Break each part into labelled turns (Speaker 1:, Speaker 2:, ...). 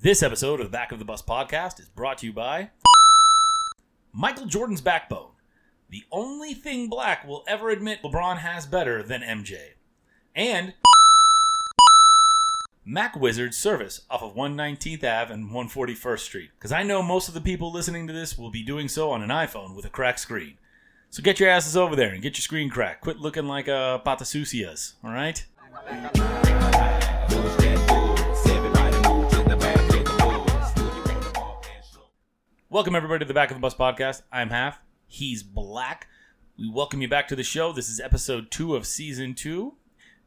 Speaker 1: This episode of the Back of the Bus podcast is brought to you by Michael Jordan's backbone. The only thing black will ever admit LeBron has better than MJ. And Mac Wizard service off of 119th Ave and 141st Street. Because I know most of the people listening to this will be doing so on an iPhone with a cracked screen. So get your asses over there and get your screen cracked. Quit looking like uh, Patasusias, all right? Welcome, everybody, to the Back of the Bus podcast. I'm Half. He's Black. We welcome you back to the show. This is episode two of season two.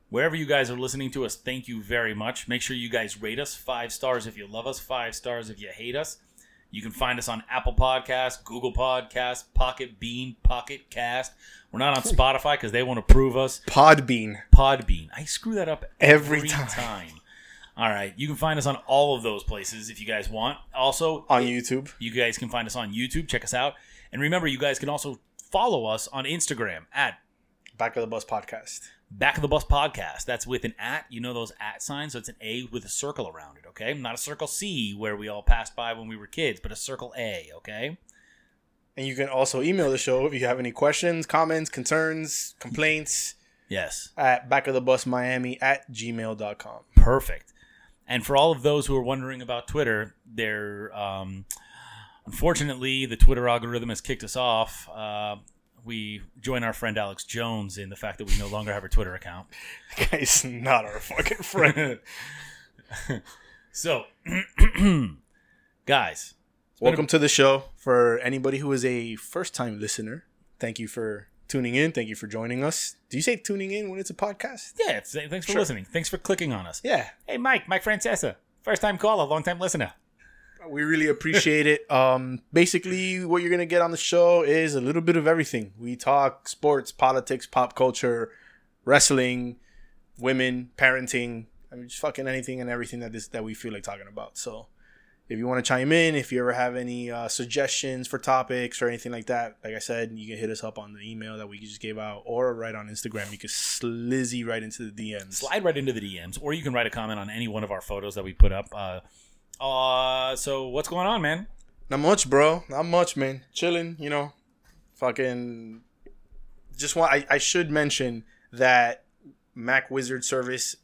Speaker 1: Wherever you guys are listening to us, thank you very much. Make sure you guys rate us five stars if you love us, five stars if you hate us. You can find us on Apple Podcasts, Google Podcasts, Pocket Bean, Pocket Cast. We're not on Spotify because they won't approve us.
Speaker 2: Podbean.
Speaker 1: Podbean. I screw that up
Speaker 2: Every time.
Speaker 1: All right. You can find us on all of those places if you guys want. Also,
Speaker 2: on YouTube.
Speaker 1: you guys can find us on YouTube. Check us out. And remember, you guys can also follow us on Instagram at
Speaker 2: Back of the Bus podcast.
Speaker 1: Back of the Bus Podcast. That's with an at. You know those at signs? So it's an A with a circle around it, okay? Not a circle C where we all passed by when we were kids, but a circle A, okay?
Speaker 2: And you can also email the show if you have any questions, comments, concerns, complaints
Speaker 1: Yes.
Speaker 2: at back of the bus Miami at gmail.com.
Speaker 1: Perfect. And for all of those who are wondering about Twitter, they're um, unfortunately the Twitter algorithm has kicked us off. Uh, we join our friend Alex Jones in the fact that we no longer have a Twitter account.
Speaker 2: Guy's not our fucking friend.
Speaker 1: So, guys,
Speaker 2: Welcome to the show. For anybody who is a first time listener, thank you for tuning in. Thank you for joining us. Do you say tuning in when it's a podcast?
Speaker 1: yeah, it's, uh, thanks for
Speaker 2: Sure.
Speaker 1: listening. Thanks for clicking on us.
Speaker 2: Yeah.
Speaker 1: Hey, Mike, Mike Francesa, first time caller, long time listener.
Speaker 2: We really appreciate it. Um, basically, what you're gonna get on the show is a little bit of everything. We talk sports, politics, pop culture, wrestling, women, parenting. I mean, just fucking anything and everything that this that we feel like talking about. So, if you want to chime in, if you ever have any uh, suggestions for topics or anything like that, like I said, you can hit us up on the email that we just gave out, or right on Instagram. You can slizzy right into the DMs.
Speaker 1: slide right into the DMs, or you can write a comment on any one of our photos that we put up. Uh, uh, so what's going on, man?
Speaker 2: Not much, bro. Not much, man. Chilling, you know. Fucking. Just want. I, I should mention that Mac Wizard Service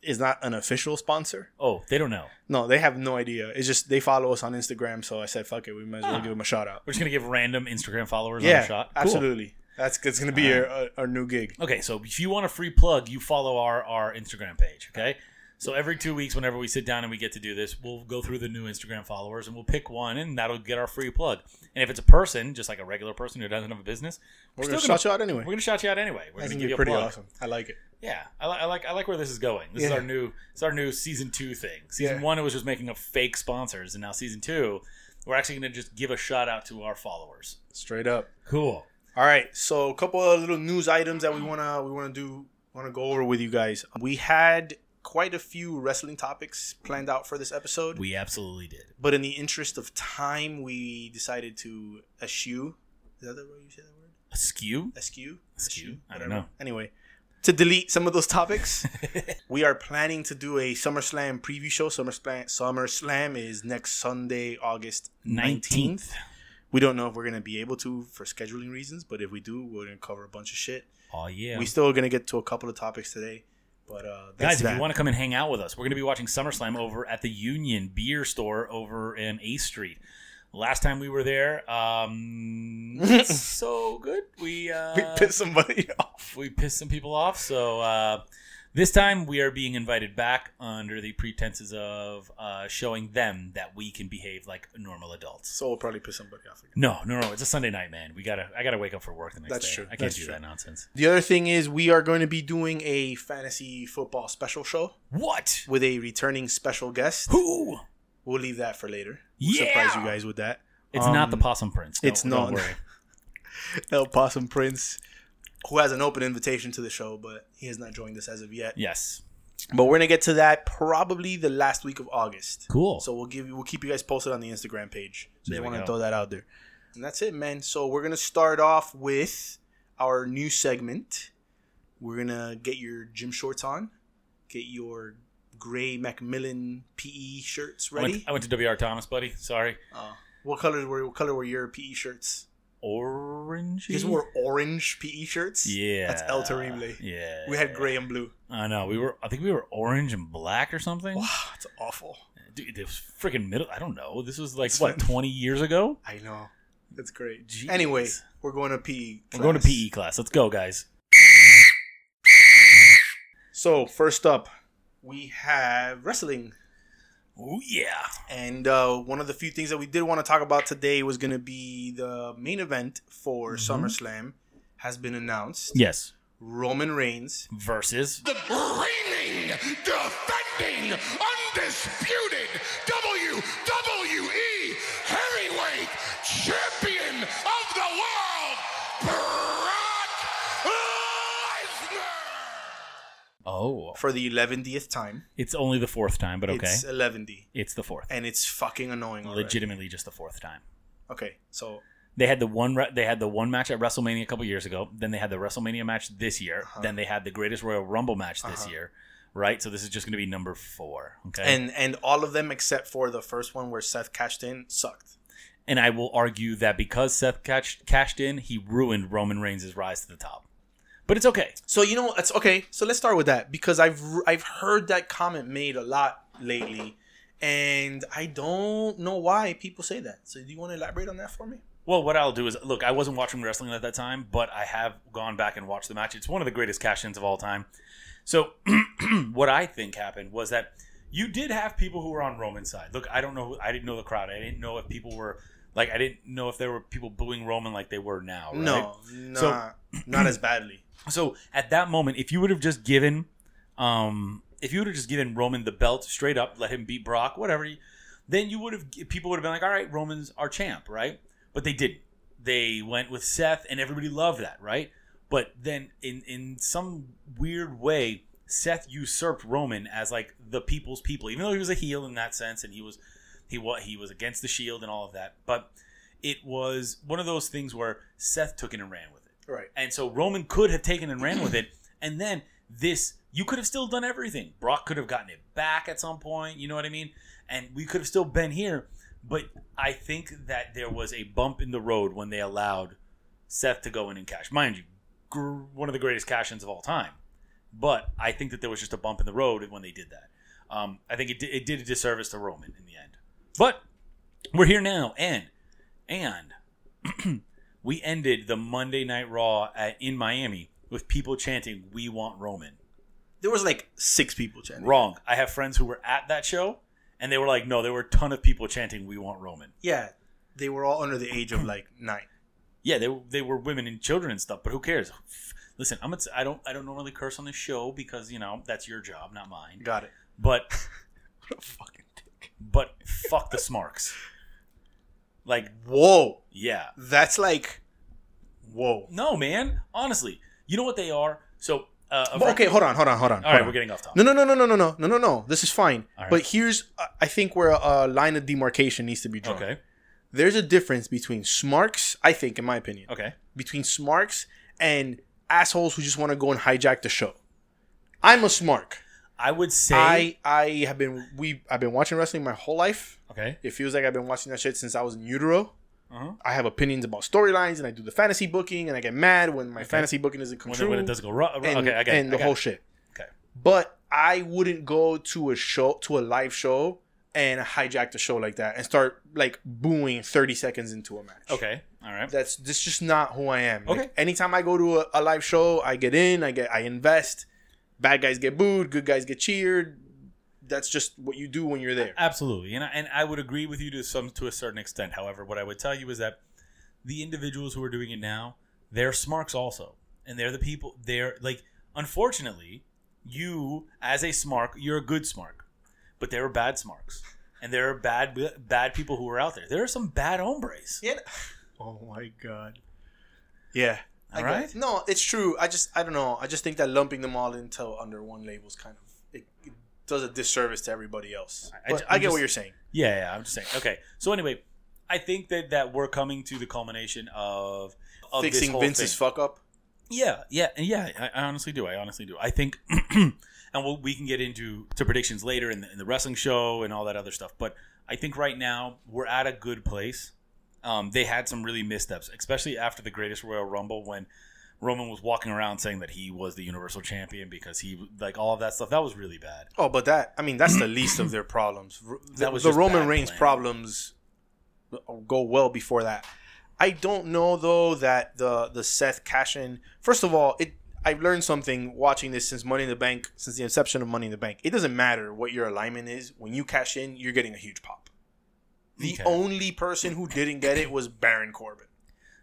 Speaker 2: is not an official sponsor.
Speaker 1: Oh, they don't know.
Speaker 2: No, they have no idea. It's just they follow us on Instagram, so I said, "Fuck it, we might as well
Speaker 1: Ah.
Speaker 2: give them a shout out."
Speaker 1: We're just gonna give random Instagram followers on
Speaker 2: yeah,
Speaker 1: a shot. Cool.
Speaker 2: absolutely. That's it's gonna be our, our, our new gig.
Speaker 1: Okay, so if you want a free plug, you follow our our Instagram page. Okay, so every two weeks, whenever we sit down and we get to do this, we'll go through the new Instagram followers and we'll pick one, and that'll get our free plug. And if it's a person, just like a regular person who doesn't have a business,
Speaker 2: We're,
Speaker 1: still
Speaker 2: gonna
Speaker 1: gonna-
Speaker 2: shout you out anyway.
Speaker 1: we're gonna shout you out anyway. We're
Speaker 2: That's
Speaker 1: gonna give
Speaker 2: gonna be
Speaker 1: you a
Speaker 2: pretty
Speaker 1: plug.
Speaker 2: awesome. I like it.
Speaker 1: Yeah, I, li- I like I like where this is going. This is
Speaker 2: Yeah.
Speaker 1: our new it's our new season two thing. Season
Speaker 2: Yeah.
Speaker 1: one it was just making up fake sponsors, and now season two we're actually going to just give a shout out to our followers.
Speaker 2: Straight up.
Speaker 1: Cool.
Speaker 2: All right, so a couple of little news items that we wanna we wanna do wanna go over with you guys. We had quite a few wrestling topics planned out for this episode,
Speaker 1: We absolutely did.
Speaker 2: but in the interest of time, we decided to eschew. Is that the way you say that word?
Speaker 1: Askew.
Speaker 2: Eschew.
Speaker 1: Eschew? I don't
Speaker 2: Whatever.
Speaker 1: know.
Speaker 2: Anyway, to delete some of those topics, we are planning to do a SummerSlam preview show. SummerSlam SummerSlam is next Sunday, August nineteenth.
Speaker 1: Nineteenth.
Speaker 2: We don't know if we're gonna be able to for scheduling reasons, but if we do, we're gonna cover a bunch of shit.
Speaker 1: Oh yeah.
Speaker 2: We still are gonna get to a couple of topics today, but uh,
Speaker 1: Guys,
Speaker 2: that's
Speaker 1: if
Speaker 2: that.
Speaker 1: you want to come and hang out with us, we're going to be watching SummerSlam over at the Union Beer Store over in A Street. Last time we were there, um, it's so good. We uh,
Speaker 2: we piss somebody off.
Speaker 1: we pissed some people off. So uh, this time we are being invited back under the pretenses of uh, showing them that we can behave like normal adults.
Speaker 2: So we'll probably piss somebody off again.
Speaker 1: No, no, no. It's a Sunday night, man. We gotta. I gotta wake up for work the next
Speaker 2: That's
Speaker 1: day.
Speaker 2: true.
Speaker 1: I can't
Speaker 2: That's
Speaker 1: do
Speaker 2: true.
Speaker 1: that nonsense.
Speaker 2: The other thing is we are going to be doing a fantasy football special show
Speaker 1: What?
Speaker 2: with a returning special guest.
Speaker 1: Who?
Speaker 2: We'll leave that for later. We'll surprise
Speaker 1: Yeah!
Speaker 2: you guys with that.
Speaker 1: It's not the
Speaker 2: Um,
Speaker 1: Possum Prince. No,
Speaker 2: it's
Speaker 1: don't
Speaker 2: not.
Speaker 1: worry.
Speaker 2: El Possum Prince, who has an open invitation to the show, but he has not joined us as of yet.
Speaker 1: Yes.
Speaker 2: But we're gonna get to that probably the last week of August.
Speaker 1: Cool.
Speaker 2: So we'll give you, we'll keep you guys posted on the Instagram page. So
Speaker 1: There
Speaker 2: if you
Speaker 1: we
Speaker 2: want
Speaker 1: go.
Speaker 2: to throw that out there. And that's it, man. So we're gonna start off with our new segment. We're gonna get your gym shorts on, get your gray Macmillan PE shirts
Speaker 1: I went,
Speaker 2: ready?
Speaker 1: I went to WR Thomas, buddy. Sorry.
Speaker 2: Uh, what color were what color were your PE shirts?
Speaker 1: Orange.
Speaker 2: You guys
Speaker 1: E?
Speaker 2: wore orange PE shirts.
Speaker 1: Yeah.
Speaker 2: That's El Terrible.
Speaker 1: Yeah.
Speaker 2: We had gray and blue.
Speaker 1: I know. We were. I think we were orange and black or something.
Speaker 2: Wow, it's awful.
Speaker 1: Dude, it was freaking middle. I don't know. This was like
Speaker 2: It's
Speaker 1: what
Speaker 2: fine.
Speaker 1: twenty years ago.
Speaker 2: I know. That's great.
Speaker 1: Jeez.
Speaker 2: Anyway, we're going to E. PE.
Speaker 1: We're going to
Speaker 2: class.
Speaker 1: PE class. Let's go, guys.
Speaker 2: So first up, we have wrestling,
Speaker 1: Oh yeah.
Speaker 2: and uh, one of the few things that we did want to talk about today was going to be the main event for
Speaker 1: Mhm.
Speaker 2: SummerSlam has been announced.
Speaker 1: Yes.
Speaker 2: Roman Reigns
Speaker 1: Versus.
Speaker 3: the reigning, defending, undisputed WWE Heavyweight Champion of the World, Brock Lesnar!
Speaker 1: Oh,
Speaker 2: for the eleventieth time.
Speaker 1: it's only the fourth time, but okay.
Speaker 2: It's uh,
Speaker 1: It's,
Speaker 2: eleventy,
Speaker 1: the fourth.
Speaker 2: and it's fucking annoying. already.
Speaker 1: Legitimately, just the fourth time.
Speaker 2: Okay, so
Speaker 1: They had the one. Re- they had the one match at WrestleMania a couple years ago. Then they had the WrestleMania match this year. Then they had the Greatest Royal Rumble match this
Speaker 2: Uh-huh.
Speaker 1: year. Right. So this is just going to be number four. Okay.
Speaker 2: and and all of them except for the first one where Seth cashed in sucked.
Speaker 1: And I will argue that because Seth catch, cashed in, he ruined Roman Reigns' rise to the top. But it's okay.
Speaker 2: So you know that's okay. So let's start with that because I've I've heard that comment made a lot lately, and I don't know why people say that. So do you want to elaborate on that for me?
Speaker 1: Well, what I'll do is look, I wasn't watching wrestling at that time, but I have gone back and watched the match. It's one of the greatest cash ins of all time. So, what I think happened was that you did have people who were on Roman's side. Look, I don't know. I didn't know the crowd. I didn't know if people were like, I didn't know if there were people booing Roman like they were now. Right?
Speaker 2: No, not not as badly.
Speaker 1: So at that moment, if you would have just given, um, if you would have just given Roman the belt straight up, let him beat Brock, whatever, then you would have people would have been like, all right, Roman's our champ, right? But they didn't. They went with Seth, and everybody loved that, right? But then in in some weird way, Seth usurped Roman as like the people's people, even though he was a heel in that sense, and he was he what he was against the Shield and all of that, but. It was one of those things where Seth took it and ran with it.
Speaker 2: Right.
Speaker 1: And so Roman could have taken and ran with it. And then this, you could have still done everything. Brock could have gotten it back at some point. You know what I mean? And we could have still been here. But I think that there was a bump in the road when they allowed Seth to go in and cash. Mind you, gr- one of the greatest cash ins of all time. But I think that there was just a bump in the road when they did that. Um, I think it, di- it did a disservice to Roman in the end. But we're here now. And, and we ended the Monday Night Raw at, in Miami with people chanting, "We want Roman."
Speaker 2: There was like six people chanting.
Speaker 1: Wrong. I have friends who were at that show, and they were like, "No, there were a ton of people chanting, "We want Roman."
Speaker 2: Yeah, they were all under the age of like nine.
Speaker 1: Yeah, they they were women and children and stuff, but who cares? Listen, I'm gonna, I don't I don't normally curse on this show because you know that's your job, not mine.
Speaker 2: Got it.
Speaker 1: But
Speaker 2: What a fucking dick.
Speaker 1: but fuck the smarks. Like
Speaker 2: Whoa,
Speaker 1: yeah,
Speaker 2: that's like, whoa.
Speaker 1: no man. Honestly, you know what they are. So uh, a
Speaker 2: But
Speaker 1: friend-
Speaker 2: okay, hold on, hold on, hold on.
Speaker 1: All
Speaker 2: hold
Speaker 1: right,
Speaker 2: on.
Speaker 1: we're getting off topic.
Speaker 2: No, no, no, no, no, no, no, no, no, no. This is fine.
Speaker 1: All right.
Speaker 2: But here's, uh, I think, where a line of demarcation needs to be drawn.
Speaker 1: Okay.
Speaker 2: There's a difference between smarks, I think, in my opinion,
Speaker 1: Okay.
Speaker 2: between smarks and assholes who just want to go and hijack the show. I'm a smark.
Speaker 1: I would say.
Speaker 2: I I have been we I've been watching wrestling my whole life.
Speaker 1: okay.
Speaker 2: It feels like I've been watching that shit since I was in utero.
Speaker 1: Uh-huh.
Speaker 2: I have opinions about storylines, and I do the fantasy booking, and I get mad when my fantasy booking isn't come
Speaker 1: when,
Speaker 2: true
Speaker 1: when it does go wrong.
Speaker 2: and,
Speaker 1: okay, I got
Speaker 2: and
Speaker 1: it.
Speaker 2: the
Speaker 1: I got
Speaker 2: whole
Speaker 1: it.
Speaker 2: shit.
Speaker 1: Okay.
Speaker 2: But I wouldn't go to a show to a live show and hijack the show like that and start like booing 30 seconds into a match.
Speaker 1: Okay, all right.
Speaker 2: That's that's just not who I am. Like,
Speaker 1: Okay.
Speaker 2: anytime I go to a, a live show, I get in, I get I invest. Bad guys get booed, good guys get cheered. That's just what you do when you're there.
Speaker 1: Absolutely, and I, and I would agree with you to some to a certain extent. However, what I would tell you is that the individuals who are doing it now, they're smarks also, and they're the people. They're like, unfortunately, you as a smark, you're a good smark, but there are bad smarks, and there are bad bad people who are out there. There are some bad hombres.
Speaker 2: Yeah. Oh my god. Yeah.
Speaker 1: All
Speaker 2: I
Speaker 1: right.
Speaker 2: guess. No, it's true. I just I don't know. I just think that lumping them all into under one label is kind of it, it does a disservice to everybody else.
Speaker 1: I- I
Speaker 2: I, but
Speaker 1: ju-
Speaker 2: I
Speaker 1: I'm
Speaker 2: get
Speaker 1: just-
Speaker 2: what you're saying.
Speaker 1: Yeah, yeah, I'm just saying. Okay, so anyway, I think that that we're coming to the culmination of, of this
Speaker 2: Fixing
Speaker 1: whole
Speaker 2: Vince's
Speaker 1: thing.
Speaker 2: fuck up.
Speaker 1: Yeah, yeah, and yeah. I, I honestly do. I honestly do. I think, and and we'll, we can get into to predictions later in the, in the wrestling show and all that other stuff. But I think right now we're at a good place. Um, they had some really missteps, especially after the Greatest Royal Rumble when Roman was walking around saying that he was the Universal Champion because he like all of that stuff. That was really bad.
Speaker 2: Oh, but that I mean that's the least of their problems. R- The,
Speaker 1: That was
Speaker 2: the
Speaker 1: just
Speaker 2: Roman
Speaker 1: bad
Speaker 2: Reigns
Speaker 1: planning.
Speaker 2: problems go well before that. I don't know though that the the Seth cash in. First of all, it I've learned something watching this since Money in the Bank, since the inception of Money in the Bank. It doesn't matter what your alignment is. When you cash in, you're getting a huge pop. The
Speaker 1: Okay.
Speaker 2: only person who didn't get it was Baron Corbin.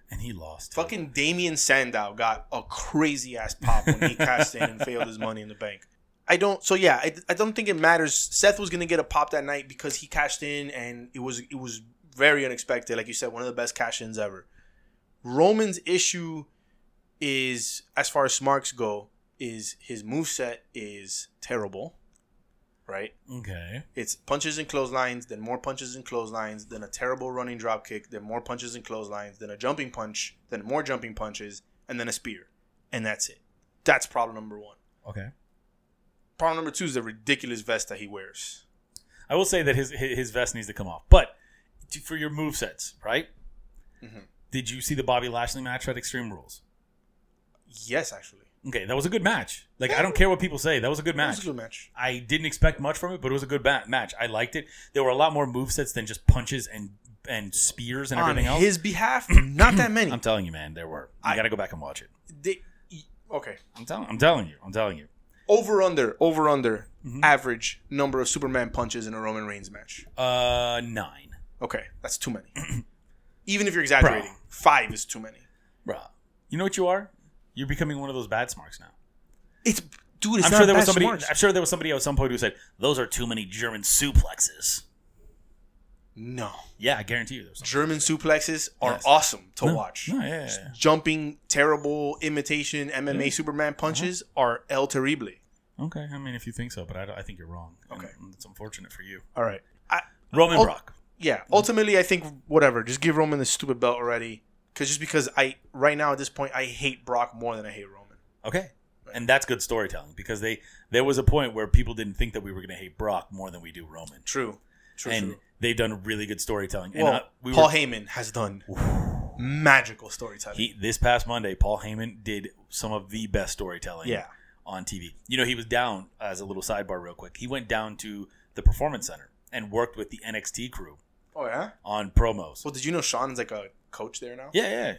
Speaker 1: And he lost.
Speaker 2: Fucking Damian Sandow got a crazy ass pop when he cashed in and failed his money in the bank. I don't. So yeah, I, I don't think it matters. Seth was gonna get a pop that night because he cashed in and it was it was very unexpected. Like you said, one of the best cash ins ever. Roman's issue is, as far as marks go, is his moveset is terrible, right?
Speaker 1: Okay.
Speaker 2: It's punches and clotheslines, then more punches and clotheslines, then a terrible running drop kick, then more punches and clotheslines, then a jumping punch, then more jumping punches, and then a spear. And that's it. That's problem number one.
Speaker 1: Okay.
Speaker 2: Problem number two is the ridiculous vest that he wears.
Speaker 1: I will say that his his his vest needs to come off. But to- for your move sets, right?
Speaker 2: Mhm.
Speaker 1: Did you see the Bobby Lashley match at Extreme Rules?
Speaker 2: Yes, actually.
Speaker 1: Okay, that was a good match. Like I don't care what people say, that was a good
Speaker 2: That was
Speaker 1: match.
Speaker 2: a good match.
Speaker 1: I didn't expect much from it, but it was a good ba- match. I liked it. There were a lot more move sets than just punches and and spears and
Speaker 2: On
Speaker 1: everything else.
Speaker 2: his behalf, not that many.
Speaker 1: I'm telling you, man, there were. You
Speaker 2: I-
Speaker 1: got to go back and watch it.
Speaker 2: They- okay.
Speaker 1: I'm telling. I'm telling you. I'm telling you.
Speaker 2: Over under, over under,
Speaker 1: Mm-hmm.
Speaker 2: average number of Superman punches in a Roman Reigns match.
Speaker 1: Uh, nine,
Speaker 2: Okay, that's too many. Even if you're exaggerating, five is too many.
Speaker 1: bruh. You know what you are? You're becoming one of those bad smarks now.
Speaker 2: It's dude. It's
Speaker 1: I'm
Speaker 2: not
Speaker 1: sure there was
Speaker 2: bad
Speaker 1: somebody.
Speaker 2: smarts.
Speaker 1: I'm sure there was somebody at some point who said those are too many German suplexes.
Speaker 2: No,
Speaker 1: Yeah, I guarantee you. There was somebody.
Speaker 2: German suplexes are
Speaker 1: Yes.
Speaker 2: awesome to
Speaker 1: No,
Speaker 2: watch.
Speaker 1: no, yeah, yeah, yeah.
Speaker 2: Jumping, terrible imitation MMA Superman punches
Speaker 1: Uh-huh.
Speaker 2: are el terrible.
Speaker 1: Okay, I mean, if you think so, but I, don't- I think you're wrong.
Speaker 2: Okay.
Speaker 1: and it's unfortunate for you.
Speaker 2: All right. I,
Speaker 1: Roman
Speaker 2: Oh.
Speaker 1: Brock.
Speaker 2: yeah. Ultimately, I think whatever. Just give Roman the stupid belt already. Because just because I right now at this point I hate Brock more than I hate Roman.
Speaker 1: Okay, and that's good storytelling because they there was a point where people didn't think that we were going to hate Brock more than we do Roman,
Speaker 2: True. True.
Speaker 1: and
Speaker 2: true.
Speaker 1: they've done really good storytelling. And
Speaker 2: Well,
Speaker 1: uh, we
Speaker 2: Paul
Speaker 1: were,
Speaker 2: Heyman has done magical storytelling.
Speaker 1: he, this past Monday, Paul Heyman did some of the best storytelling.
Speaker 2: yeah.
Speaker 1: on TV. You know, he was down as a little sidebar, real quick. He went down to the performance center and worked with the NXT crew
Speaker 2: Oh yeah.
Speaker 1: on promos.
Speaker 2: Well, did you know Sean's like a coach there now?
Speaker 1: Yeah, yeah.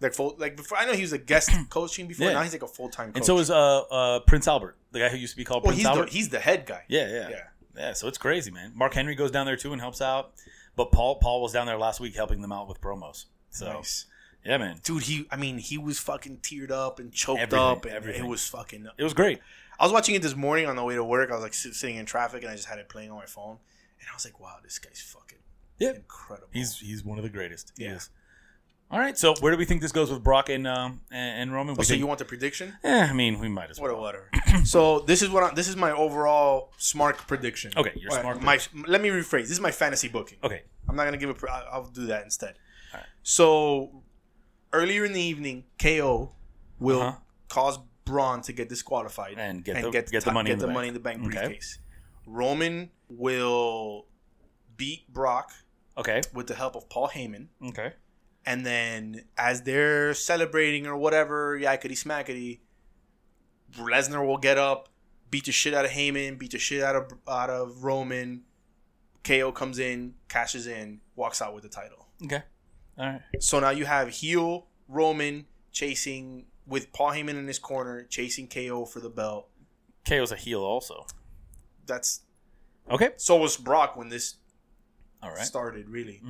Speaker 2: Like full. Like before, I know he was a guest coaching before.
Speaker 1: Yeah.
Speaker 2: Now he's like a full time. coach.
Speaker 1: And so is uh, uh, Prince Albert, the guy who used to be called
Speaker 2: Well,
Speaker 1: Prince
Speaker 2: he's the,
Speaker 1: Albert.
Speaker 2: he's the head guy.
Speaker 1: yeah, yeah, yeah,
Speaker 2: Yeah.
Speaker 1: So it's crazy, man. Mark Henry goes down there too and helps out. But Paul Paul was down there last week helping them out with promos. So
Speaker 2: Nice.
Speaker 1: yeah, man,
Speaker 2: Dude, he I mean, he was fucking teared up and choked
Speaker 1: Everything,
Speaker 2: up and
Speaker 1: everything.
Speaker 2: it was fucking
Speaker 1: it was great.
Speaker 2: I was watching it this morning on the way to work. I was like sit- sitting in traffic and I just had it playing on my phone and I was like, "Wow, this guy's fucking
Speaker 1: Yeah.
Speaker 2: incredible."
Speaker 1: He's he's one of the greatest. He
Speaker 2: Yeah.
Speaker 1: is. All right, so where do we think this goes with Brock and um, and, and Roman? We
Speaker 2: Oh, so
Speaker 1: think-
Speaker 2: you want the prediction?
Speaker 1: eh, I mean, we might as well.
Speaker 2: Whatever, whatever. so this is what I, this is my overall smart prediction.
Speaker 1: Okay, your
Speaker 2: Well,
Speaker 1: smart
Speaker 2: My let me rephrase. This is my fantasy booking.
Speaker 1: Okay,
Speaker 2: I'm not gonna give a. Pre- I- I'll do that instead. So earlier in the evening, KO will
Speaker 1: Uh-huh.
Speaker 2: cause Braun to get disqualified
Speaker 1: And get the- get the
Speaker 2: ti-
Speaker 1: money in the bank.
Speaker 2: in the bank
Speaker 1: Okay.
Speaker 2: briefcase. Roman will beat Brock
Speaker 1: okay,
Speaker 2: with the help of Paul Heyman,
Speaker 1: okay.
Speaker 2: and then as they're celebrating or whatever, yakety smackety, Lesnar will get up, beat the shit out of Heyman, beat the shit out of out of Roman. KO comes in, cashes in, walks out with the title.
Speaker 1: Okay. All right.
Speaker 2: So now you have heel Roman chasing with Paul Heyman in his corner, chasing KO for the belt.
Speaker 1: KO's a heel also.
Speaker 2: That's
Speaker 1: Okay.
Speaker 2: so was Brock when this
Speaker 1: All right. Mm. Mm-hmm.
Speaker 2: started. Really,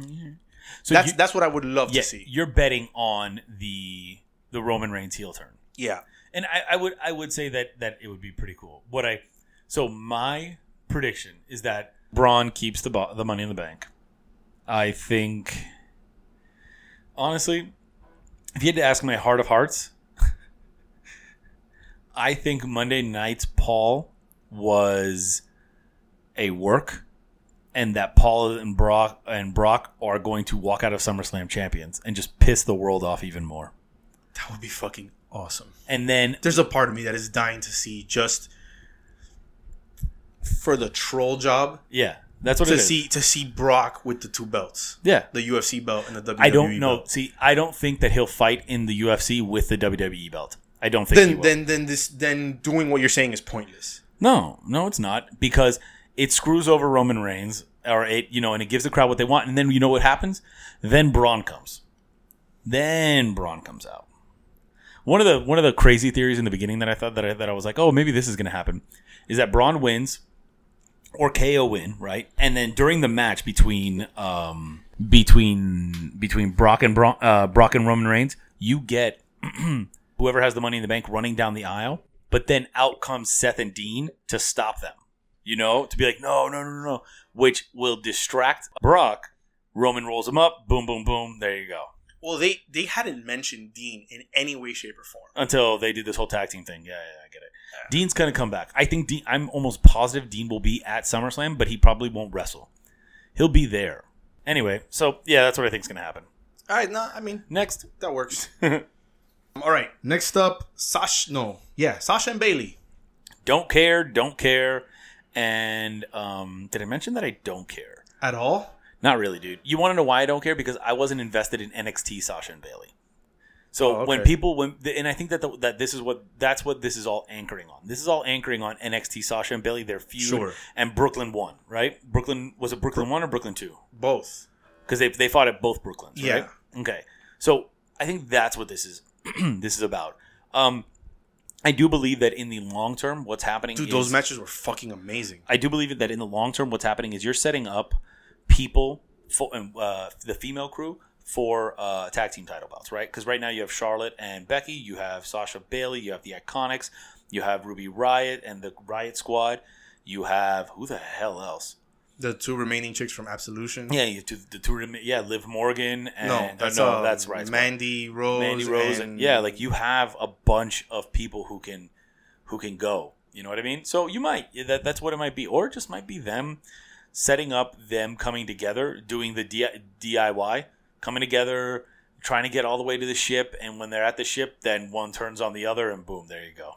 Speaker 1: So
Speaker 2: that's
Speaker 1: you,
Speaker 2: that's what I would love
Speaker 1: yeah,
Speaker 2: to see.
Speaker 1: you're betting on the the Roman Reigns heel turn.
Speaker 2: Yeah,
Speaker 1: And I, I would I would say that that it would be pretty cool. What I so my prediction is that Braun keeps the bo- the money in the bank. I think honestly, if you had to ask my heart of hearts, I think Monday night's Paul was a work and that Paul and Brock and Brock are going to walk out of SummerSlam champions and just piss the world off even more.
Speaker 2: that would be fucking awesome.
Speaker 1: And then
Speaker 2: There's a part of me that is dying to see just for the troll job
Speaker 1: Yeah, that's what it
Speaker 2: to
Speaker 1: is.
Speaker 2: see to see Brock with the two belts,
Speaker 1: yeah,
Speaker 2: the UFC belt and the WWE.
Speaker 1: I don't know.
Speaker 2: E belt.
Speaker 1: See, I don't think that he'll fight in the UFC with the WWE belt. I don't think. he
Speaker 2: Then
Speaker 1: will.
Speaker 2: then then this then doing what you're saying is pointless.
Speaker 1: No, no, it's not because it screws over Roman Reigns, or it you know, and it gives the crowd what they want, and then you know what happens? Then Braun comes, then Braun comes out. One of the one of the crazy theories in the beginning that I thought that I, that I was like, oh, maybe this is going to happen, is that Braun wins or KO win, right? And then during the match between um between between Brock and Braun, uh, Brock and Roman Reigns, you get whoever has the money in the bank running down the aisle, but then out comes Seth and Dean to stop them. You know, to be like, no, no, no, no, no, which will distract Brock. Roman rolls him up, boom, boom, boom. There you go.
Speaker 2: Well, they they hadn't mentioned Dean in any way, shape, or form.
Speaker 1: Until they did this whole tag team thing. Yeah, yeah, yeah, I get it. Dean's gonna come back. I think Dean. I'm almost positive Dean will be at SummerSlam, but he probably won't wrestle. He'll be there anyway. So yeah, that's what I think's gonna happen.
Speaker 2: All right, no, I mean
Speaker 1: Next,
Speaker 2: that works. All right, next up, Sasha. No, yeah, Sasha and Bailey.
Speaker 1: don't care, don't care, and um, did I mention that I don't care?
Speaker 2: At all?
Speaker 1: Not really, dude. You want to know why I don't care? Because I wasn't invested in NXT Sasha and Bailey. So
Speaker 2: Oh, okay.
Speaker 1: when people when and I think that the, that this is what that's what this is all anchoring on. This is all anchoring on NXT Sasha and Bailey, their feud,
Speaker 2: Sure.
Speaker 1: and Brooklyn one, right? Brooklyn was it Brooklyn one or Brooklyn two?
Speaker 2: Both.
Speaker 1: Because they they fought at both Brooklyns,
Speaker 2: Yeah.
Speaker 1: right? Okay, so I think that's what this is. this is about. Um, I do believe that in the long term, what's happening?
Speaker 2: Dude,
Speaker 1: is,
Speaker 2: those matches were fucking amazing.
Speaker 1: I do believe that in the long term, what's happening is you're setting up people for uh, the female crew for uh, tag team title belts, right? Because right now you have Charlotte and Becky, you have Sasha Bailey, you have the Iconics, you have Ruby Riot and the Riot Squad, you have who the hell else?
Speaker 2: The two remaining chicks from Absolution.
Speaker 1: Yeah, you two, the two, yeah, Liv Morgan and
Speaker 2: No, that's
Speaker 1: no,
Speaker 2: uh,
Speaker 1: that's right, Squad.
Speaker 2: Mandy Rose.
Speaker 1: Mandy Rose, and, yeah, like you have a bunch of people who can who can go. You know what I mean? So you might that that's what it might be, or it just might be them setting up them coming together, doing the D- DIY, coming together, trying to get all the way to the ship, and when they're at the ship, then one turns on the other, and boom, there you go.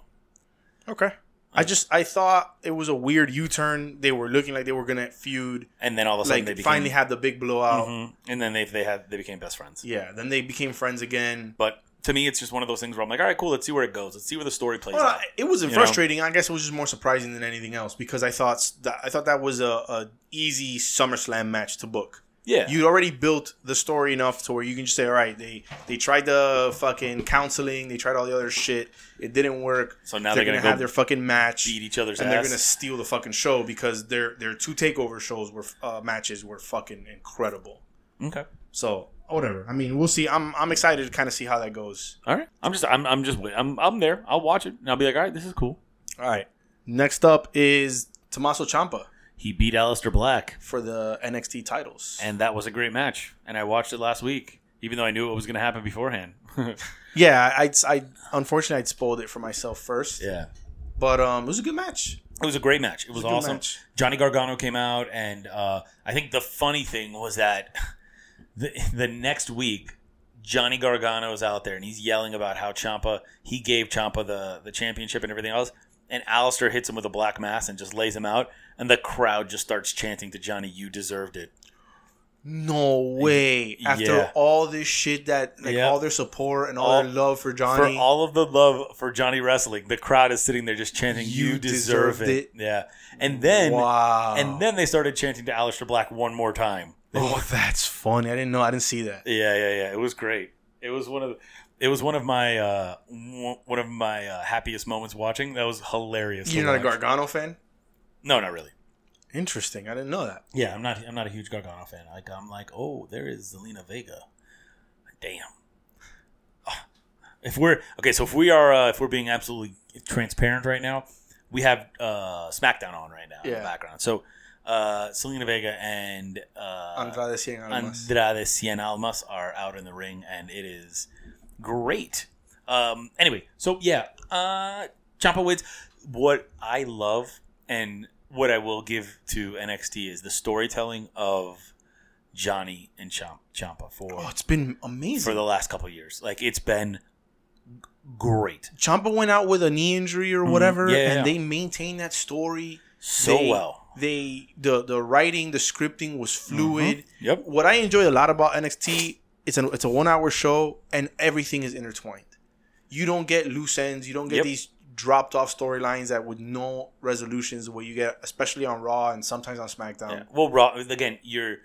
Speaker 2: Okay. I just I thought it was a weird U turn. They were looking like they were gonna feud.
Speaker 1: And then all of a sudden
Speaker 2: Like
Speaker 1: they became,
Speaker 2: finally had the big blowout.
Speaker 1: Mhm. and then they they had they became best friends.
Speaker 2: Yeah. Then they became friends again.
Speaker 1: But to me, it's just one of those things where I'm like, all right, cool, let's see where it goes, let's see where the story plays
Speaker 2: Well,
Speaker 1: out.
Speaker 2: it wasn't
Speaker 1: You know?
Speaker 2: frustrating. I guess it was just more surprising than anything else because I thought s- that, I thought that was a, a easy SummerSlam match to book.
Speaker 1: Yeah,
Speaker 2: You'd already built the story enough to where you can just say, all right, they they tried the fucking counseling, they tried all the other shit, it didn't work.
Speaker 1: So now
Speaker 2: they're
Speaker 1: they're
Speaker 2: gonna
Speaker 1: gonna go
Speaker 2: have their fucking match,
Speaker 1: beat each other's
Speaker 2: and
Speaker 1: ass.
Speaker 2: they're gonna steal the fucking show because their their two takeover shows were uh, matches were fucking incredible.
Speaker 1: okay.
Speaker 2: So whatever. I mean, we'll see. I'm I'm excited to kind of see how that goes.
Speaker 1: All right. I'm just I'm I'm just I'm I'm there. I'll watch it and I'll be like, all right, this is cool.
Speaker 2: All right. Next up is Tommaso Ciampa.
Speaker 1: He beat Aleister Black,
Speaker 2: for the NXT titles.
Speaker 1: and that was a great match. And I watched it last week, even though I knew what was going to happen beforehand.
Speaker 2: yeah, I, I unfortunately I'd spoiled it for myself first,
Speaker 1: yeah,
Speaker 2: but um, it was a good match.
Speaker 1: it was a great match. It was,
Speaker 2: a good
Speaker 1: awesome.
Speaker 2: match.
Speaker 1: Johnny Gargano came out, and uh, I think the funny thing was that the the next week. Johnny Gargano is out there and he's yelling about how Champa he gave Champa the the championship and everything else, and Alistair hits him with a black mass and just lays him out, and the crowd just starts chanting to Johnny, "You deserved it."
Speaker 2: No way! After
Speaker 1: Yeah.
Speaker 2: all this shit that like
Speaker 1: Yeah.
Speaker 2: all their support and all,
Speaker 1: All-
Speaker 2: their love for
Speaker 1: for
Speaker 2: Johnny,
Speaker 1: all of the love for Johnny Wrestling, the crowd is sitting there just chanting, "You,
Speaker 2: You
Speaker 1: deserve,
Speaker 2: deserved
Speaker 1: it.
Speaker 2: it.
Speaker 1: Yeah, and then
Speaker 2: wow!
Speaker 1: and then they started chanting to Aleister Black one more time.
Speaker 2: oh, that's funny. I didn't know. I didn't see that.
Speaker 1: Yeah, yeah, yeah. It was great. It was one of it was one of my uh, w- one of my uh, happiest moments watching. That was hilarious. to
Speaker 2: You're not a
Speaker 1: watch.
Speaker 2: Gargano fan?
Speaker 1: No, not really.
Speaker 2: Interesting. I didn't know that.
Speaker 1: Yeah, I'm not. I'm not a huge Gargano fan. Like I'm like, oh, there is Zelina Vega. Damn. If we're okay, so if we are, uh, if we're being absolutely transparent right now, we have uh, SmackDown on right now in
Speaker 2: Yeah.
Speaker 1: the background. So uh, Selena Vega and uh,
Speaker 2: Andrade Cien Almas.
Speaker 1: Andrade Cien Almas are out in the ring, and it is great. Um, anyway, so yeah, uh, Champa wins. What I love and what I will give to NXT is the storytelling of Johnny and Champa for
Speaker 2: oh, it's been
Speaker 1: for
Speaker 2: amazing.
Speaker 1: the last couple of years. Like it's been g- great.
Speaker 2: Ciampa went out with a knee injury or whatever,
Speaker 1: Mm, Yeah, yeah,
Speaker 2: and
Speaker 1: yeah.
Speaker 2: they maintained that story.
Speaker 1: so
Speaker 2: They-
Speaker 1: well. Mm-hmm.
Speaker 2: They the the writing, the scripting was fluid.
Speaker 1: Yep.
Speaker 2: What I enjoyed a lot about NXT, it's an it's a one hour show and everything is intertwined. You don't get loose ends. You don't get
Speaker 1: Yep.
Speaker 2: these dropped off storylines that with no resolutions the way you get, especially on Raw and sometimes on SmackDown.
Speaker 1: Yeah.
Speaker 2: Yeah,
Speaker 1: Well, Raw again. You're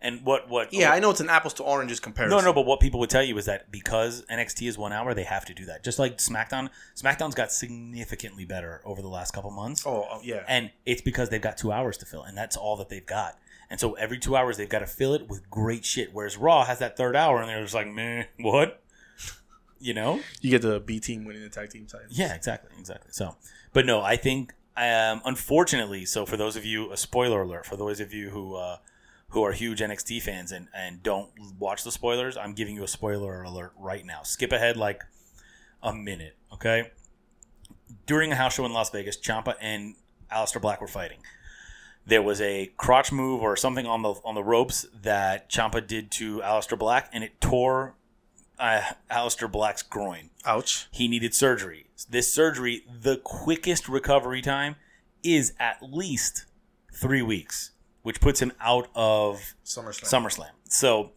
Speaker 1: and what what?
Speaker 2: I know it's an apples to oranges comparison.
Speaker 1: No, no, but what people would tell you is that because NXT is one hour, they have to do that. Just like SmackDown, SmackDown's got significantly better over the last couple months,
Speaker 2: Oh uh, yeah,
Speaker 1: and it's because they've got two hours to fill, and that's all that they've got. And so every two hours, they've got to fill it with great shit. Whereas Raw has that third hour, and they're just like, meh, what? You know?
Speaker 2: you get the B team winning the tag team title.
Speaker 1: Yeah, exactly, exactly. So, but no, I think um, unfortunately, so for those of you, a spoiler alert for those of you who uh, who are huge NXT fans and and don't watch the spoilers, I'm giving you a spoiler alert right now. Skip ahead like a minute, okay? During a house show in Las Vegas, Champa and Aleister Black were fighting. There was a crotch move or something on the on the ropes that Champa did to Aleister Black, and it tore uh, Aleister Black's groin
Speaker 2: Ouch.
Speaker 1: he needed surgery. This surgery, the quickest recovery time is at least three weeks, which puts him out of
Speaker 2: SummerSlam.
Speaker 1: SummerSlam. So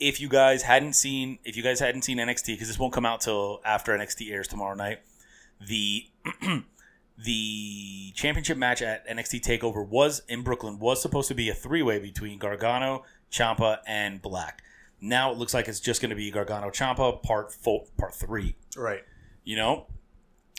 Speaker 1: if you guys hadn't seen, if you guys hadn't seen NXT, because this won't come out till after NXT airs tomorrow night, the the championship match at NXT Takeover was in Brooklyn was supposed to be a three way between Gargano, Champa, and Black. Now it looks like it's just going to be Gargano Champa part four, part three
Speaker 2: right.
Speaker 1: you know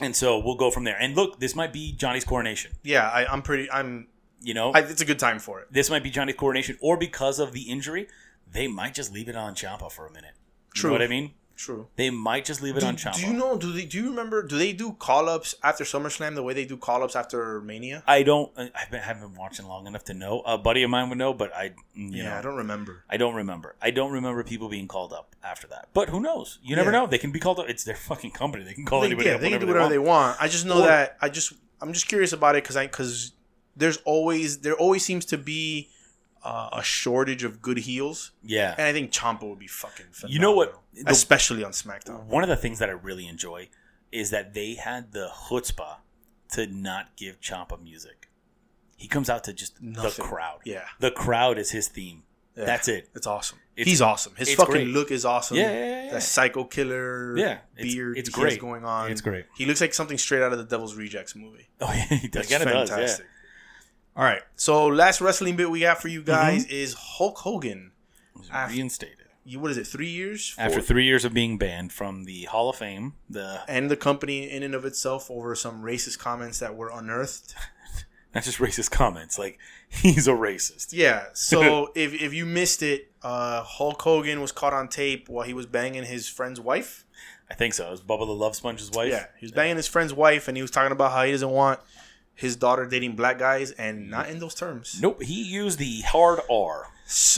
Speaker 1: and so we'll go from there and look this might be johnny's coronation
Speaker 2: Yeah, I, I'm pretty. I'm.
Speaker 1: you know
Speaker 2: I, it's a good time for it.
Speaker 1: this might be johnny's coronation or because of the injury they might just leave it on champa for a minute
Speaker 2: True.
Speaker 1: you know what i mean
Speaker 2: True.
Speaker 1: they might just leave it on
Speaker 2: Do,
Speaker 1: champa
Speaker 2: do you know? Do they? Do you remember? Do they do call ups after SummerSlam the way they do call ups after Mania?
Speaker 1: i don't I- i've been, haven't been watching long enough to know a buddy of mine would know but i you know,
Speaker 2: I don't remember.
Speaker 1: I don't remember. I don't remember people being called up after that. But who knows? You never
Speaker 2: Yeah.
Speaker 1: know. They can be called up. It's their fucking company. They can call
Speaker 2: They,
Speaker 1: anybody
Speaker 2: yeah,
Speaker 1: up
Speaker 2: they can
Speaker 1: whenever
Speaker 2: do whatever they
Speaker 1: want.
Speaker 2: want. I just know
Speaker 1: Or-
Speaker 2: that. I just. I'm just curious about it because I because there's always there always seems to be uh, a shortage of good heels,
Speaker 1: Yeah.
Speaker 2: and I think Champa would be fucking. Phenomenal,
Speaker 1: You know what- the-
Speaker 2: Especially on SmackDown.
Speaker 1: One of the things that I really enjoy is that they had the chutzpah to not give Champa music. He comes out to just
Speaker 2: Nothing.
Speaker 1: the crowd.
Speaker 2: Yeah.
Speaker 1: The crowd is his theme.
Speaker 2: Yeah.
Speaker 1: That's it.
Speaker 2: It's awesome.
Speaker 1: It's-
Speaker 2: He's awesome. His
Speaker 1: it's
Speaker 2: fucking
Speaker 1: great.
Speaker 2: look is awesome.
Speaker 1: Yeah, yeah, yeah, yeah.
Speaker 2: That psycho killer
Speaker 1: Yeah, it's-
Speaker 2: beard
Speaker 1: it's
Speaker 2: he has
Speaker 1: great.
Speaker 2: going on.
Speaker 1: It's great.
Speaker 2: He looks like something straight out of the Devil's Rejects movie.
Speaker 1: Oh, yeah, he does.
Speaker 2: That's
Speaker 1: Kinda does, yeah.
Speaker 2: All right. So last wrestling bit we got for you
Speaker 1: Mm-hmm.
Speaker 2: guys is Hulk Hogan.
Speaker 1: He's
Speaker 2: After-
Speaker 1: Reinstated.
Speaker 2: You what is it? Three years Four-
Speaker 1: After three years of being banned from the Hall of Fame, the
Speaker 2: and the company in and of itself over some racist comments that were unearthed.
Speaker 1: not just racist comments, like he's a racist.
Speaker 2: Yeah. So if if you missed it, uh, Hulk Hogan was caught on tape while he was banging his friend's wife.
Speaker 1: I think so. It was Bubba the Love Sponge's wife.
Speaker 2: Yeah, he was banging his friend's wife, and he was talking about how he doesn't want his daughter dating black guys, and not in those terms.
Speaker 1: Nope. He used the hard R.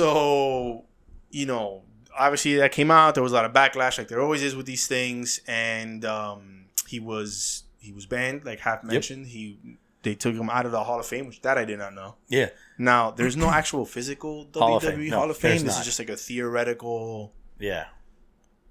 Speaker 2: So, you know, obviously that came out. There was a lot of backlash, like there always is with these things, and um, he was he was banned, like half mentioned. He they took him out of the Hall of Fame, which that I did not know.
Speaker 1: Yeah.
Speaker 2: Now, there's no actual physical WWE Hall
Speaker 1: Hall of
Speaker 2: of Fame.
Speaker 1: Fame. No, there's
Speaker 2: This
Speaker 1: not.
Speaker 2: is just like a theoretical,
Speaker 1: Yeah.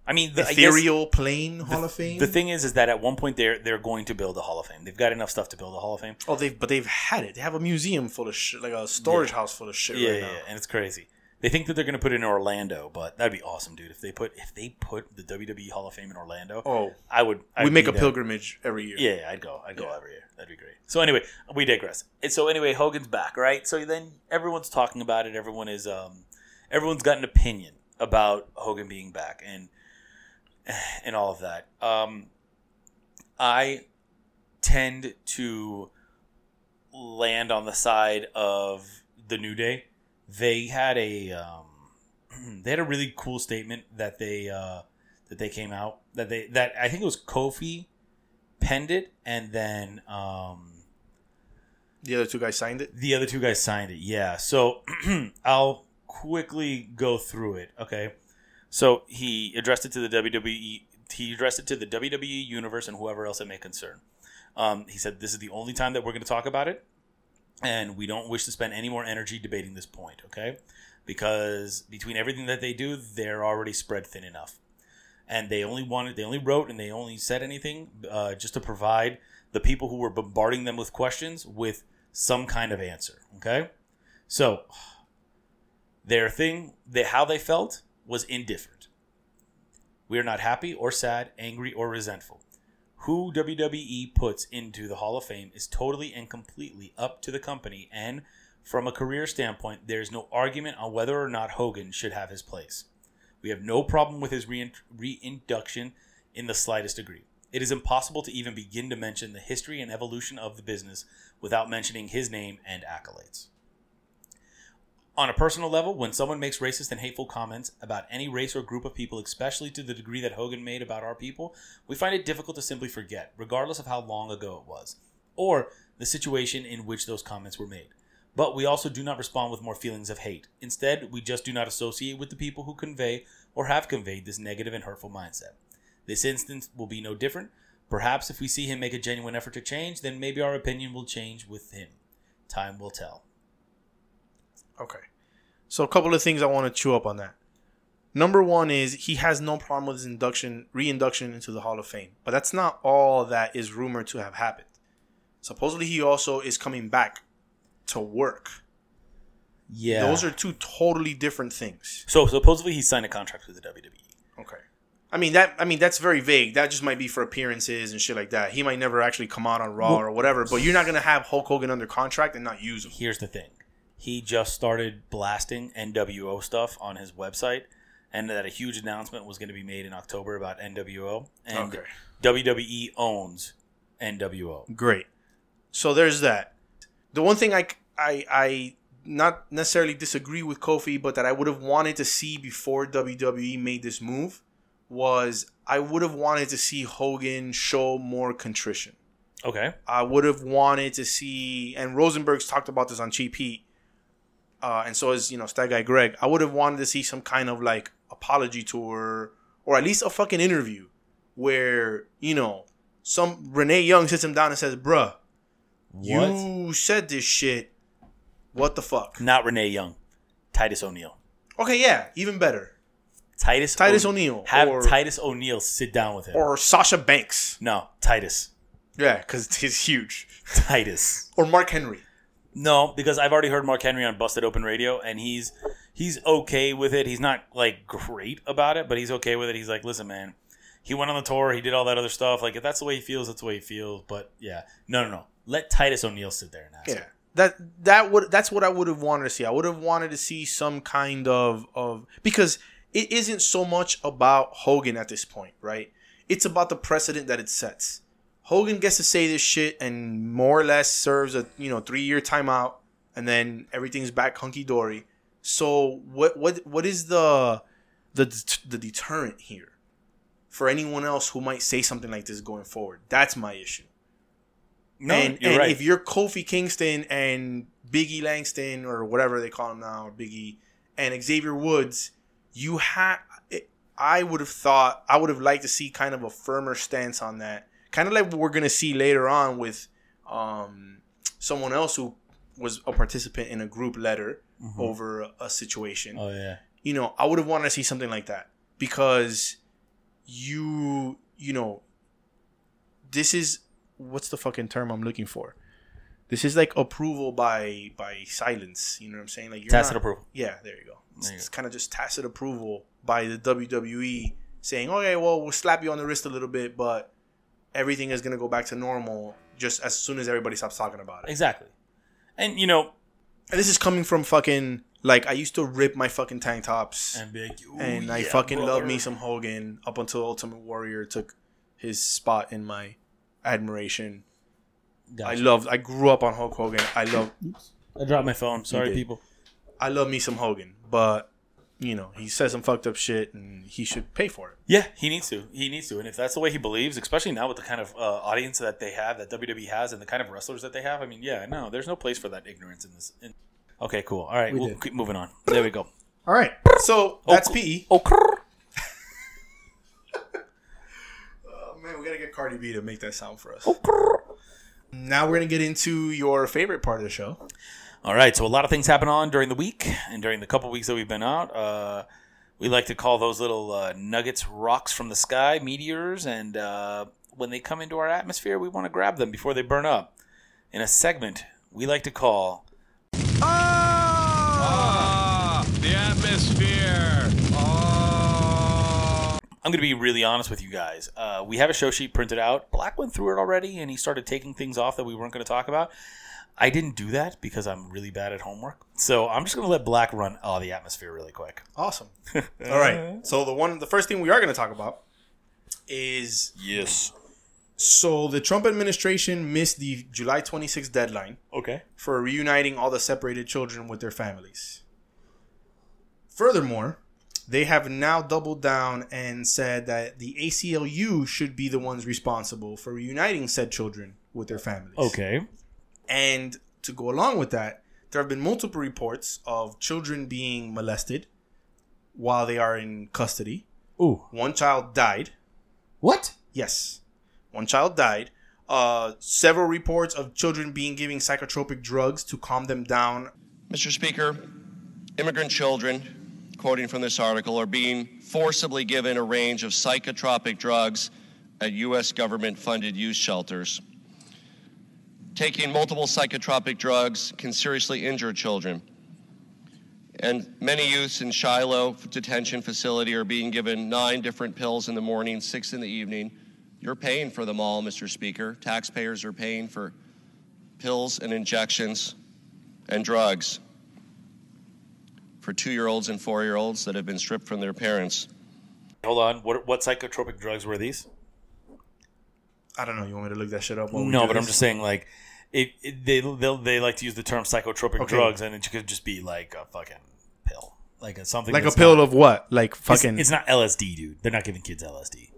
Speaker 1: I mean, the, I guess-
Speaker 2: ethereal plane Hall of Fame.
Speaker 1: The thing is, is that at one point they're they're going to build a Hall of Fame. They've got enough stuff to build a Hall of Fame.
Speaker 2: Oh, they've but they've had it. They have a museum full of shit, like a storage house full of shit
Speaker 1: Yeah,
Speaker 2: right
Speaker 1: yeah,
Speaker 2: now.
Speaker 1: and it's crazy. They think that they're going to put it in Orlando, but that'd be awesome, dude. If they put if they put the WWE Hall of Fame in Orlando,
Speaker 2: Oh,
Speaker 1: I would. I'd
Speaker 2: we make
Speaker 1: be
Speaker 2: a
Speaker 1: there.
Speaker 2: pilgrimage every year.
Speaker 1: Yeah, I'd go. I'd go
Speaker 2: Yeah.
Speaker 1: every year. That'd be great. So anyway, we digress. And so anyway, Hogan's back, right? So then everyone's talking about it. Everyone is um, everyone's got an opinion about Hogan being back and and all of that. Um, I tend to land on the side of the New Day. They had a um, they had a really cool statement that they uh, that they came out that they that I think it was Kofi penned it, and then um,
Speaker 2: The other two guys signed it.
Speaker 1: the other two guys signed it. Yeah. So I'll quickly go through it. Okay. So he addressed it to the WWE. He addressed it to the WWE universe and whoever else it may concern. Um, he said, "This is the only time that we're going to talk about it, and we don't wish to spend any more energy debating this point. Okay, because between everything that they do, they're already spread thin enough." and they only wanted they only wrote and they only said anything uh, just to provide the people who were bombarding them with questions with some kind of answer. Okay, so their thing, they, how they felt, was indifferent. We are not happy or sad, angry or resentful. Who WWE puts into the Hall of Fame is totally and completely up to the company, and from a career standpoint, there is no argument on whether or not Hogan should have his place. We have no problem with his reint- reinduction in the slightest degree. It is impossible to even begin to mention the history and evolution of the business without mentioning his name and accolades. On a personal level, when someone makes racist and hateful comments about any race or group of people, especially to the degree that Hogan made about our people, we find it difficult to simply forget, regardless of how long ago it was, or the situation in which those comments were made. But we also do not respond with more feelings of hate. Instead, we just do not associate with the people who convey or have conveyed this negative and hurtful mindset. This instance will be no different. Perhaps if we see him make a genuine effort to change, then maybe our opinion will change with him. Time will tell.
Speaker 2: Okay. So a couple of things I want to chew up on that. Number one is he has no problem with his induction, reinduction into the Hall of Fame. But that's not all that is rumored to have happened. Supposedly he also is coming back to work.
Speaker 1: Yeah.
Speaker 2: Those are two totally different things.
Speaker 1: so supposedly he signed a contract with the E. WWE.
Speaker 2: Okay. I mean that I mean that's very vague. That just might be for appearances and shit like that. He might never actually come out on Raw
Speaker 1: Well-
Speaker 2: or whatever, but you're not gonna have Hulk Hogan under contract and not use him.
Speaker 1: Here's the thing. He just started blasting NWO stuff on his website and that a huge announcement was going to be made in October about NWO and
Speaker 2: Okay.
Speaker 1: WWE owns NWO.
Speaker 2: Great. So there's that. The one thing I, I, I not necessarily disagree with Kofi, but that I would have wanted to see before WWE made this move was I would have wanted to see Hogan show more contrition.
Speaker 1: Okay.
Speaker 2: I would have wanted to see, and Rosenberg's talked about this on Cheap Heat, uh, and so is you know Stat Guy Greg. I would have wanted to see some kind of like apology tour, or at least a fucking interview where you know some Renee Young sits him down and says, "Bruh,
Speaker 1: What?
Speaker 2: you said this shit. What the fuck?"
Speaker 1: Not Renee Young. Titus O'Neil.
Speaker 2: Okay, yeah, even better.
Speaker 1: Titus
Speaker 2: Titus
Speaker 1: O'Ne-
Speaker 2: O'Neil
Speaker 1: Oh, Have
Speaker 2: or-
Speaker 1: Titus O'Neil sit down with him.
Speaker 2: Or Sasha Banks,
Speaker 1: no, Titus.
Speaker 2: yeah, because he's huge.
Speaker 1: Titus.
Speaker 2: Or Mark Henry.
Speaker 1: No, because I've already heard Mark Henry on Busted Open Radio, and he's he's okay with it. He's not like great about it, but he's okay with it. He's like, listen, man, he went on the tour, he did all that other stuff. Like, if that's the way he feels, that's the way he feels. But yeah, no, no, no. Let Titus O'Neil sit there and ask.
Speaker 2: Yeah. That that would that's what I would have wanted to see. I would have wanted to see some kind of of because it isn't so much about Hogan at this point, right? It's about the precedent that it sets. Hogan gets to say this shit and more or less serves a you know three year timeout, and then everything's back hunky dory. So what what what is the the det- the deterrent here for anyone else who might say something like this going forward? That's my issue
Speaker 1: No,
Speaker 2: and
Speaker 1: you're
Speaker 2: and
Speaker 1: right.
Speaker 2: if you're Kofi Kingston and Biggie Langston or whatever they call him now, or Biggie and Xavier Woods, you had. I would have thought I would have liked to see kind of a firmer stance on that, kind of like what we're gonna see later on with um, someone else who was a participant in a group letter
Speaker 1: Mhm.
Speaker 2: over a, a situation
Speaker 1: oh yeah,
Speaker 2: you know, I would have wanted to see something like that because you, you know, this is what's the fucking term I'm looking for. This is like approval by by silence. You know what I'm saying? Like you're
Speaker 1: tacit
Speaker 2: not-
Speaker 1: approval.
Speaker 2: Yeah, there you go. It's,
Speaker 1: There you
Speaker 2: it's kind of just tacit approval by the WWE saying, "Okay, well, we'll slap you on the wrist a little bit, but everything is gonna go back to normal just as soon as everybody stops talking about it."
Speaker 1: Exactly. And you know,
Speaker 2: And this is coming from fucking like I used to rip my fucking tank tops
Speaker 1: and be like, "Ooh,
Speaker 2: and I
Speaker 1: yeah,
Speaker 2: fucking love
Speaker 1: brother."
Speaker 2: me some Hogan up until Ultimate Warrior took his spot in my admiration. I
Speaker 1: Gotcha.
Speaker 2: love I grew up on Hulk Hogan. I love
Speaker 1: I dropped my phone. Sorry,
Speaker 2: did.
Speaker 1: people.
Speaker 2: I love me some Hogan, but you know, he says some fucked up shit and he should pay for it.
Speaker 1: Yeah, he needs to. He needs to. And if that's the way he believes, especially now with the kind of uh, audience that they have, that WWE has, and the kind of wrestlers that they have, I mean, yeah, no, there's no place for that ignorance in this. In- okay, cool. All right,
Speaker 2: We
Speaker 1: we will
Speaker 2: did.
Speaker 1: keep moving on. There we go.
Speaker 2: All right. So that's E. PE.
Speaker 1: Oh, crrr.
Speaker 2: Oh man, we got to get Cardi B to make that sound for us.
Speaker 1: Oh, crrr.
Speaker 2: Now we're going to get into your favorite part of the show.
Speaker 1: All right, so a lot of things happen on during the week and during the couple weeks that we've been out. Uh, we like to call those little uh, nuggets rocks from the sky, meteors, and uh, when they come into our atmosphere, we want to grab them before they burn up. In a segment we like to call
Speaker 4: Ah, the atmosphere. Ah.
Speaker 1: I'm going to be really honest with you guys. Uh, we have a show sheet printed out. Black went through it already, and he started taking things off that we weren't going to talk about. I didn't do that because I'm really bad at homework. So I'm just going to let Black run all the atmosphere really quick.
Speaker 2: Awesome. All right. So the one, the first thing we are going to talk about is
Speaker 1: Yes.
Speaker 2: so the Trump administration missed the July 26th deadline
Speaker 1: Okay.
Speaker 2: for reuniting all the separated children with their families. Furthermore, they have now doubled down and said that the ACLU should be the ones responsible for reuniting said children with their families.
Speaker 1: Okay.
Speaker 2: And to go along with that, there have been multiple reports of children being molested while they are in custody.
Speaker 1: Ooh.
Speaker 2: One child died.
Speaker 1: What?
Speaker 2: Yes. One child died. Uh, several reports of children being given psychotropic drugs to calm them down.
Speaker 5: Mr. Speaker, immigrant children, quoting from this article, are being forcibly given a range of psychotropic drugs at U.S. government funded youth shelters. Taking multiple psychotropic drugs can seriously injure children. And many youths in Shiloh detention facility are being given nine different pills in the morning, six in the evening. You're paying for them all, Mr. Speaker. Taxpayers are paying for pills and injections and drugs for two year olds and four year olds that have been stripped from their parents.
Speaker 1: Hold on. What what psychotropic drugs were these?
Speaker 2: I don't know. You want me to look that shit up? while we
Speaker 1: No,
Speaker 2: do
Speaker 1: but I'm
Speaker 2: this?
Speaker 1: just saying like it, it, they they'll- they like to use the term psychotropic
Speaker 2: Okay.
Speaker 1: drugs, and it could just be like a fucking pill, like a, something
Speaker 2: like a
Speaker 1: that's
Speaker 2: pill
Speaker 1: not-
Speaker 2: of what? Like
Speaker 1: it's-
Speaker 2: fucking.
Speaker 1: It's, not LSD, dude. They're not giving kids LSD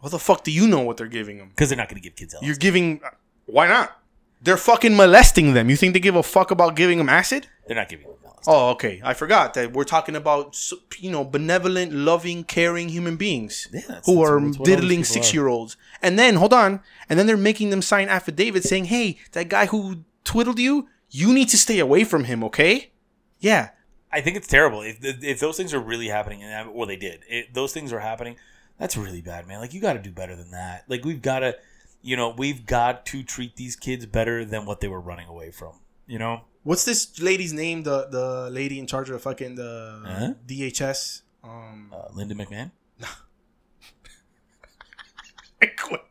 Speaker 2: what the fuck do you know what they're giving them?
Speaker 1: because they're not going to give kids LSD.
Speaker 2: You're giving. Why not? They're fucking molesting them. You think they give a fuck about giving them acid?
Speaker 1: they're not giving them LSD.
Speaker 2: Oh, okay. I forgot that we're talking about so- you know benevolent, loving, caring human beings
Speaker 1: Yeah, that's-
Speaker 2: who
Speaker 1: that's-
Speaker 2: are
Speaker 1: that's what all these
Speaker 2: diddling
Speaker 1: people are.
Speaker 2: six-year-olds. And then hold on, and then they're making them sign affidavits saying, "Hey, that guy who twiddled you, you need to stay away from him." Okay? Yeah.
Speaker 1: I think it's terrible. If, if those things are really happening, and that- well, they did. It, those things are happening. That's really bad, man. Like you got to do better than that. Like we've got to, you know, we've got to treat these kids better than what they were running away from. You know,
Speaker 2: What's this lady's name? The the lady in charge of fucking the
Speaker 1: Huh?
Speaker 2: DHS. Um,
Speaker 1: uh, Linda McMahon.
Speaker 2: I quit.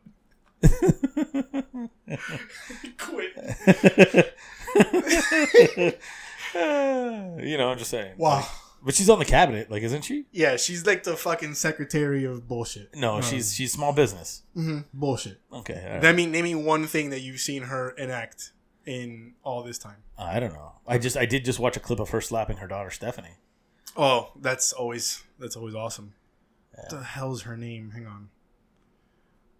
Speaker 2: quit.
Speaker 1: you know, I'm just saying.
Speaker 2: Wow.
Speaker 1: But she's on the cabinet, like, isn't she?
Speaker 2: Yeah, she's like the fucking secretary of bullshit. Um, mm-hmm,
Speaker 1: No, she's she's small business.
Speaker 2: Bullshit.
Speaker 1: Okay, all right.
Speaker 2: That mean naming one thing that you've seen her enact in all this time.
Speaker 1: I don't know. I just I did just watch a clip of her slapping her daughter Stephanie.
Speaker 2: Oh, that's always that's always awesome. What the hell's her name? Hang on.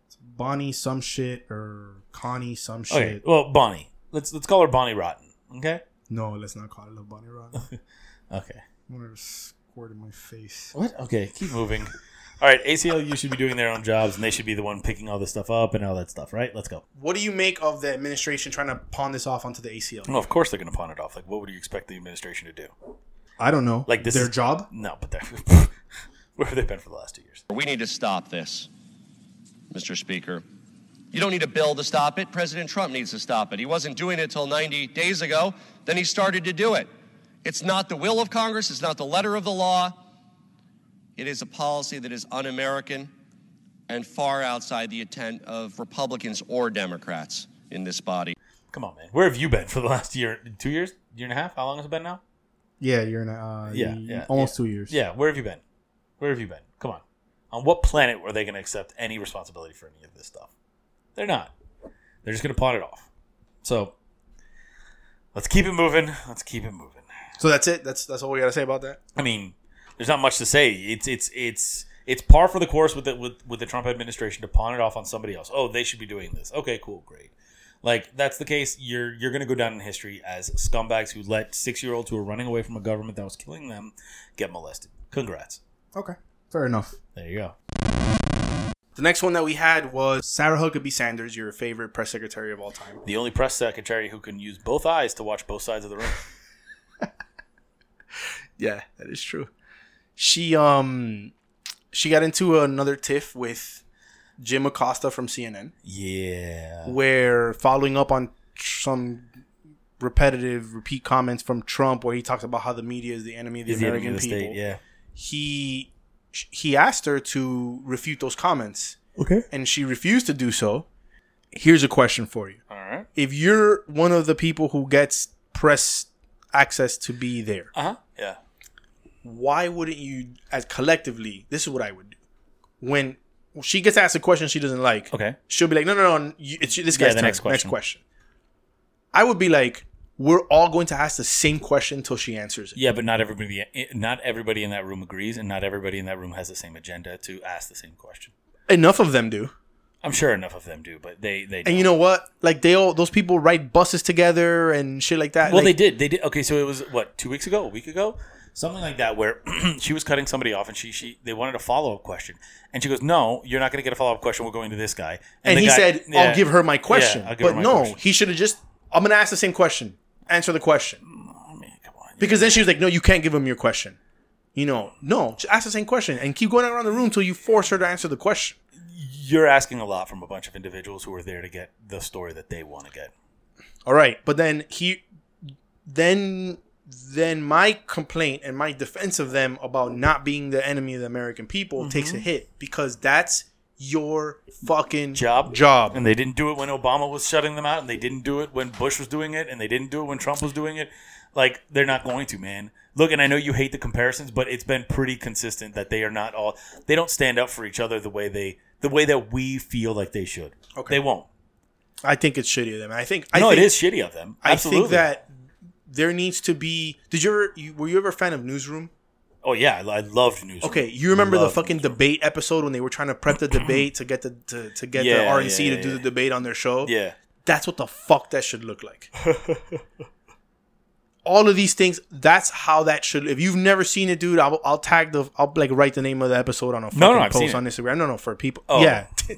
Speaker 2: It's Bonnie some shit or Connie some shit.
Speaker 1: Okay, well Bonnie, let's let's call her Bonnie Rotten. Okay,
Speaker 2: No, let's not call it a Bonnie Rod. I
Speaker 1: okay.
Speaker 2: want to squirt in my face.
Speaker 1: What? Okay, keep moving. all right, ACLU should be doing their own jobs, and they should be the one picking all this stuff up and all that stuff. Right? Let's go.
Speaker 2: What do you make of the administration trying to pawn this off onto the ACL?
Speaker 1: Well, of course they're going to pawn it off. Like, what would you expect the administration to do?
Speaker 2: I don't know.
Speaker 1: Like this
Speaker 2: their
Speaker 1: is-
Speaker 2: job?
Speaker 1: No, but they're where have they been for the last two years?
Speaker 5: We need to stop this, Mr. Speaker. You don't need a bill to stop it. President Trump needs to stop it. He wasn't doing it till 90 days ago. Then he started to do it. It's not the will of Congress, it's not the letter of the law. It is a policy that is un American and far outside the intent of Republicans or Democrats in this body.
Speaker 1: Come on, man. Where have you been for the last year? Two years? Year and a half? How long has it been now?
Speaker 2: Yeah, you're in uh,
Speaker 1: Yeah,
Speaker 2: you-
Speaker 1: yeah,
Speaker 2: almost two years.
Speaker 1: Yeah, where have you been? Where have you been? Come on. On what planet were they going to accept any responsibility for any of this stuff? They're not. They're just going to pawn it off. So let's keep it moving. Let's keep it moving.
Speaker 2: So that's it. That's that's all we gotta say about that.
Speaker 1: I mean, there's not much to say. It's it's it's it's par for the course with the with, with the Trump administration to pawn it off on somebody else. Oh, they should be doing this. Okay, cool, great. Like that's the case. You're you're gonna go down in history as scumbags who let six year olds who were running away from a government that was killing them get molested. Congrats.
Speaker 2: Okay, fair enough.
Speaker 1: There you go.
Speaker 2: The next one that we had was Sarah Huckabee Sanders, your favorite press secretary of all time.
Speaker 1: The only press secretary who can use both eyes to watch both sides of the room.
Speaker 2: Yeah, that is true. She um she got into another tiff with Jim Acosta from CNN,
Speaker 1: Yeah.
Speaker 2: where following up on tr- some repetitive repeat comments from Trump where he talks about how the media is the enemy of the
Speaker 1: He's the enemy
Speaker 2: American
Speaker 1: of the
Speaker 2: people.
Speaker 1: state. Yeah.
Speaker 2: He he asked her to refute those comments
Speaker 1: Okay.
Speaker 2: and she refused to do so. Here's a question for you.
Speaker 1: All right.
Speaker 2: If you're one of the people who gets press access to be there,
Speaker 1: Uh huh. Yeah.
Speaker 2: why wouldn't you as collectively this is what i would do when she gets asked a question she doesn't like
Speaker 1: Okay.
Speaker 2: she'll be like no no no you, it's this
Speaker 1: Yeah,
Speaker 2: guy's
Speaker 1: the
Speaker 2: turn.
Speaker 1: next
Speaker 2: next question
Speaker 1: question.
Speaker 2: i would be like we're all going to ask the same question until she answers it
Speaker 1: Yeah, but not everybody not everybody in that room agrees, and not everybody in that room has the same agenda to ask the same question.
Speaker 2: enough of them do
Speaker 1: I'm sure enough of them do, but they they
Speaker 2: and you know what like they all those people ride buses together and shit like that
Speaker 1: Well,
Speaker 2: Like,
Speaker 1: they did. They did. Okay, so it was what two weeks ago, a week ago, something like that, where she was cutting somebody off, and she she they wanted a follow up question, and she goes, "No, you're not going to get a follow up question. We're going to this guy."
Speaker 2: and
Speaker 1: the
Speaker 2: he
Speaker 1: guy-
Speaker 2: said
Speaker 1: yeah.
Speaker 2: i'll give her my question
Speaker 1: I'll give her
Speaker 2: but
Speaker 1: my
Speaker 2: no
Speaker 1: question.
Speaker 2: he should have just i'm gonna ask the same question answer the question
Speaker 1: I mean, come on, you
Speaker 2: Because then she was like, "No, you can't give him your question." You know, no, just ask the same question and keep going around the room until you force her to answer the question.
Speaker 1: you're asking a lot from a bunch of individuals who are there to get the story that they want to get.
Speaker 2: All right, but then he, then then my complaint and my defense of them about not being the enemy of the American people
Speaker 1: Mm-hmm.
Speaker 2: takes a hit because that's your fucking
Speaker 1: Job.
Speaker 2: Job.
Speaker 1: And they didn't do it when Obama was shutting them out, and they didn't do it when Bush was doing it, and they didn't do it when Trump was doing it. Like they're not going to, man. Look, and I know you hate the comparisons, but it's been pretty consistent that they are not all. They don't stand up for each other the way they the way that we feel like they should.
Speaker 2: Okay.
Speaker 1: They won't.
Speaker 2: I think it's shitty of them. I think I
Speaker 1: no,
Speaker 2: think,
Speaker 1: it is shitty of them. Absolutely.
Speaker 2: I think that there needs to be. Did you ever? You, were you ever a fan of Newsroom?
Speaker 1: Oh yeah, I, I loved news.
Speaker 2: Okay, you remember the
Speaker 1: Love
Speaker 2: fucking debate episode when they were trying to prep the debate to get the to, to get
Speaker 1: Yeah,
Speaker 2: the RNC
Speaker 1: yeah,
Speaker 2: to do
Speaker 1: yeah.
Speaker 2: the debate on their show?
Speaker 1: Yeah.
Speaker 2: That's what the fuck that should look like. All of these things, that's how that should if you've never seen it, dude, I'll, I'll tag the I'll like write the name of the episode on a fucking
Speaker 1: No, no, I've seen
Speaker 2: post
Speaker 1: it.
Speaker 2: on Instagram. No, no, for people.
Speaker 1: Oh.
Speaker 2: Yeah.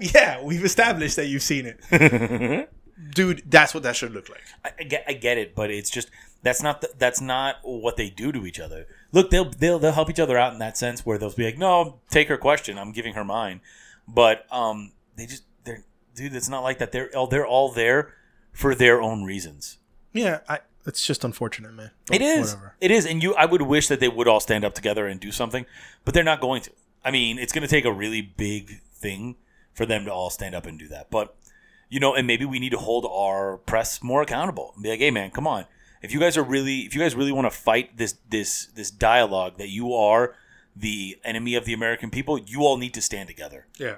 Speaker 2: yeah, we've established that you've seen it. dude, that's what that should look like.
Speaker 1: I, I get, I get it, but it's just that's not the, that's not what they do to each other. Look, they'll they'll they'll help each other out in that sense where they'll be like, "No, take her question. I'm giving her mine." But um, they just they're dude. It's not like that. They're all they're all there for their own reasons.
Speaker 2: Yeah, I it's just unfortunate, man.
Speaker 1: It is.
Speaker 2: Whatever.
Speaker 1: It is. And you, I would wish that they would all stand up together and do something, but they're not going to. I mean, it's going to take a really big thing for them to all stand up and do that. But you know, and maybe we need to hold our press more accountable. Be like, hey, man, come on. If you guys are really, if you guys really want to fight this this this dialogue that you are the enemy of the American people, you all need to stand together.
Speaker 2: Yeah.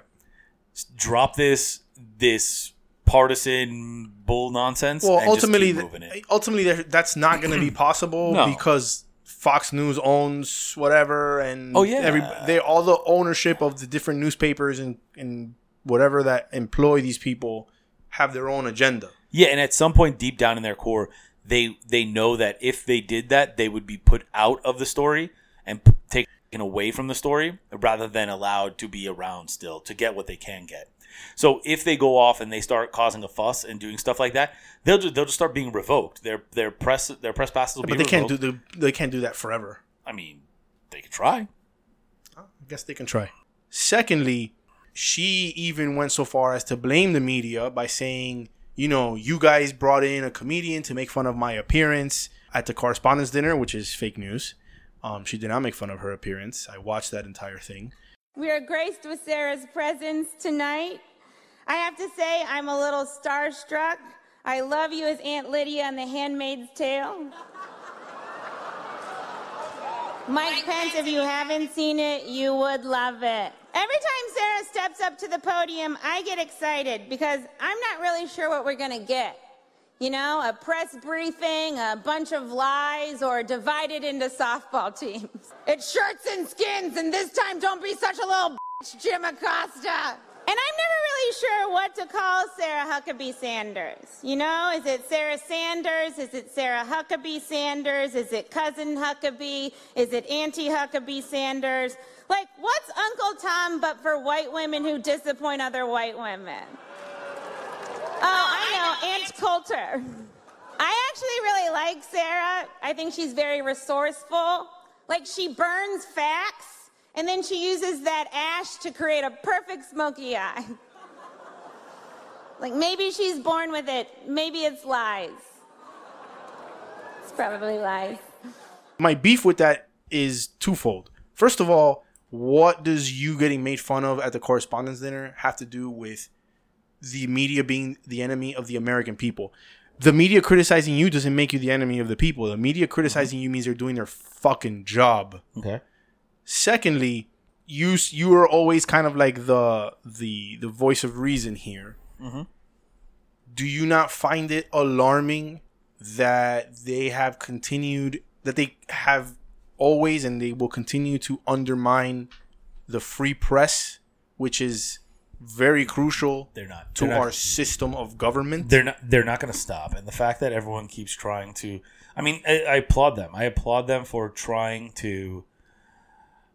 Speaker 1: Drop this this partisan bull nonsense.
Speaker 2: Well,
Speaker 1: and just keep
Speaker 2: ultimately,
Speaker 1: moving it.
Speaker 2: ultimately, there- that's not going to be possible
Speaker 1: No.
Speaker 2: because Fox News owns whatever, and
Speaker 1: Oh, yeah.
Speaker 2: they all the ownership of the different newspapers and and whatever that employ these people have their own agenda.
Speaker 1: Yeah, and at some point deep down in their core, they they know that if they did that, they would be put out of the story and p- taken away from the story rather than allowed to be around still to get what they can get. So if they go off and they start causing a fuss and doing stuff like that, they'll just they'll just start being revoked. Their their press their press passes will be
Speaker 2: But they can't
Speaker 1: revoked.
Speaker 2: do the they can't do that forever.
Speaker 1: I mean, they could try.
Speaker 2: I guess they can try. Secondly, she even went so far as to blame the media by saying, you know, you guys brought in a comedian to make fun of my appearance at the correspondence dinner, which is fake news. Um, she did not make fun of her appearance. I watched that entire thing.
Speaker 6: We are graced with Sarah's presence tonight. I have to say, I'm a little starstruck. I love you as Aunt Lydia on The Handmaid's Tale. Mike Pence, if you haven't seen it, you would love it. Every time Sarah steps up to the podium, I get excited because I'm not really sure what we're going to get. You know, a press briefing, a bunch of lies, or divided into softball teams. It's shirts and skins, and this time don't be such a little bitch, Jim Acosta. And I'm never really sure what to call Sarah Huckabee Sanders. You know, is it Sarah Sanders? Is it Sarah Huckabee Sanders? Is it Cousin Huckabee? Is it Auntie Huckabee Sanders? Like, what's Uncle Tom but for white women who disappoint other white women? Oh, I know, Aunt Coulter. I actually really like Sarah. I think she's very resourceful. Like she burns facts and then she uses that ash to create a perfect smoky eye. Like maybe she's born with it, maybe it's lies. Probably lies.
Speaker 2: my beef with that is twofold. First of all, what does you getting made fun of at the correspondence dinner have to do with the media being the enemy of the American people? The media criticizing you doesn't make you the enemy of the people. The media criticizing you means they're doing their fucking job.
Speaker 1: Okay.
Speaker 2: Secondly, you s- you are always kind of like the the the voice of reason here.
Speaker 1: Mm-hmm.
Speaker 2: Do you not find it alarming that they have continued that they have always and they will continue to undermine the free press, which is very crucial
Speaker 1: They're not.
Speaker 2: to
Speaker 1: They're not-
Speaker 2: our system of government?
Speaker 1: they're not they're not going to stop and the fact that everyone keeps trying to i mean I, I applaud them i applaud them for trying to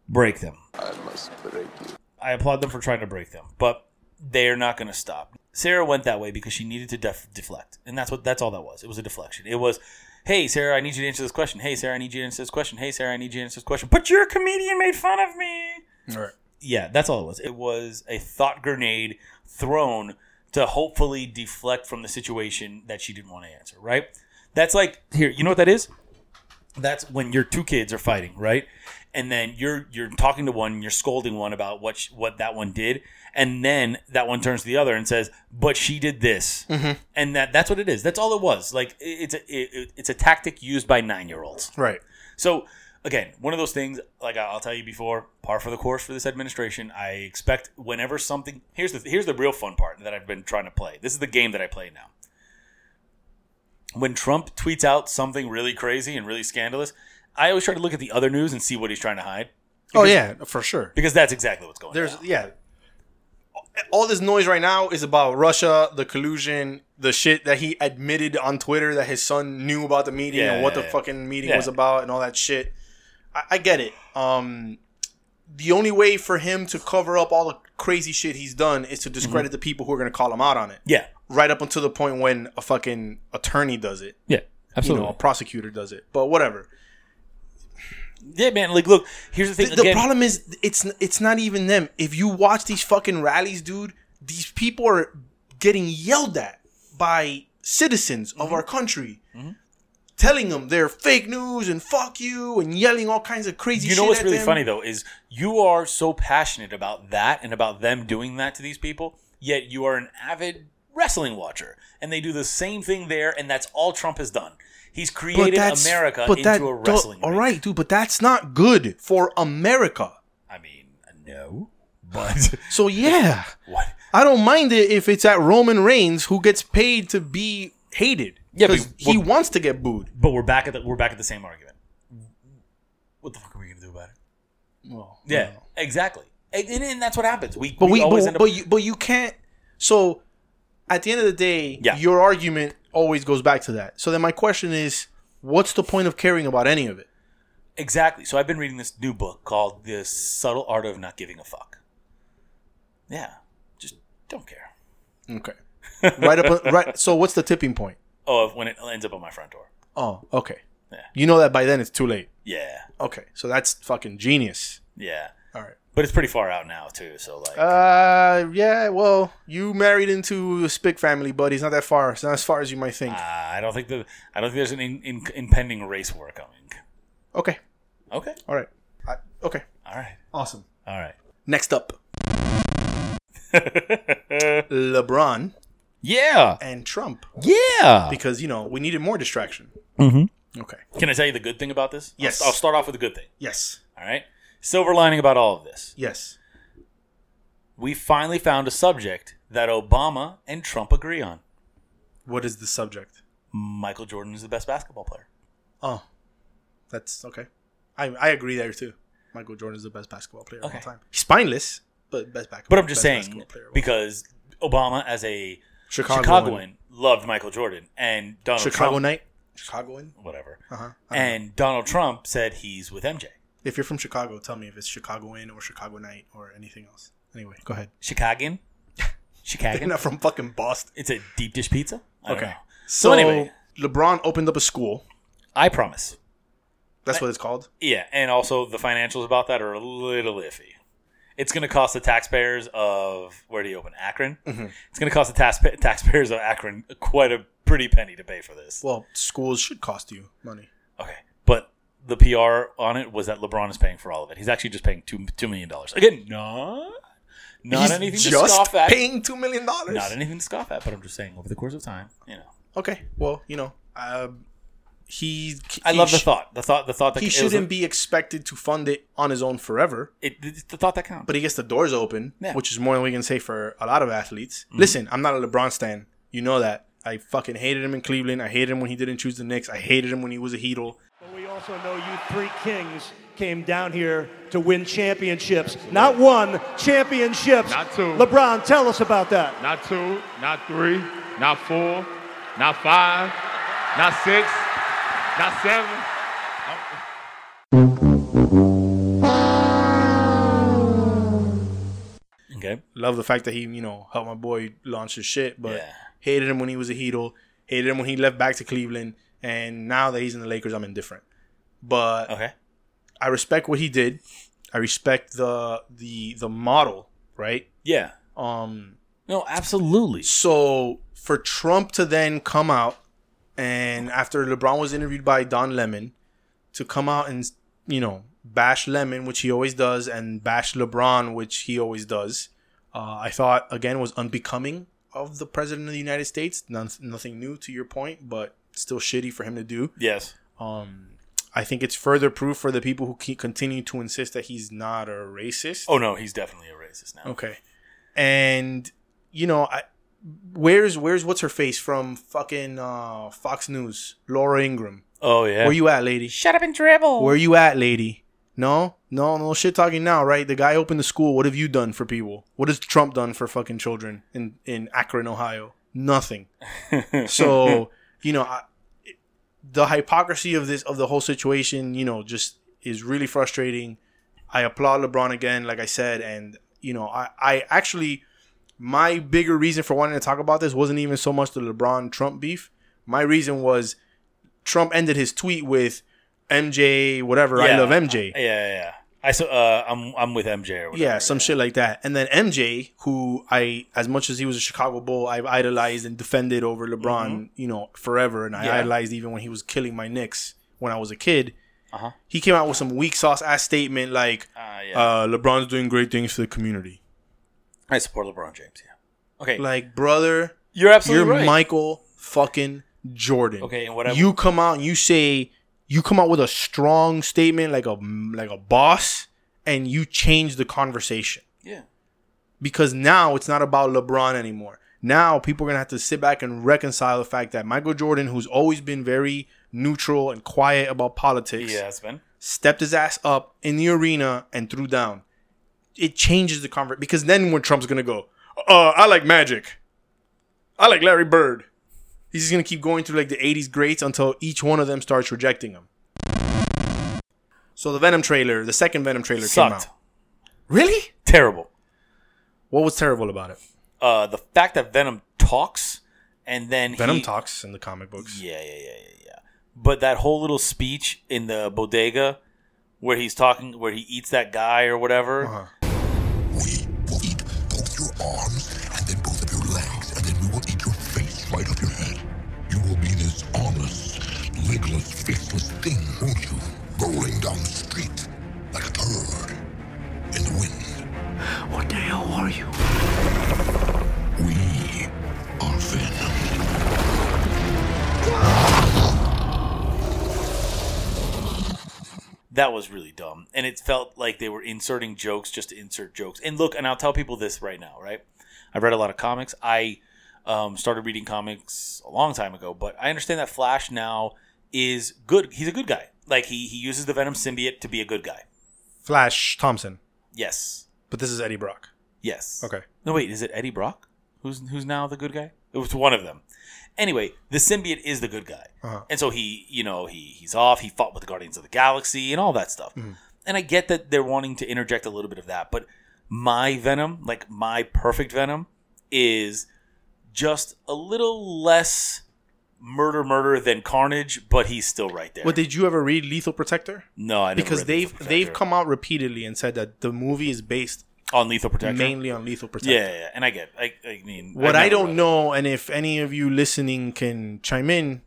Speaker 1: break them i must break you i applaud them for trying to break them but they're not going to stop sarah went that way because she needed to def- deflect and that's what that's all that was it was a deflection it was hey sarah i need you to answer this question hey sarah i need you to answer this question hey sarah i need you to answer this question but your comedian made fun of me
Speaker 2: Right.
Speaker 1: yeah, that's all it was. It was a thought grenade thrown to hopefully deflect from the situation that she didn't want to answer, right? That's like here, you know what that is? That's when your two kids are fighting, right? And then you're you're talking to one, you're scolding one about what sh what that one did, and then that one turns to the other and says, "But she did this," and that that's what it is. That's all it was. Like it, it's a it, it- it's a tactic used by nine year olds.
Speaker 2: Right.
Speaker 1: So again, one of those things, like I- I'll tell you before, par for the course for this administration. I expect whenever something here's the here's the real fun part that I've been trying to play. This is the game that I play now. When Trump tweets out something really crazy and really scandalous, I always try to look at the other news and see what he's trying to hide
Speaker 2: Oh yeah, for sure.
Speaker 1: because that's exactly what's going.
Speaker 2: There's
Speaker 1: on.
Speaker 2: yeah. All this noise right now is about Russia, the collusion, the shit that he admitted on Twitter that his son knew about the meeting
Speaker 1: Yeah,
Speaker 2: and what
Speaker 1: yeah,
Speaker 2: the
Speaker 1: yeah.
Speaker 2: fucking meeting
Speaker 1: Yeah.
Speaker 2: was about and all that shit. I, I get it. Um, the only way for him to cover up all the crazy shit he's done is to
Speaker 1: Mm-hmm.
Speaker 2: discredit the people who are going to call him out on it.
Speaker 1: yeah,
Speaker 2: Right up until the point when a fucking attorney does it,
Speaker 1: yeah,
Speaker 2: you
Speaker 1: absolutely.
Speaker 2: know, a prosecutor does it. But whatever.
Speaker 1: yeah, man. Like, look, here's the thing.
Speaker 2: the, the
Speaker 1: again,
Speaker 2: problem is it's it's not even them. If you watch these fucking rallies, dude, these people are getting yelled at by citizens of
Speaker 1: Mm-hmm.
Speaker 2: our country. Telling them they're fake news and fuck you and yelling all kinds of crazy
Speaker 1: you know
Speaker 2: shit
Speaker 1: what's
Speaker 2: at
Speaker 1: really
Speaker 2: them.
Speaker 1: funny though is you are so passionate about that and about them doing that to these people yet you are an avid wrestling watcher and they do the same thing there and that's all trump has done he's created america into
Speaker 2: that-
Speaker 1: a wrestling
Speaker 2: All
Speaker 1: ring.
Speaker 2: right, dude, but that's not good for America.
Speaker 1: i mean no but
Speaker 2: So yeah,
Speaker 1: what
Speaker 2: I don't mind it if it's at Roman Reigns who gets paid to be hated.
Speaker 1: Yeah, but
Speaker 2: 'Cause he
Speaker 1: what-
Speaker 2: wants to get booed.
Speaker 1: but we're back at the we're back at the same argument what the fuck are we gonna do about it
Speaker 2: Well,
Speaker 1: yeah exactly and, and, and that's what happens we,
Speaker 2: But we,
Speaker 1: always
Speaker 2: but,
Speaker 1: end up
Speaker 2: but you, but you can't. So, at the end of the day,
Speaker 1: Yeah.
Speaker 2: your argument always goes back to that. So then, my question is, what's the point of caring about any of it?
Speaker 1: Exactly. So I've been reading this new book called The Subtle Art of Not Giving a Fuck. Yeah. Just don't care.
Speaker 2: Okay. right up. Right. So, what's the tipping point?
Speaker 1: Oh, if- when it ends up on my front door.
Speaker 2: Oh, okay.
Speaker 1: Yeah.
Speaker 2: You know that by then it's too late.
Speaker 1: Yeah.
Speaker 2: Okay. So that's fucking genius.
Speaker 1: Yeah.
Speaker 2: All right.
Speaker 1: But it's pretty far out now too, so like
Speaker 2: Uh, yeah. Well, you married into the Spick family, buddy. It's not that far. It's not as far as you might think.
Speaker 1: uh, I don't think that I don't think there's an in, in, impending race war coming.
Speaker 2: Okay.
Speaker 1: Okay.
Speaker 2: All right. I, okay.
Speaker 1: All right.
Speaker 2: Awesome.
Speaker 1: All right.
Speaker 2: Next up, LeBron
Speaker 1: Yeah.
Speaker 2: and Trump.
Speaker 1: Yeah.
Speaker 2: because you know we needed more distraction. Mm-hmm. Okay.
Speaker 1: Can I tell you the good thing about this? I'll-
Speaker 2: Yes.
Speaker 1: I'll start off with the good thing.
Speaker 2: Yes.
Speaker 1: All right. Silver lining about all of this.
Speaker 2: Yes.
Speaker 1: We finally found a subject that Obama and Trump agree on.
Speaker 2: What is the subject?
Speaker 1: Michael Jordan is the best basketball player.
Speaker 2: Oh, that's okay. I I agree there too. Michael Jordan is the best basketball player
Speaker 1: Okay.
Speaker 2: of all time. Spineless, but best basketball.
Speaker 1: But I'm just
Speaker 2: best
Speaker 1: saying
Speaker 2: basketball player of all time.
Speaker 1: because Obama, as a
Speaker 2: Chicagoan,
Speaker 1: Chicagoan, loved Michael Jordan, and Donald
Speaker 2: Chicago
Speaker 1: Trump,
Speaker 2: night, Chicagoan.
Speaker 1: whatever.
Speaker 2: Uh huh.
Speaker 1: And Donald Trump said he's with MJ.
Speaker 2: If you're from Chicago, tell me if it's Chicagoan or Chicago night or anything else. Anyway, go ahead.
Speaker 1: Chicagoan,
Speaker 2: You're
Speaker 1: Chicagoan.
Speaker 2: not from fucking Boston.
Speaker 1: It's a deep dish pizza. I don't
Speaker 2: Okay.
Speaker 1: know.
Speaker 2: So,
Speaker 1: anyway.
Speaker 2: LeBron opened up a school.
Speaker 1: I promise.
Speaker 2: That's what it's called.
Speaker 1: Yeah, and also the financials about that are a little iffy. It's going to cost the taxpayers of where do you open Akron?
Speaker 2: Mm-hmm.
Speaker 1: It's going to cost the tax- taxpayers of Akron quite a pretty penny to pay for this.
Speaker 2: Well, schools should cost you money.
Speaker 1: Okay, but the PR on it was that LeBron is paying for all of it. He's actually just paying two two million dollars again. Not not
Speaker 2: He's
Speaker 1: anything to
Speaker 2: just
Speaker 1: scoff at.
Speaker 2: paying two million dollars.
Speaker 1: Not anything to scoff at. But I'm just saying, over the course of time, you know,
Speaker 2: Okay, well, you know, uh, he.
Speaker 1: I
Speaker 2: he
Speaker 1: love the
Speaker 2: sh-
Speaker 1: thought. The thought. The thought that
Speaker 2: He
Speaker 1: it was a-
Speaker 2: shouldn't be expected to fund it on his own forever.
Speaker 1: It, it's the thought that counts.
Speaker 2: but he gets the doors open,
Speaker 1: Yeah. Mm-hmm.
Speaker 2: which is more than we can say for a lot of athletes. Listen, I'm not a LeBron stan. You know that. I fucking hated him in Cleveland. I hated him when he didn't choose the Knicks. I hated him when he was a Heatle.
Speaker 7: But we also know you three kings came down here to win championships. Not one, championships.
Speaker 4: Not two.
Speaker 7: LeBron, tell us about that.
Speaker 4: Not two, not three, not four, not five, not six, not seven.
Speaker 1: okay.
Speaker 2: Love the fact that he, you know, helped my boy launch his shit, but
Speaker 1: Yeah.
Speaker 2: hated him when he was a Heatle. Hated him when he left back to Cleveland. And now that he's in the Lakers, I'm indifferent. But
Speaker 1: Okay.
Speaker 2: I respect what he did. I respect the the the model, right?
Speaker 1: Yeah.
Speaker 2: Um
Speaker 1: No, absolutely.
Speaker 2: So for Trump to then come out and after LeBron was interviewed by Don Lemon to come out and you know bash Lemon, which he always does, and bash LeBron, which he always does, uh, I thought again was unbecoming of the president of the United States. None, nothing new to your point, but still shitty for him to do.
Speaker 1: Yes.
Speaker 2: Um, I think it's further proof for the people who keep continue to insist that he's not a racist.
Speaker 1: Oh no, he's definitely a racist now.
Speaker 2: Okay. And you know, I where's where's what's her face from fucking uh Fox News, Laura Ingram.
Speaker 1: Oh yeah.
Speaker 2: Where you at, lady?
Speaker 1: Shut up and dribble.
Speaker 2: Where you at, lady? No, no, no shit talking now, right? The guy opened the school. What have you done for people? What has Trump done for fucking children in in Akron, Ohio? Nothing. so you know, I, the hypocrisy of this of the whole situation, you know, just is really frustrating. I applaud LeBron again, like I said, and you know, I I actually my bigger reason for wanting to talk about this wasn't even so much the LeBron Trump beef. My reason was Trump ended his tweet with MJ, whatever. I
Speaker 1: Yeah.
Speaker 2: love MJ.
Speaker 1: Yeah, yeah. yeah. I so uh, I'm I'm with MJ or whatever. Uh,
Speaker 2: Yeah, some shit like that. And then MJ, who I, as much as he was a Chicago Bull, I've idolized and defended over LeBron, you know, forever. And I
Speaker 1: Mm-hmm. Yeah.
Speaker 2: idolized even when he was killing my Knicks when I was a kid.
Speaker 1: Uh-huh.
Speaker 2: He came out with some weak sauce ass statement like,
Speaker 1: Uh, yeah.
Speaker 2: uh, LeBron's doing great things for the community.
Speaker 1: I support LeBron James. Yeah. Okay.
Speaker 2: Like, brother,
Speaker 1: you're absolutely
Speaker 2: you're
Speaker 1: right.
Speaker 2: Michael fucking Jordan.
Speaker 1: Okay, and what I-
Speaker 2: you come out and you say you come out with a strong statement like a like a boss, and you change the conversation
Speaker 1: yeah.
Speaker 2: because now it's not about LeBron anymore. Now people are gonna have to sit back and reconcile the fact that Michael Jordan, who's always been very neutral and quiet about politics,
Speaker 1: Yeah, it's been.
Speaker 2: stepped his ass up in the arena and threw down. It changes the convert because then when Trump's gonna go, uh, I like Magic, I like Larry Bird. He's just gonna keep going through like the '80s greats until each one of them starts rejecting him. So the Venom trailer, the second Venom trailer,
Speaker 1: Sucked.
Speaker 2: came out. Really?
Speaker 1: Terrible.
Speaker 2: What was terrible about it?
Speaker 1: Uh, the fact that Venom talks and then
Speaker 2: Venom
Speaker 1: he,
Speaker 2: talks in the comic books.
Speaker 1: Yeah, yeah, yeah, yeah, yeah. But that whole little speech in the bodega where he's talking, where he eats that guy or whatever.
Speaker 2: Uh-huh.
Speaker 3: We will eat both your arms and then both of your legs, and then we will eat your face right off your head. You will be this armless, legless, faceless thing, won't you? Rolling down the street like a bird in the wind. What the hell are you? We are Venom.
Speaker 1: That was really dumb. And it felt like they were inserting jokes just to insert jokes. And look, and I'll tell people this right now, right? I've read a lot of comics. I um, started reading comics a long time ago, but I understand that Flash now is good. He's a good guy. Like, he, he uses the Venom symbiote to be a good guy.
Speaker 2: Flash Thompson,
Speaker 1: Yes.
Speaker 2: but this is Eddie Brock.
Speaker 1: Yes.
Speaker 2: Okay.
Speaker 1: No, wait, is it Eddie Brock? Who's who's now the good guy? It was one of them. Anyway, the symbiote is the good guy,
Speaker 2: Uh-huh.
Speaker 1: and so he, you know, he he's off. He fought with the Guardians of the Galaxy and all that stuff.
Speaker 2: Mm-hmm.
Speaker 1: And I get that they're wanting to interject a little bit of that, but my Venom, like my perfect Venom, is just a little less murder murder than Carnage, but he's still right there.
Speaker 2: But did you ever read Lethal Protector?
Speaker 1: no, I never
Speaker 2: Because
Speaker 1: read Lethal
Speaker 2: they've they've
Speaker 1: Protector.
Speaker 2: come out repeatedly and said that the movie is based
Speaker 1: on Lethal Protector
Speaker 2: mainly on Lethal Protector.
Speaker 1: Yeah, yeah, yeah, and I get. I, I mean,
Speaker 2: What
Speaker 1: I've
Speaker 2: I
Speaker 1: never
Speaker 2: don't
Speaker 1: read it.
Speaker 2: know, and if any of you listening can chime in,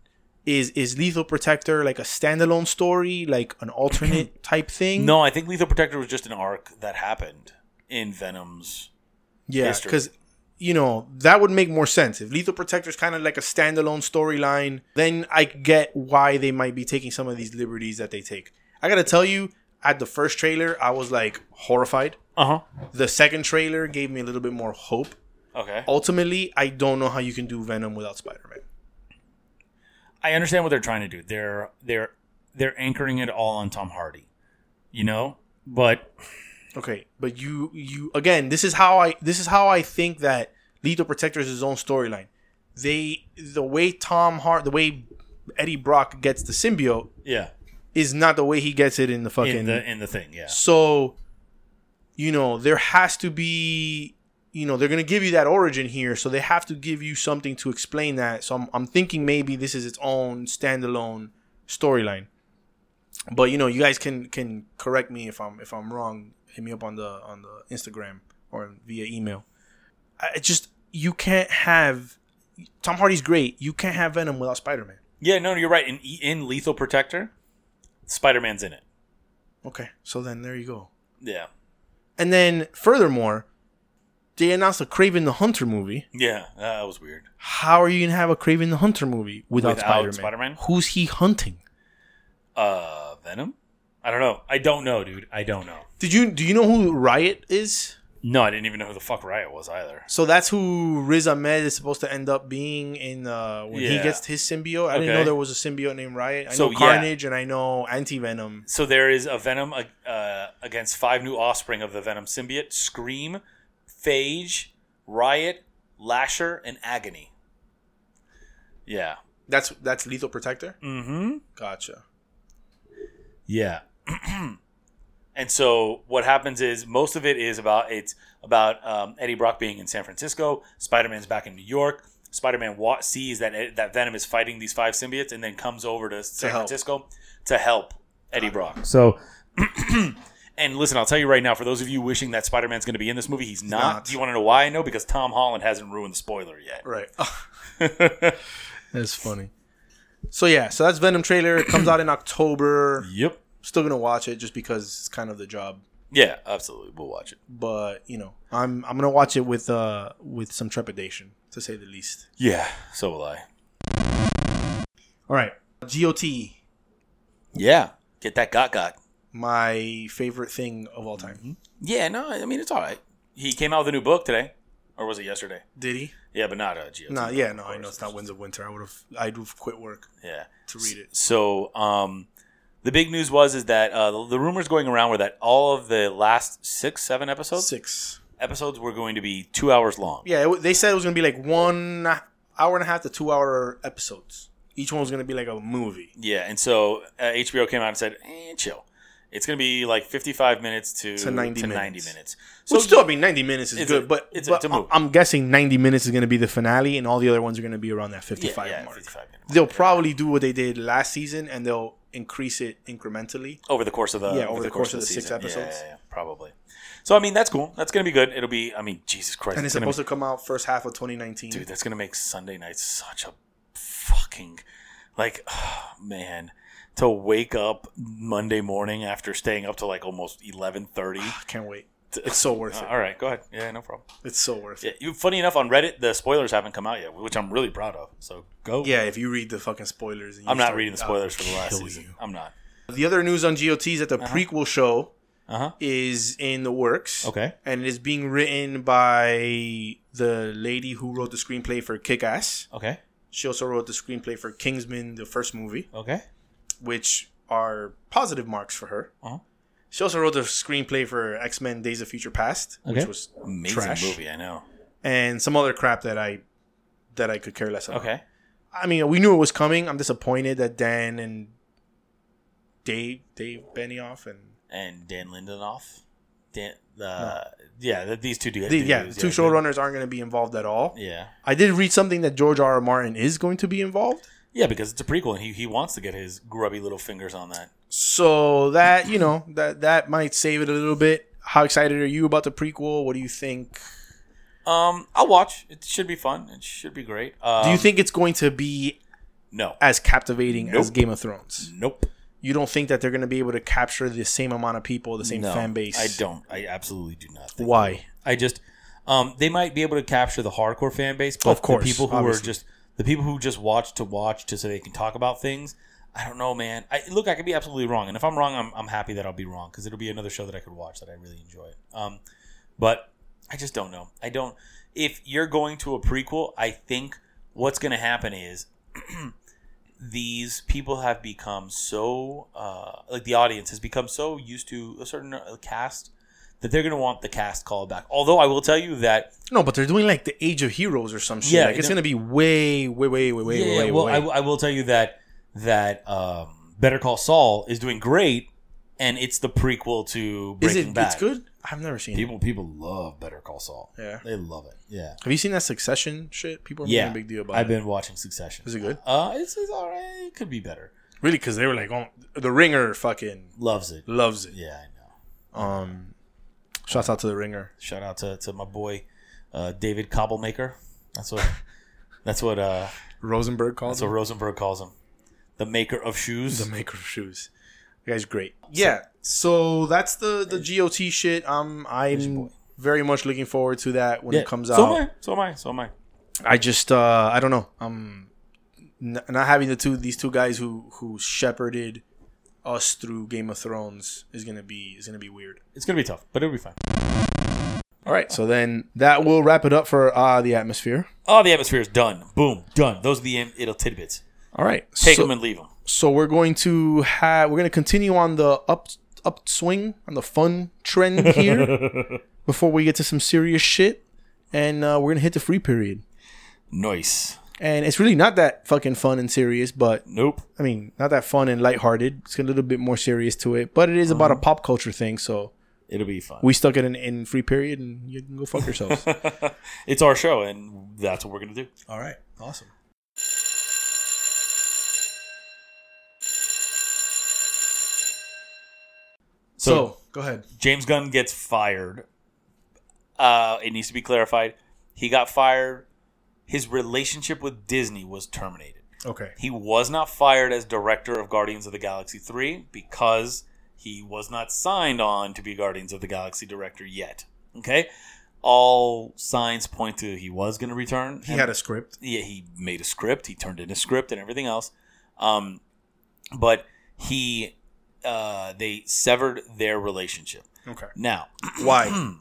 Speaker 2: Is is Lethal Protector like a standalone story, like an alternate type thing?
Speaker 1: No, I think Lethal Protector was just an arc that happened in Venom's.
Speaker 2: yeah,
Speaker 1: history.
Speaker 2: because you know that would make more sense if Lethal Protector is kind of like a standalone storyline. Then I get why they might be taking some of these liberties that they take. I gotta tell you, at the first trailer, I was like horrified.
Speaker 1: Uh
Speaker 2: The second trailer gave me a little bit more hope.
Speaker 1: huh. Okay.
Speaker 2: Ultimately, I don't know how you can do Venom without Spider Man.
Speaker 1: I understand what they're trying to do. They're they're they're anchoring it all on Tom Hardy, you know. But
Speaker 2: Okay, but you you again. This is how I this is how I think that Lethal Protector is his own storyline. They the way Tom Hart the way Eddie Brock gets the symbiote
Speaker 1: yeah,
Speaker 2: is not the way he gets it in the fucking.
Speaker 1: in the in the thing, yeah,
Speaker 2: so, you know there has to be you know they're gonna give you that origin here, so they have to give you something to explain that. So I'm I'm thinking maybe this is its own standalone storyline. But you know, you guys can can correct me if I'm if I'm wrong. Hit me up on the on the Instagram or via email. I it just you can't have Tom Hardy's great. You can't have Venom without Spider Man.
Speaker 1: yeah. No, you're right. In in Lethal Protector, Spider Man's in it.
Speaker 2: Okay, so then there you go.
Speaker 1: Yeah,
Speaker 2: And then furthermore, they announced a Craven the Hunter movie.
Speaker 1: yeah. That was weird.
Speaker 2: How are you gonna have a Craven the Hunter movie without,
Speaker 1: Without
Speaker 2: Spider-Man?
Speaker 1: Spider-Man?
Speaker 2: Who's he hunting?
Speaker 1: Uh, Venom. I don't know. I don't know, dude. I don't know.
Speaker 2: Did you do you know who Riot is?
Speaker 1: No, I didn't even know who the fuck Riot was either.
Speaker 2: So that's who Riz Ahmed is supposed to end up being in uh, when he
Speaker 1: Yeah.
Speaker 2: gets his symbiote. I didn't
Speaker 1: Okay.
Speaker 2: know there was a symbiote named Riot. I
Speaker 1: So,
Speaker 2: know
Speaker 1: yeah.
Speaker 2: Carnage and I know Anti Venom.
Speaker 1: So there is a Venom uh, against five new offspring of the Venom symbiote: Scream, Phage, Riot, Lasher, and Agony. Yeah.
Speaker 2: That's that's Lethal Protector.
Speaker 1: Mm-hmm.
Speaker 2: Gotcha.
Speaker 1: Yeah. and so what happens is most of it is about it's about um, Eddie Brock being in San Francisco. Spider Man's back in New York. Spider Man wa- sees that eh, that Venom is fighting these five symbiotes, and then comes over to San
Speaker 2: help.
Speaker 1: Francisco to help Eddie Brock. So. And listen, I'll tell you right now, for those of you wishing that Spider Man's going to be in this movie, he's not.
Speaker 2: not.
Speaker 1: Do you want to know why I know? Because Tom Holland hasn't ruined the spoiler yet.
Speaker 2: Right. that's funny. So yeah, so that's Venom trailer. It comes out in October.
Speaker 1: Yep.
Speaker 2: Still gonna watch it just because it's kind of the job.
Speaker 1: Yeah, absolutely. We'll watch it.
Speaker 2: but you know, I'm I'm gonna watch it with uh with some trepidation to say the least.
Speaker 1: Yeah, so will I.
Speaker 2: All right, GOT,
Speaker 1: Yeah. Get that got got.
Speaker 2: my favorite thing of all
Speaker 1: Mm-hmm.
Speaker 2: time.
Speaker 1: Yeah, no, I mean it's all right. He came out with a new book today, or was it yesterday?
Speaker 2: Did he?
Speaker 1: Yeah, but not uh, a GOT.
Speaker 2: No, yeah, no, I know it's not Winds of Winter. I would have I'd have quit work
Speaker 1: Yeah.
Speaker 2: to read it.
Speaker 1: So, um, the big news was is that uh, the, the rumors going around were that all of the last six, seven episodes
Speaker 2: Six.
Speaker 1: episodes were going to be two hours long.
Speaker 2: Yeah, it, w- they said it was gonna be like one hour and a half to two hour episodes. Each one was gonna be like a movie.
Speaker 1: Yeah, and so uh, HBO came out and said, eh, "Chill, it's going to be like fifty-five minutes to
Speaker 2: To 90 minutes.
Speaker 1: So
Speaker 2: Which still, I mean, ninety minutes is
Speaker 1: It's
Speaker 2: good,
Speaker 1: a-
Speaker 2: but,
Speaker 1: it's a-
Speaker 2: but
Speaker 1: it's a movie.
Speaker 2: I'm guessing ninety minutes is gonna be the finale, and all the other ones are gonna be around that
Speaker 1: yeah,
Speaker 2: fifty-five
Speaker 1: yeah,
Speaker 2: mark.
Speaker 1: fifty-five minutes
Speaker 2: they'll probably do what they did last season and they'll increase it incrementally.
Speaker 1: over the course of the
Speaker 2: Yeah, over the course of the six
Speaker 1: season. Yeah,
Speaker 2: episodes.
Speaker 1: yeah, yeah, probably. So I mean, that's cool. That's going to be good. It'll be. I mean, Jesus Christ,
Speaker 2: And it's
Speaker 1: gonna be-
Speaker 2: supposed to come out first half of 2019.
Speaker 1: dude that's gonna make sunday night such a fucking like man to wake up monday morning after staying up to like almost 11.30
Speaker 2: Can't wait. It's so worth it.
Speaker 1: all right go ahead yeah no problem
Speaker 2: It's so worth
Speaker 1: yeah,
Speaker 2: it.
Speaker 1: you, funny enough on reddit the spoilers haven't come out yet which i'm really proud of so go
Speaker 2: Yeah, if you read the fucking spoilers, and you
Speaker 1: i'm not
Speaker 2: start-
Speaker 1: reading the spoilers
Speaker 2: I'll
Speaker 1: for the last
Speaker 2: kill
Speaker 1: season
Speaker 2: you.
Speaker 1: i'm not
Speaker 2: The other news on GOT is that the prequel show
Speaker 1: Uh-huh.
Speaker 2: is in the works.
Speaker 1: Okay.
Speaker 2: And it is being written by the lady who wrote the screenplay for Kick Ass.
Speaker 1: okay
Speaker 2: She also wrote the screenplay for Kingsman, the first movie.
Speaker 1: okay
Speaker 2: which are positive marks for her.
Speaker 1: Uh-huh.
Speaker 2: She also wrote the screenplay for X Men: Days of Future Past,
Speaker 1: Okay.
Speaker 2: which was
Speaker 1: amazing
Speaker 2: trash,
Speaker 1: movie i know
Speaker 2: and some other crap that I that I could care less about.
Speaker 1: okay
Speaker 2: I mean, we knew it was coming. I'm disappointed that Dan and Dave Dave Benioff and
Speaker 1: and dan lindenoff dan uh, yeah th- these two do
Speaker 2: the, yeah,
Speaker 1: dudes,
Speaker 2: the two showrunners aren't going to be involved at all.
Speaker 1: yeah
Speaker 2: I did read something that George R. R. Martin is going to be involved,
Speaker 1: yeah because it's a prequel and he, he wants to get his grubby little fingers on that
Speaker 2: so that you know that that might save it a little bit. How excited are you about the prequel? What do you think?
Speaker 1: Um, I'll watch. It should be fun. It should be great. Um,
Speaker 2: Do you think it's going to be
Speaker 1: No.
Speaker 2: as captivating as
Speaker 1: Nope.
Speaker 2: Game of Thrones.
Speaker 1: Nope.
Speaker 2: You don't think that they're going to be able to capture the same amount of people, the same
Speaker 1: No,
Speaker 2: fan base?
Speaker 1: I don't. I absolutely do not. Think
Speaker 2: Why?
Speaker 1: I just um, they might be able to capture the hardcore fan base, but
Speaker 2: Of course,
Speaker 1: the people who
Speaker 2: obviously.
Speaker 1: are just the people who just watch to watch to so they can talk about things. I don't know, man. I, look, I could be absolutely wrong, and if I'm wrong, I'm, I'm happy that I'll be wrong because it'll be another show that I could watch that I really enjoy. Um, but I just don't know. I don't. If you're going to a prequel, I think what's going to happen is these people have become so uh, like the audience has become so used to a certain uh, cast that they're going to want the cast called back. Although I will tell you that
Speaker 2: No, but they're doing like the Age of Heroes or some shit.
Speaker 1: Yeah,
Speaker 2: like it's
Speaker 1: no-
Speaker 2: going to be way, way, way, way, way,
Speaker 1: yeah,
Speaker 2: way,
Speaker 1: well,
Speaker 2: way.
Speaker 1: I, I will tell you that that um, Better Call Saul is doing great, and it's the prequel to
Speaker 2: Is
Speaker 1: Breaking
Speaker 2: it?
Speaker 1: Bad.
Speaker 2: It's good. I've never seen. it.
Speaker 1: People people love Better Call Saul.
Speaker 2: Yeah.
Speaker 1: they love it. Yeah,
Speaker 2: Have you seen that Succession shit? People are
Speaker 1: yeah.
Speaker 2: making a big deal about
Speaker 1: I've
Speaker 2: it.
Speaker 1: been watching Succession.
Speaker 2: Is it good?
Speaker 1: Uh, it's, it's all right. It could be better.
Speaker 2: Really, because they were like, oh, the Ringer fucking
Speaker 1: Loves it.
Speaker 2: loves it.
Speaker 1: Yeah, I know.
Speaker 2: Um, shouts out to the Ringer.
Speaker 1: Shout out to, to my boy uh, David Cobblemaker. That's what that's what uh,
Speaker 2: Rosenberg calls
Speaker 1: that's what
Speaker 2: him
Speaker 1: Rosenberg calls him, the maker of shoes.
Speaker 2: the maker of shoes. The guy's great. Yeah. So that's the the GOT shit. Um, I'm very much looking forward to that when
Speaker 1: Yeah.
Speaker 2: it comes
Speaker 1: So
Speaker 2: out.
Speaker 1: am I. So am I. So am I.
Speaker 2: I just uh I don't know. I'm n- not having the two these two guys who who shepherded us through Game of Thrones is gonna be is gonna be weird.
Speaker 1: It's gonna be tough, but it'll be fine.
Speaker 2: All right, so then that will wrap it up for uh the atmosphere.
Speaker 1: Oh, the atmosphere is done. Boom, done. Those are the im- little tidbits.
Speaker 2: All right,
Speaker 1: Take
Speaker 2: so,
Speaker 1: them and leave them.
Speaker 2: so we're going to have we're gonna continue on the up upswing on the fun trend here before we get to some serious shit, and uh, we're gonna hit the free period.
Speaker 1: Nice.
Speaker 2: And it's really not that fucking fun and serious, but
Speaker 1: Nope.
Speaker 2: I mean, not that fun and lighthearted. It's a little bit more serious to it, but it is about a pop culture thing. So
Speaker 1: It'll be fun.
Speaker 2: we stuck it in, in free period, and you can go fuck yourselves.
Speaker 1: it's our show, and that's what we're gonna do.
Speaker 2: All right, awesome. So,
Speaker 1: So,
Speaker 2: go ahead.
Speaker 1: James Gunn gets fired. Uh, it needs to be clarified. He got fired. His relationship with Disney was terminated.
Speaker 2: Okay.
Speaker 1: He was not fired as director of Guardians of the Galaxy 3 because he was not signed on to be Guardians of the Galaxy director yet. Okay? All signs point to he was going to return.
Speaker 2: He had a script.
Speaker 1: yeah, he made a script, he turned in a script and everything else. Um but he uh they severed their relationship.
Speaker 2: Okay.
Speaker 1: Now,
Speaker 2: Why?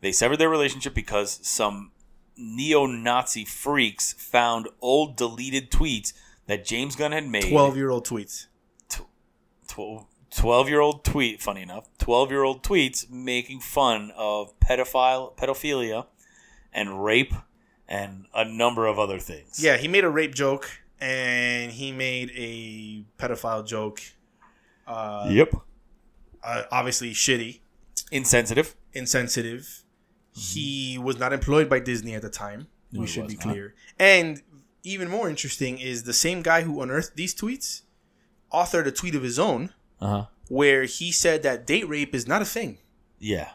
Speaker 1: they severed their relationship because some neo Nazi freaks found old deleted tweets that James Gunn had made.
Speaker 2: 12 year old tweets.
Speaker 1: 12 year old tweet, funny enough, 12 year old tweets making fun of pedophile, pedophilia and rape and a number of other things.
Speaker 2: Yeah, he made a rape joke and he made a pedophile joke. Uh,
Speaker 1: Yep.
Speaker 2: uh, obviously, shitty,
Speaker 1: Insensitive.
Speaker 2: insensitive. He was not employed by Disney at the time.
Speaker 1: No,
Speaker 2: we
Speaker 1: he
Speaker 2: should
Speaker 1: was
Speaker 2: be
Speaker 1: not.
Speaker 2: clear. And even more interesting is the same guy who unearthed these tweets authored a tweet of his own
Speaker 1: Uh
Speaker 2: Uh-huh.
Speaker 1: huh.
Speaker 2: where he said that date rape is not a thing.
Speaker 1: Yeah.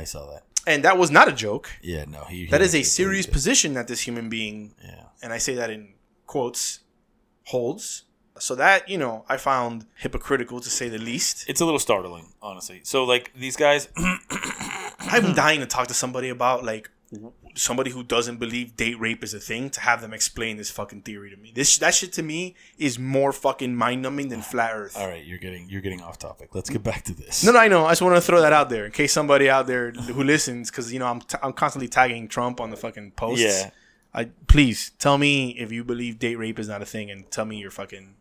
Speaker 1: I saw that.
Speaker 2: And that was not a joke.
Speaker 1: Yeah, no. He, he
Speaker 2: That is a
Speaker 1: actually
Speaker 2: serious
Speaker 1: believed
Speaker 2: position that this human being,
Speaker 1: it. Yeah.
Speaker 2: and I say that in quotes, holds. So that, you know, I found hypocritical to say the least.
Speaker 1: It's a little startling, honestly. So, like, these guys,
Speaker 2: I'm dying to talk to somebody about like w- somebody who doesn't believe date rape is a thing to have them explain this fucking theory to me. This that shit to me is more fucking mind numbing than flat Earth.
Speaker 1: All right, you're getting you're getting off topic. Let's get back to this.
Speaker 2: No, no, I know. I just want to throw that out there in case somebody out there who listens, because you know I'm t- I'm constantly tagging Trump on the fucking posts.
Speaker 1: Yeah.
Speaker 2: I please tell me if you believe date rape is not a thing, and tell me your fucking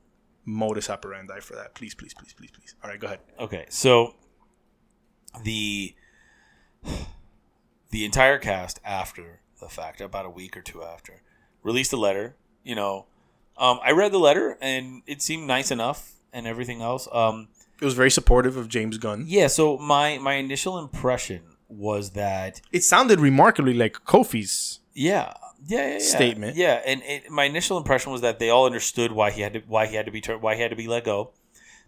Speaker 2: modus operandi for that. Please, please, please, please, please. All right, go ahead.
Speaker 1: Okay, so the the entire cast after the fact, about a week or two after, released a letter. You know, um, I read the letter and it seemed nice enough and everything else. Um,
Speaker 2: It was very supportive of James Gunn.
Speaker 1: yeah, so my my initial impression was that
Speaker 2: It sounded remarkably like Kofi's.
Speaker 1: Yeah. Yeah, yeah, yeah.
Speaker 2: Statement.
Speaker 1: Yeah, and it, my initial impression was that they all understood why he had to why he had to be tur- why he had to be let go.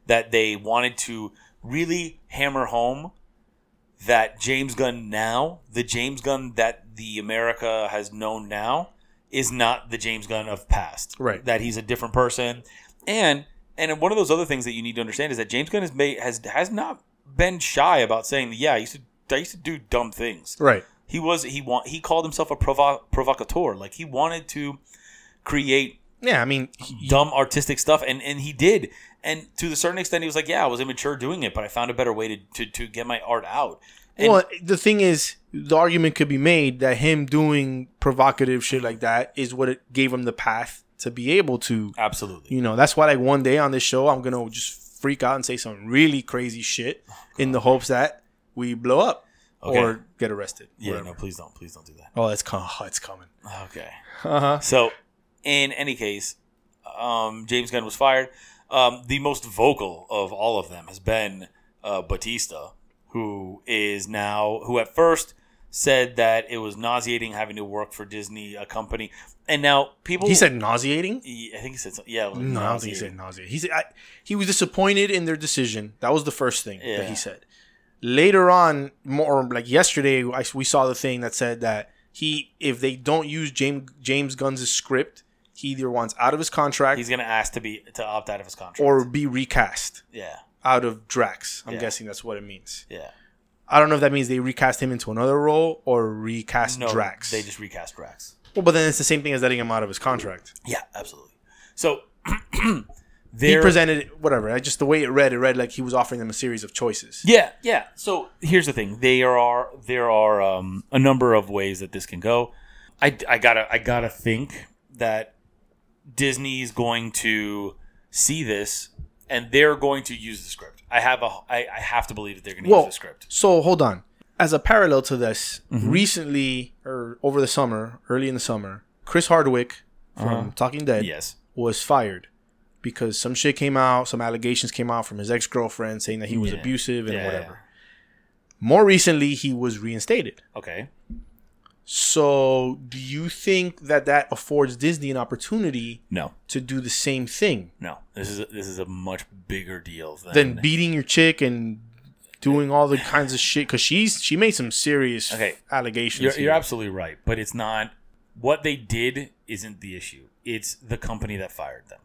Speaker 1: That they wanted to really hammer home that James Gunn now, the James Gunn that the America has known now, is not the James Gunn of past.
Speaker 2: Right.
Speaker 1: That he's a different person. And and one of those other things that you need to understand is that James Gunn has made has has not been shy about saying, yeah, I used to I used to do dumb things.
Speaker 2: Right.
Speaker 1: He was he want he called himself a provo- provocateur. Like he wanted to create
Speaker 2: Yeah, I mean, he-
Speaker 1: dumb artistic stuff and and he did and to a certain extent he was like yeah i was immature doing it but i found a better way to to, to get my art out and
Speaker 2: well, the thing is, the argument could be made that him doing provocative shit like that is what it gave him the path to be able to.
Speaker 1: absolutely
Speaker 2: You know, that's why like one day on this show, I'm gonna just freak out and say some really crazy shit in the hopes that we blow up
Speaker 1: Okay.
Speaker 2: or get arrested.
Speaker 1: yeah
Speaker 2: whatever.
Speaker 1: no please don't please don't do that
Speaker 2: Oh, it's com- oh, it's coming.
Speaker 1: okay
Speaker 2: Uh-huh.
Speaker 1: so in any case um james gunn was fired um the most vocal of all of them has been uh batista who is now who at first said that it was nauseating having to work for disney a company and now people
Speaker 2: He said nauseating.
Speaker 1: i think he said something yeah it was
Speaker 2: No, I don't think he
Speaker 1: nauseating.
Speaker 2: said nauseating. He said I, he was disappointed in their decision. That was the first thing that
Speaker 1: Yeah.
Speaker 2: he said. Later on, more like yesterday, I, we saw the thing that said that he, if they don't use James James Gunn's script, he either wants out of his contract
Speaker 1: He's gonna ask to be to opt out of his contract.
Speaker 2: or be recast
Speaker 1: yeah,
Speaker 2: out of Drax. I'm
Speaker 1: Yeah.
Speaker 2: guessing that's what it means.
Speaker 1: yeah.
Speaker 2: I don't know if that means they recast him into another role or recast
Speaker 1: No,
Speaker 2: Drax.
Speaker 1: They just recast Drax.
Speaker 2: well, but then it's the same thing as letting him out of his contract.
Speaker 1: Yeah, absolutely. So
Speaker 2: He
Speaker 1: there.
Speaker 2: presented whatever. I just the way it read, it read like he was offering them a series of choices.
Speaker 1: yeah, yeah. So here's the thing: there are there are um, a number of ways that this can go. I, I gotta I gotta think that Disney's going to see this and they're going to use the script. I have a I, I have to believe that they're going to use the script. Mm-hmm.
Speaker 2: So hold on. As a parallel to this, recently or over the summer, early in the summer, Chris Hardwick from Talking Dead
Speaker 1: Uh-huh. Yes.
Speaker 2: was fired because some shit came out, some allegations came out from his ex girlfriend saying that he was
Speaker 1: Yeah.
Speaker 2: abusive and
Speaker 1: Yeah.
Speaker 2: whatever. More recently, he was reinstated.
Speaker 1: Okay.
Speaker 2: So, do you think that that affords Disney an opportunity
Speaker 1: No.
Speaker 2: to do the same thing
Speaker 1: No. This is a, this is a much bigger deal than
Speaker 2: than beating your chick and doing all the kinds of shit? Because she's she made some serious
Speaker 1: Okay.
Speaker 2: allegations.
Speaker 1: You're,
Speaker 2: here.
Speaker 1: you're absolutely right, but it's not what they did isn't the issue. It's the company that fired them.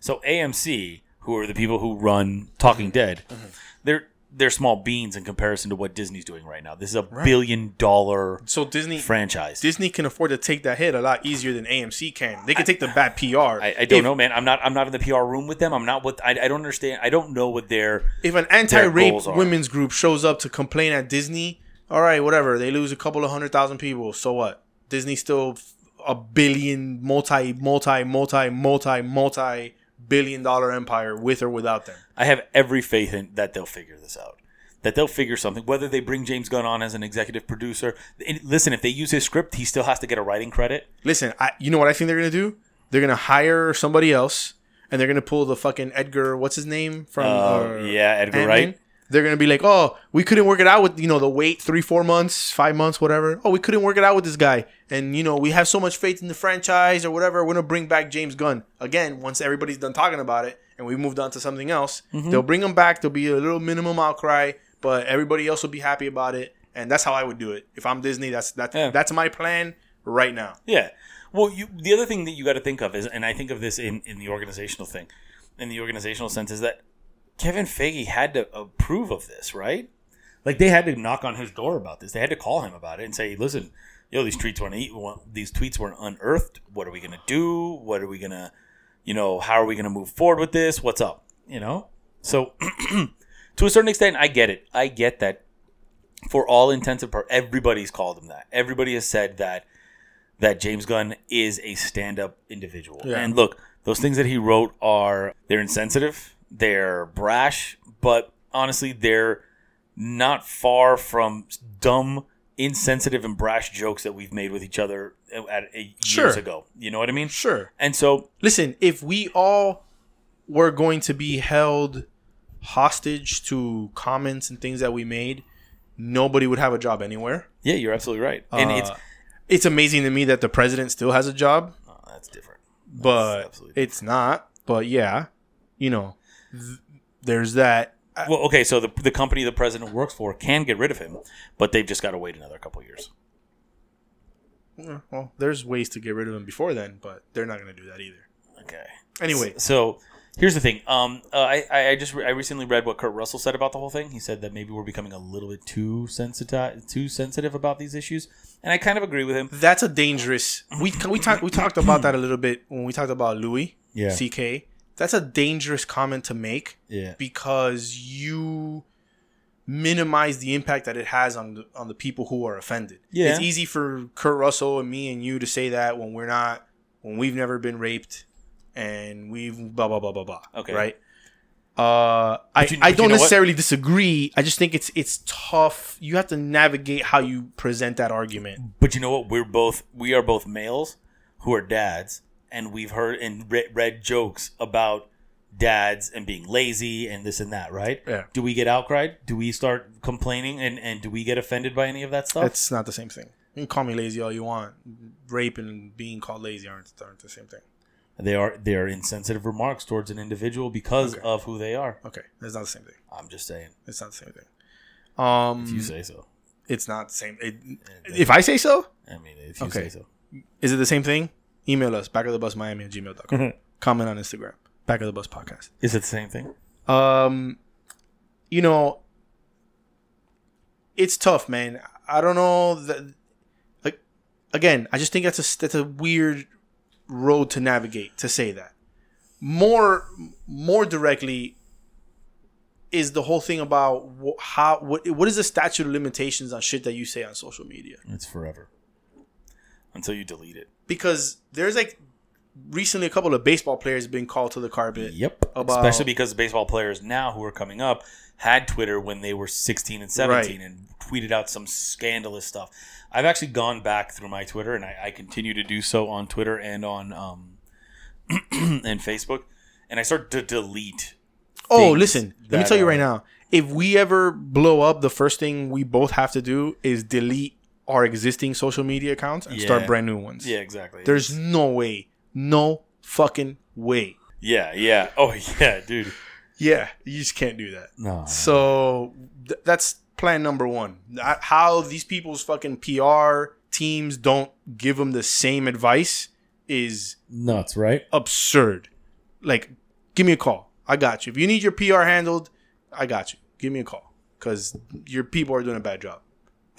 Speaker 1: So AMC, who are the people who run Talking Dead,
Speaker 2: Mm-hmm.
Speaker 1: they're they're small beans in comparison to what Disney's doing right now. This is a billion dollar
Speaker 2: So Disney
Speaker 1: franchise.
Speaker 2: Disney can afford to take that hit a lot easier than AMC can. They can take the bad PR.
Speaker 1: I, I don't
Speaker 2: if,
Speaker 1: know, man. I'm not. I'm not in the PR room with them. I'm not with. I, I don't understand. I don't know what they're.
Speaker 2: If an anti-rape
Speaker 1: goals are.
Speaker 2: women's group shows up to complain at Disney, all right, whatever. They lose a couple of hundred thousand people. So what? Disney's still a billion, multi, multi, multi, multi, multi billion dollar empire with or without them.
Speaker 1: I have every faith in that they'll figure this out. That they'll figure something. Whether they bring James Gunn on as an executive producer, and listen. If they use his script, he still has to get a writing credit.
Speaker 2: Listen, I, you know what I think they're gonna do? They're gonna hire somebody else, and they're gonna pull the fucking Edgar. What's his name from?
Speaker 1: Uh, yeah, Edgar
Speaker 2: Ant-Man?
Speaker 1: Wright.
Speaker 2: They're gonna be like, oh, we couldn't work it out with you know the wait three, four months, five months, whatever. Oh, we couldn't work it out with this guy, and you know we have so much faith in the franchise or whatever. We're gonna bring back James Gunn again once everybody's done talking about it and we moved on to something else.
Speaker 1: Mm-hmm.
Speaker 2: They'll bring him back. There'll be a little minimum outcry, but everybody else will be happy about it. And that's how I would do it if I'm Disney. That's that's
Speaker 1: Yeah.
Speaker 2: that's my plan right now.
Speaker 1: Yeah. Well, you the other thing that you got to think of is, and I think of this in in the organizational thing, in the organizational sense, is that Kevin Feige had to approve of this, right? Like they had to knock on his door about this. They had to call him about it and say, "Listen, yo, these tweets weren't e- wa- these tweets weren't unearthed. What are we gonna do? What are we gonna, you know, how are we gonna move forward with this? What's up? You know." So, to a certain extent, I get it. I get that. For all intents and pur- everybody's called him that. Everybody has said that that James Gunn is a stand-up individual.
Speaker 2: Yeah.
Speaker 1: And look, those things that he wrote are they're insensitive, they're brash, but honestly, they're not far from dumb, insensitive, and brash jokes that we've made with each other at, at- years
Speaker 2: Sure.
Speaker 1: ago. You know what I mean?
Speaker 2: Sure.
Speaker 1: And so,
Speaker 2: Listen, if we all were going to be held hostage to comments and things that we made, nobody would have a job anywhere.
Speaker 1: yeah, you're absolutely right. And it's
Speaker 2: It's amazing to me that the president still has a job,
Speaker 1: oh, that's different.
Speaker 2: but
Speaker 1: absolutely-
Speaker 2: it's not. But yeah, you know, th- there's that.
Speaker 1: Well, okay, so the the company the president works for can get rid of him, but they've just got to wait another couple years.
Speaker 2: eh, well, there's ways to get rid of him before then, but they're not going to do that either.
Speaker 1: Okay.
Speaker 2: Anyway,
Speaker 1: So here's the thing. Um, uh, I- I I just re- I recently read what Kurt Russell said about the whole thing. He said that maybe we're becoming a little bit too sensitive too sensitive about these issues, and I kind of agree with him.
Speaker 2: that's a dangerous. We we talked we talked about that a little bit when we talked about Louis
Speaker 1: Yeah.
Speaker 2: CK. That's a dangerous comment to make
Speaker 1: Yeah.
Speaker 2: because you minimize the impact that it has on the, on the people who are offended.
Speaker 1: Yeah.
Speaker 2: It's easy for Kurt Russell and me and you to say that when we're not when we've never been raped and we've blah blah blah blah blah.
Speaker 1: Okay.
Speaker 2: Right. Uh, I,
Speaker 1: you- but
Speaker 2: I
Speaker 1: you
Speaker 2: don't
Speaker 1: know what?
Speaker 2: necessarily disagree. I just think it's it's tough. You have to navigate how you present that argument.
Speaker 1: But you know what? We're both we are both males who are dads, and we've heard and re- read jokes about dads and being lazy and this and that, right?
Speaker 2: Yeah.
Speaker 1: Do we get outcried? Do we start complaining and and do we get offended by any of that stuff?
Speaker 2: That's not the same thing. You can call me lazy all you want. Rape and being called lazy aren't, aren't the same thing.
Speaker 1: they are they are insensitive remarks towards an individual because of who they are.
Speaker 2: Okay, that's not the same thing.
Speaker 1: I'm just saying.
Speaker 2: It's not the same thing. Um,
Speaker 1: If you say so.
Speaker 2: it's not the same. It, if I say so,
Speaker 1: I mean, if you
Speaker 2: Okay.
Speaker 1: say so.
Speaker 2: is it the same thing? Email us back of the bus Miami at gmail.com. Comment on Instagram back of the bus podcast.
Speaker 1: Is it the same thing?
Speaker 2: Um, you know, it's tough, man. I don't know that. Like, again, I just think that's a that's a weird road to navigate to say that. More more directly is the whole thing about wh- how what what is the statute of limitations on shit that you say on social media?
Speaker 1: It's forever. Until you delete it.
Speaker 2: Because there's like recently a couple of baseball players been called to the carpet.
Speaker 1: Yep.
Speaker 2: About-
Speaker 1: Especially because baseball players now who are coming up had Twitter when they were 16 and 17
Speaker 2: Right.
Speaker 1: and tweeted out some scandalous stuff. I've actually gone back through my Twitter and I, I continue to do so on Twitter and on um, and Facebook. And I start to delete.
Speaker 2: Oh,
Speaker 1: things
Speaker 2: listen, let me
Speaker 1: that
Speaker 2: tell you
Speaker 1: are-
Speaker 2: right now. If we ever blow up, the first thing we both have to do is delete our existing social media accounts and
Speaker 1: Yeah.
Speaker 2: start brand new ones.
Speaker 1: Yeah, exactly.
Speaker 2: There's no way. No fucking way.
Speaker 1: yeah, yeah. Oh, yeah, dude.
Speaker 2: Yeah, you just can't do that.
Speaker 1: No.
Speaker 2: So th- that's plan number one. Not How these people's fucking PR teams don't give them the same advice is
Speaker 1: Nuts, right?
Speaker 2: absurd. Like, give me a call. I got you. If you need your PR handled, I got you. Give me a call because your people are doing a bad job.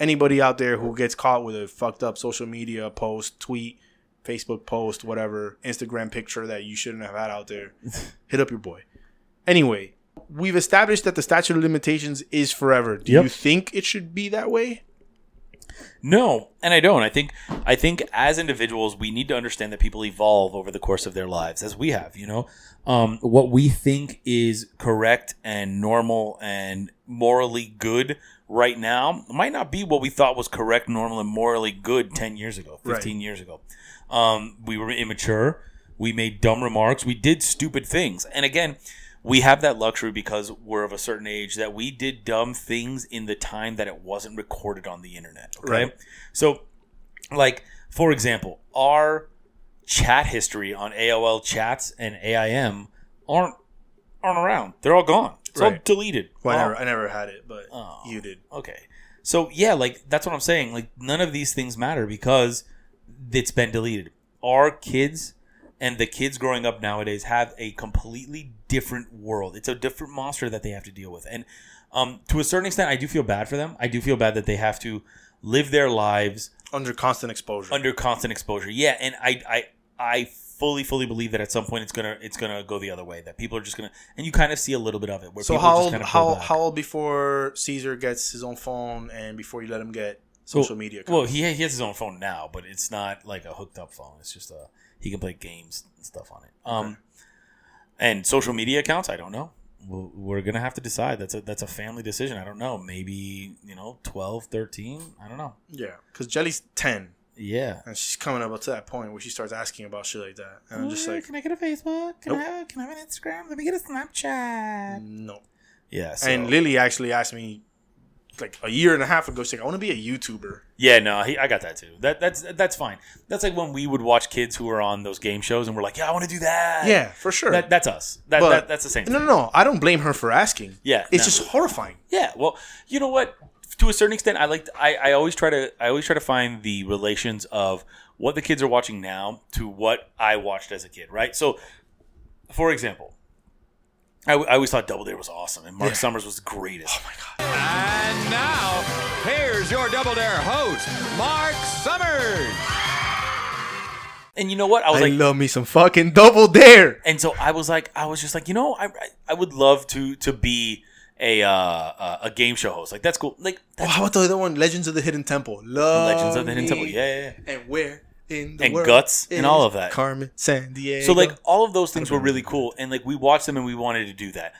Speaker 2: Anybody out there who gets caught with a fucked up social media post, tweet, Facebook post, whatever, Instagram picture that you shouldn't have had out there, hit up your boy. Anyway, we've established that the statute of limitations is forever. Do
Speaker 1: Yep.
Speaker 2: you think it should be that way?
Speaker 1: No, and I don't. I think I think as individuals, we need to understand that people evolve over the course of their lives, as we have. You know, um, what we think is correct and normal and morally good right now might not be what we thought was correct, normal, and morally good ten years ago, fifteen years ago. Um, we were immature. We made dumb remarks. We did stupid things. And again, we have that luxury because we're of a certain age that we did dumb things in the time that it wasn't recorded on the internet. Okay.
Speaker 2: Right.
Speaker 1: So, like, for example, our chat history on AOL chats and AIM aren't aren't around. They're all gone. It's all
Speaker 2: Right.
Speaker 1: deleted.
Speaker 2: Well, I,
Speaker 1: Gone.
Speaker 2: never, I never had it, but you did.
Speaker 1: Okay. So yeah, like that's what I'm saying. Like none of these things matter because it's been deleted. Our kids and the kids growing up nowadays have a completely different world. It's a different monster that they have to deal with. And um, to a certain extent, I do feel bad for them. I do feel bad that they have to live their lives
Speaker 2: Under constant exposure.
Speaker 1: under constant exposure. Yeah, and I I I fully fully believe that at some point it's gonna it's gonna go the other way. That people are just gonna and you kind of see a little bit of it. Where
Speaker 2: So
Speaker 1: people
Speaker 2: how
Speaker 1: just
Speaker 2: old,
Speaker 1: kind of pull
Speaker 2: how
Speaker 1: back.
Speaker 2: how old before Caesar gets his own phone and before you let him get social
Speaker 1: Well-
Speaker 2: media? accounts?
Speaker 1: Well, he he has his own phone now, but it's not like a hooked up phone. It's just a he can play games and stuff on it. Um, and social media accounts, I don't know. We'll- We're gonna have to decide. That's a that's a family decision. I don't know. Maybe you know 12, 13? I don't know.
Speaker 2: yeah, because Jelly's ten
Speaker 1: Yeah.
Speaker 2: and she's coming up to that point where she starts asking about shit like that, and I'm just like,
Speaker 1: can I get a Facebook? Can
Speaker 2: Nope.
Speaker 1: I have, can I have an Instagram? Let me get a Snapchat.
Speaker 2: no.
Speaker 1: Yeah. So,
Speaker 2: And Lily actually asked me like a year and a half ago. She's like, I want to be a YouTuber.
Speaker 1: Yeah, no, he, I got that too. That that's that's fine. That's like when we would watch kids who were on those game shows, and we're like, "Yeah, I want to do that."
Speaker 2: Yeah, for sure.
Speaker 1: that, that's us. That,
Speaker 2: But-
Speaker 1: that that's the same.
Speaker 2: no, no, no. I don't blame her for asking.
Speaker 1: Yeah,
Speaker 2: it's
Speaker 1: no.
Speaker 2: just horrifying.
Speaker 1: Yeah, well, you know what? to a certain extent, I like. I, I always try to. I always try to find the relations of what the kids are watching now to what I watched as a kid. Right. So, for example, I, I always thought Doubleday was awesome, and Mark Summers was the greatest. Oh my god.
Speaker 8: And now, here's your Double Dare host, Mark Summers.
Speaker 1: And you know what? I was
Speaker 2: I
Speaker 1: like,
Speaker 2: love me some fucking double dare.
Speaker 1: and so I was like, I was just like, you know, I I- I would love to to be a uh, a- a game show host. Like that's cool. Like
Speaker 2: Oh,
Speaker 1: that's
Speaker 2: how about the other one, Legends of the Hidden Temple? Love
Speaker 1: Legends of the Hidden Temple. Yeah, yeah, yeah.
Speaker 2: And where in the
Speaker 1: And
Speaker 2: world
Speaker 1: Guts and
Speaker 2: is
Speaker 1: all of that.
Speaker 2: Carmen San Diego.
Speaker 1: So like all of those things were really cool, and like we watched them and we wanted to do that.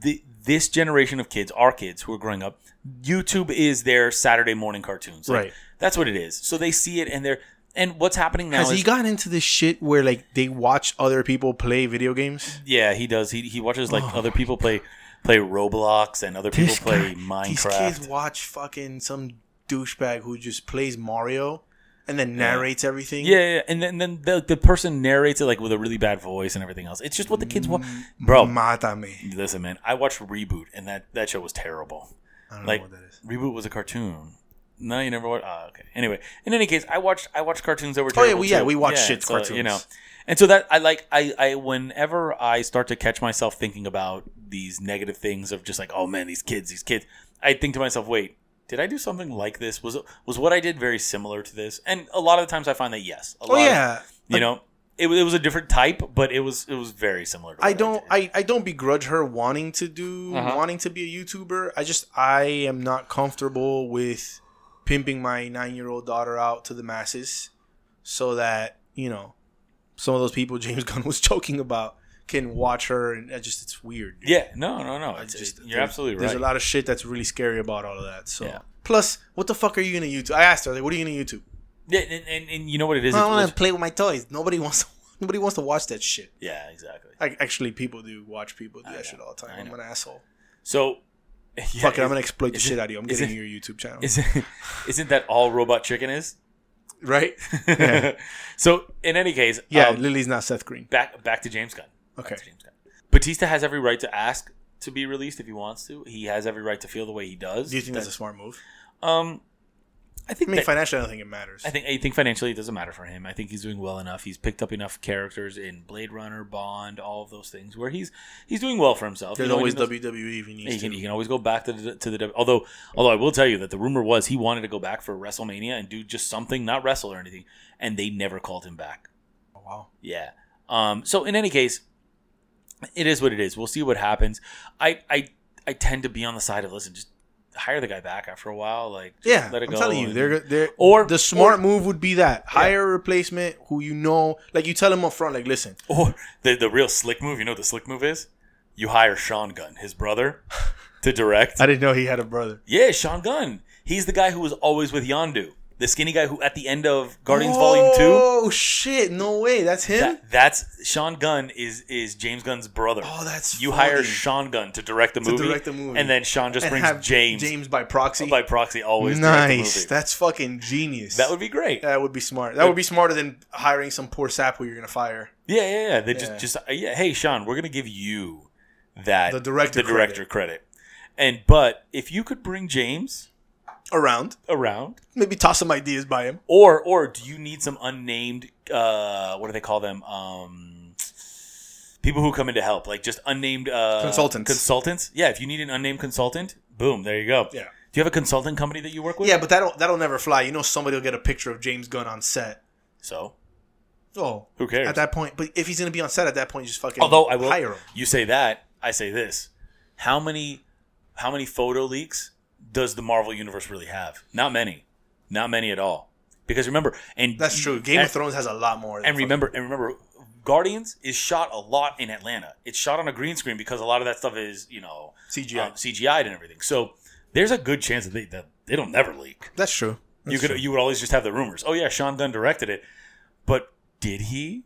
Speaker 1: The, this generation of kids, our kids who are growing up, YouTube is their Saturday morning cartoons. Like,
Speaker 2: Right.
Speaker 1: That's what it is. So they see it and they're and what's happening now
Speaker 2: has
Speaker 1: is
Speaker 2: he gotten into this shit where like they watch other people play video games?
Speaker 1: yeah he does he he watches like other people play play Roblox and other people
Speaker 2: Oh. This
Speaker 1: play
Speaker 2: guy- These
Speaker 1: Minecraft.
Speaker 2: kids watch fucking some douchebag who just plays Mario and then narrates everything.
Speaker 1: Yeah, yeah, yeah. and then, then the, the person narrates it like with a really bad voice and everything else. It's just what the kids want,
Speaker 2: Mm,
Speaker 1: bro.
Speaker 2: Matame.
Speaker 1: listen, man, I watched Reboot, and that that show was terrible.
Speaker 2: I don't
Speaker 1: Like
Speaker 2: know what that is.
Speaker 1: Reboot was a cartoon. No, you never watched. Ah, okay. Anyway, in any case, I watched I watched cartoons that were.
Speaker 2: Oh, yeah,
Speaker 1: Terrible
Speaker 2: we- yeah,
Speaker 1: too.
Speaker 2: we watched shit
Speaker 1: so, You know,
Speaker 2: cartoons.
Speaker 1: and so that I like I I whenever I start to catch myself thinking about these negative things of just like oh man these kids these kids I think to myself wait did I do something like this was was what I did very similar to this and a lot of the times I find that yes a
Speaker 2: Oh
Speaker 1: lot of-
Speaker 2: yeah.
Speaker 1: you know it, wa- it was a different type but it was it was very similar to
Speaker 2: I
Speaker 1: what
Speaker 2: don't
Speaker 1: did.
Speaker 2: I, I don't begrudge her wanting to do
Speaker 1: Uh-huh.
Speaker 2: wanting to be a YouTuber. I just I am not comfortable with pimping my nine year old daughter out to the masses so that, you know, some of those people James Gunn was joking about can watch her and I just it's weird. dude.
Speaker 1: yeah no no no
Speaker 2: I
Speaker 1: it's
Speaker 2: just-
Speaker 1: just you're
Speaker 2: there's-
Speaker 1: absolutely
Speaker 2: There's
Speaker 1: right
Speaker 2: a lot of shit that's really scary about all of that. So
Speaker 1: Yeah.
Speaker 2: plus what the fuck are you gonna YouTube? I asked her, like, what are you gonna YouTube?
Speaker 1: yeah and, and, and you know what it is
Speaker 2: I
Speaker 1: It's
Speaker 2: wanna
Speaker 1: lit-
Speaker 2: play with my toys. Nobody wants to nobody wants to watch that shit.
Speaker 1: yeah exactly
Speaker 2: I, actually people do watch people do that shit all the time.
Speaker 1: I
Speaker 2: I'm
Speaker 1: know.
Speaker 2: an asshole.
Speaker 1: so yeah,
Speaker 2: Fuck it,
Speaker 1: is-
Speaker 2: I'm gonna exploit the
Speaker 1: is
Speaker 2: shit
Speaker 1: it-
Speaker 2: out of you. I'm
Speaker 1: is
Speaker 2: getting
Speaker 1: it-
Speaker 2: your YouTube channel,
Speaker 1: is it, isn't that all robot chicken is
Speaker 2: right? Yeah,
Speaker 1: so in any case
Speaker 2: yeah
Speaker 1: um,
Speaker 2: Lily's not Seth Green.
Speaker 1: back back to James Gunn
Speaker 2: Okay,
Speaker 1: to James Gunn Batista has every right to ask to be released if he wants to he has every right to feel the way he does
Speaker 2: do you think that's a smart move?
Speaker 1: um I think
Speaker 2: I mean,
Speaker 1: that-
Speaker 2: financially, I don't think it matters.
Speaker 1: I think I think financially it doesn't matter for him. I think he's doing well enough. He's picked up enough characters in Blade Runner, Bond, all of those things where he's he's doing well for himself.
Speaker 2: There's
Speaker 1: You know,
Speaker 2: always
Speaker 1: he knows-
Speaker 2: WWE if he needs
Speaker 1: He can, he
Speaker 2: to.
Speaker 1: can always go back to the, to the W- although although I will tell you that the rumor was he wanted to go back for WrestleMania and do just something, not wrestle or anything, and they never called him back.
Speaker 2: Oh, wow,
Speaker 1: Yeah. Um. So in any case, it is what it is. We'll see what happens. I I I tend to be on the side of listen, just hire the guy back after a while. Like just
Speaker 2: yeah,
Speaker 1: let it
Speaker 2: I'm
Speaker 1: go
Speaker 2: telling you,
Speaker 1: and-
Speaker 2: they're they're
Speaker 1: Or-
Speaker 2: the smart
Speaker 1: or-
Speaker 2: move would be that hire a replacement who you know, like you tell him up front, like listen,
Speaker 1: Or the the real slick move, you know what the slick move is? You hire Sean Gunn, his brother, to direct.
Speaker 2: I didn't know he had a brother.
Speaker 1: yeah, Sean Gunn. He's the guy who was always with Yondu, the skinny guy who at the end of Guardians Volume Two.
Speaker 2: Oh shit! No way, that's him.
Speaker 1: That, that's Sean Gunn is is James Gunn's brother.
Speaker 2: Oh, that's
Speaker 1: you hire
Speaker 2: funny.
Speaker 1: Sean Gunn to direct the
Speaker 2: To
Speaker 1: movie,
Speaker 2: direct the movie.
Speaker 1: and then Sean just
Speaker 2: And have
Speaker 1: brings James, Oh,
Speaker 2: James by proxy.
Speaker 1: by proxy always. direct the
Speaker 2: nice.
Speaker 1: movie.
Speaker 2: That's fucking genius.
Speaker 1: that would be great.
Speaker 2: That would be smart. That would be smarter than hiring some poor sap who you're gonna fire.
Speaker 1: Yeah, yeah, yeah. They
Speaker 2: Yeah.
Speaker 1: just, just, uh, yeah. Hey, Sean, we're gonna give you that
Speaker 2: The director
Speaker 1: the director credit. And but if you could bring James
Speaker 2: Around,
Speaker 1: around,
Speaker 2: maybe toss some ideas by him.
Speaker 1: or or do you need some unnamed? Uh, what do they call them? Um, people who come in to help, like just unnamed uh,
Speaker 2: Consultants.
Speaker 1: Consultants. Yeah, if you need an unnamed consultant, boom, there you go.
Speaker 2: Yeah.
Speaker 1: Do you have a consultant company that you work with?
Speaker 2: Yeah, but that'll that'll never fly. You know, somebody will get a picture of James Gunn on set.
Speaker 1: So
Speaker 2: Oh,
Speaker 1: who cares?
Speaker 2: at that point, but if he's gonna be on set at that point, just fucking
Speaker 1: Although I will
Speaker 2: hire him.
Speaker 1: You say that, I say this. How many how many photo leaks does the Marvel universe really have? Not many. Not many at all. Because remember, and
Speaker 2: That's true. Game
Speaker 1: and-
Speaker 2: of Thrones has a lot more. than
Speaker 1: And remember, and remember, Guardians is shot a lot in Atlanta. It's shot on a green screen because a lot of that stuff is you know
Speaker 2: CGI.
Speaker 1: um, CGI'd and everything. So there's a good chance that they that they don't never leak.
Speaker 2: fucking- that's true. That's
Speaker 1: you could
Speaker 2: true.
Speaker 1: you would always just have the rumors. Oh yeah, Sean Gunn directed it, but did he?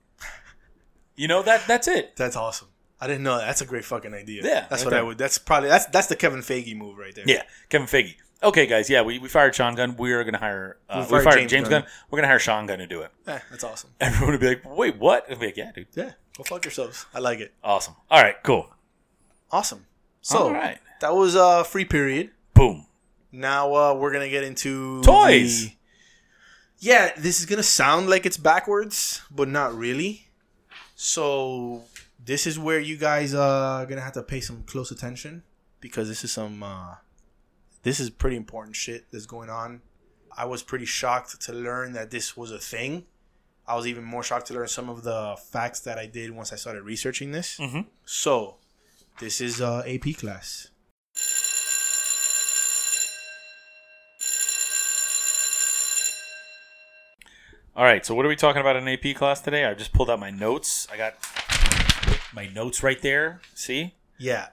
Speaker 1: You know that that's it.
Speaker 2: That's awesome. I didn't know that. That's a great fucking idea.
Speaker 1: Yeah,
Speaker 2: that's
Speaker 1: right
Speaker 2: what I
Speaker 1: there.
Speaker 2: would. That's probably that's that's the Kevin Feige move right there.
Speaker 1: Yeah, Kevin Feige. Okay, guys. Yeah, we, we fired Sean Gunn. We're gonna hire. Uh, we
Speaker 2: fired
Speaker 1: fired James,
Speaker 2: James
Speaker 1: Gunn.
Speaker 2: Gunn.
Speaker 1: We're gonna hire Sean Gunn to do it.
Speaker 2: Eh, that's awesome.
Speaker 1: Everyone would be like, "Wait, what?" I'd be like, "Yeah, dude.
Speaker 2: Yeah, go fuck yourselves. I like it.
Speaker 1: Awesome. All right, cool.
Speaker 2: Awesome. So
Speaker 1: All right.
Speaker 2: that was a uh, free period.
Speaker 1: Boom.
Speaker 2: Now uh, we're gonna get into
Speaker 1: Toys!
Speaker 2: the- Yeah, this is gonna sound like it's backwards, but not really. So this is where you guys uh, are gonna have to pay some close attention because this is some uh, this is pretty important shit that's going on. I was pretty shocked to learn that this was a thing. I was even more shocked to learn some of the facts that I did once I started researching this. So, this is uh, AP class.
Speaker 1: All right, so what are we talking about in AP class today? I just pulled out my notes. I got my notes right there. See?
Speaker 2: Yeah.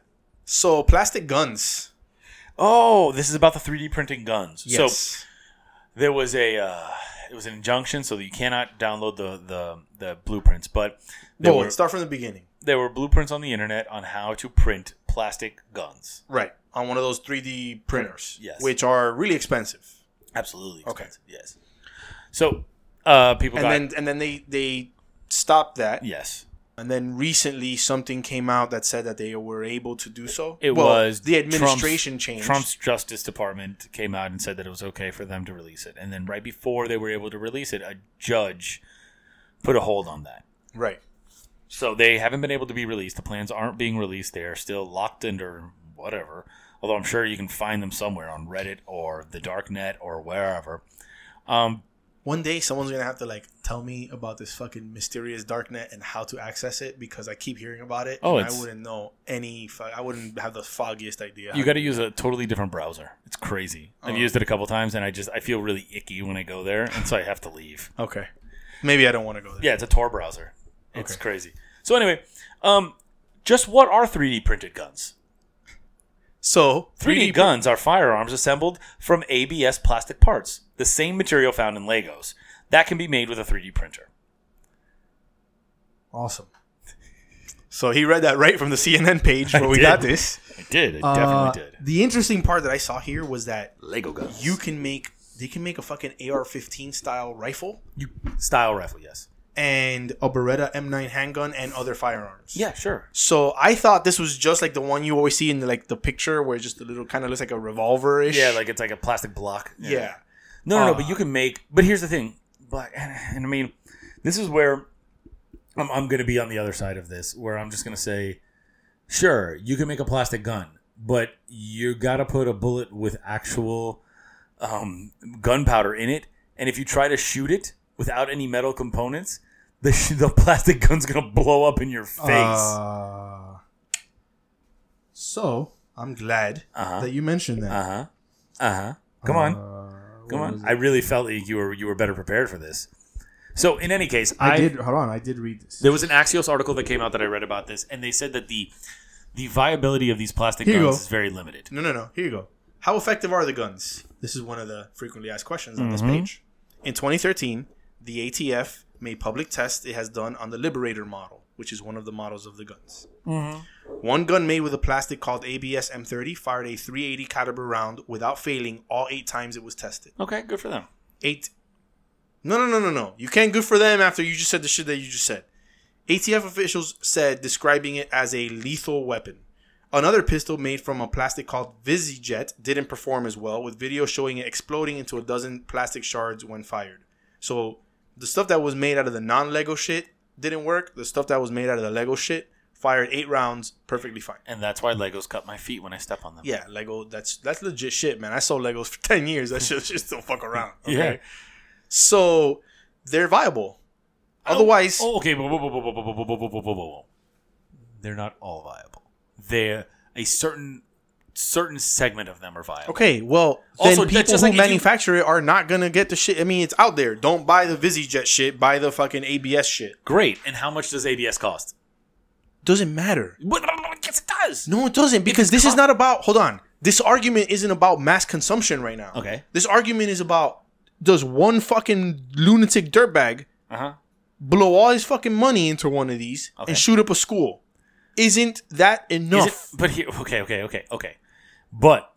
Speaker 2: So plastic guns.
Speaker 1: Oh, this is about the 3D printing guns. So
Speaker 2: Yes.
Speaker 1: there was a uh, it was an injunction so that you cannot download the the, the blueprints, but there
Speaker 2: So,
Speaker 1: were
Speaker 2: let's start from the beginning.
Speaker 1: there were blueprints on the internet on how to print plastic guns.
Speaker 2: Right. On one of those 3D printers,
Speaker 1: Yes.
Speaker 2: which are really expensive.
Speaker 1: Absolutely.
Speaker 2: Okay.
Speaker 1: Expensive. Yes. So uh, people
Speaker 2: And
Speaker 1: got
Speaker 2: then and then they they stopped that.
Speaker 1: yes.
Speaker 2: And then recently something came out that said that they were able to do so.
Speaker 1: It
Speaker 2: Well,
Speaker 1: was
Speaker 2: the
Speaker 1: Trump's-
Speaker 2: administration changed.
Speaker 1: Trump's Justice Department came out and said that it was okay for them to release it, and then right before they were able to release it, a judge put a hold on that.
Speaker 2: right.
Speaker 1: So they haven't been able to be released. The plans aren't being released. They are still locked under whatever. Although I'm sure you can find them somewhere on Reddit or the darknet or wherever. Um,
Speaker 2: One day someone's gonna have to like tell me about this fucking mysterious darknet and how to access it because I keep hearing about it.
Speaker 1: Oh,
Speaker 2: and I
Speaker 1: it's-
Speaker 2: wouldn't know any. fu- I wouldn't have the foggiest idea.
Speaker 1: you got to use a totally different browser. It's crazy. I've
Speaker 2: Oh.
Speaker 1: used it a couple times, and I just I feel really icky when I go there, and so I have to leave.
Speaker 2: okay. Maybe I don't want to go there.
Speaker 1: Yeah, it's a Tor browser. It's crazy. So anyway, um, just what are 3D printed guns?
Speaker 2: So
Speaker 1: 3D,
Speaker 2: 3D
Speaker 1: guns are firearms assembled from ABS plastic parts, the same material found in Legos. That can be made with a 3D printer.
Speaker 2: Awesome. So he read that right from the CNN page where we
Speaker 1: did.
Speaker 2: got this.
Speaker 1: I did. I
Speaker 2: Uh,
Speaker 1: definitely did.
Speaker 2: The interesting part that I saw here was that
Speaker 1: Lego guns.
Speaker 2: you can make they can make a fucking AR-15 style rifle
Speaker 1: You style rifle? Yes.
Speaker 2: and a Beretta M9 handgun and other firearms.
Speaker 1: Yeah, sure.
Speaker 2: So I thought this was just like the one you always see in the, like the picture where it's just a little kind of looks like a revolver ish.
Speaker 1: Yeah, like it's like a plastic block.
Speaker 2: yeah.
Speaker 1: No, no, no,
Speaker 2: Uh,
Speaker 1: but you can make. But here's the thing, but and I mean, this is where I'm, I'm going to be on the other side of this, where I'm just going to say, sure, you can make a plastic gun, but you got to put a bullet with actual um, gunpowder in it, and if you try to shoot it without any metal components, the sh- the plastic gun's going to blow up in your face.
Speaker 2: Uh, so I'm glad that you mentioned that.
Speaker 1: Uh-huh. Uh-huh. Come on.
Speaker 2: uh,
Speaker 1: Come on. I really felt like you were you were better prepared for this. So in any case, I,
Speaker 2: Hold on, I did read this.
Speaker 1: there was an Axios article that came out that I read about this, and they said that the the viability of these plastic
Speaker 2: Here you
Speaker 1: guns
Speaker 2: go.
Speaker 1: is very limited.
Speaker 2: No, no, no. Here you go. How effective are the guns? This is one of the frequently asked questions on this page. In 2013, the ATF made public tests it has done on the Liberator model, which is one of the models of the guns. One gun made with a plastic called ABS M30 fired a 380 caliber round without failing all eight times it was tested.
Speaker 1: Okay, good for them.
Speaker 2: Eight. No, no, no, no, no. You can't good for them after you just said the shit that you just said. ATF officials said describing it as a lethal weapon. Another pistol made from a plastic called VisiJet didn't perform as well, with video showing it exploding into a dozen plastic shards when fired. So the stuff that was made out of the non-Lego shit didn't work. The stuff that was made out of the Lego shit fired eight rounds perfectly fine.
Speaker 1: And that's why Legos cut my feet when I step on them.
Speaker 2: Yeah, Lego. That's that's legit shit, man. I sold Legos for ten years. That shit just don't fuck around. Okay?
Speaker 1: Yeah.
Speaker 2: So they're viable. Otherwise,
Speaker 1: Oh, okay. whoa, whoa, whoa, whoa, whoa, whoa, whoa, whoa, whoa, whoa, whoa, whoa. They're not all viable. They're a certain certain segment of them are viable.
Speaker 2: okay. Well, then
Speaker 1: Also, that's
Speaker 2: people
Speaker 1: just like
Speaker 2: who
Speaker 1: if you-
Speaker 2: manufacture it are not gonna get the shit. I mean, it's out there. Don't buy the VisiJet shit. Buy the fucking ABS shit.
Speaker 1: Great. And how much does ABS cost?
Speaker 2: Doesn't matter.
Speaker 1: What? Yes, it does.
Speaker 2: No, it doesn't because this is
Speaker 1: co-
Speaker 2: not about. Hold on. This argument isn't about mass consumption right now.
Speaker 1: Okay.
Speaker 2: This argument is about does one fucking lunatic dirtbag
Speaker 1: Uh huh.
Speaker 2: blow all his fucking money into one of these
Speaker 1: Okay.
Speaker 2: and shoot up a school. Isn't that
Speaker 1: Is
Speaker 2: enough?
Speaker 1: it- but here, okay, okay, okay, okay. But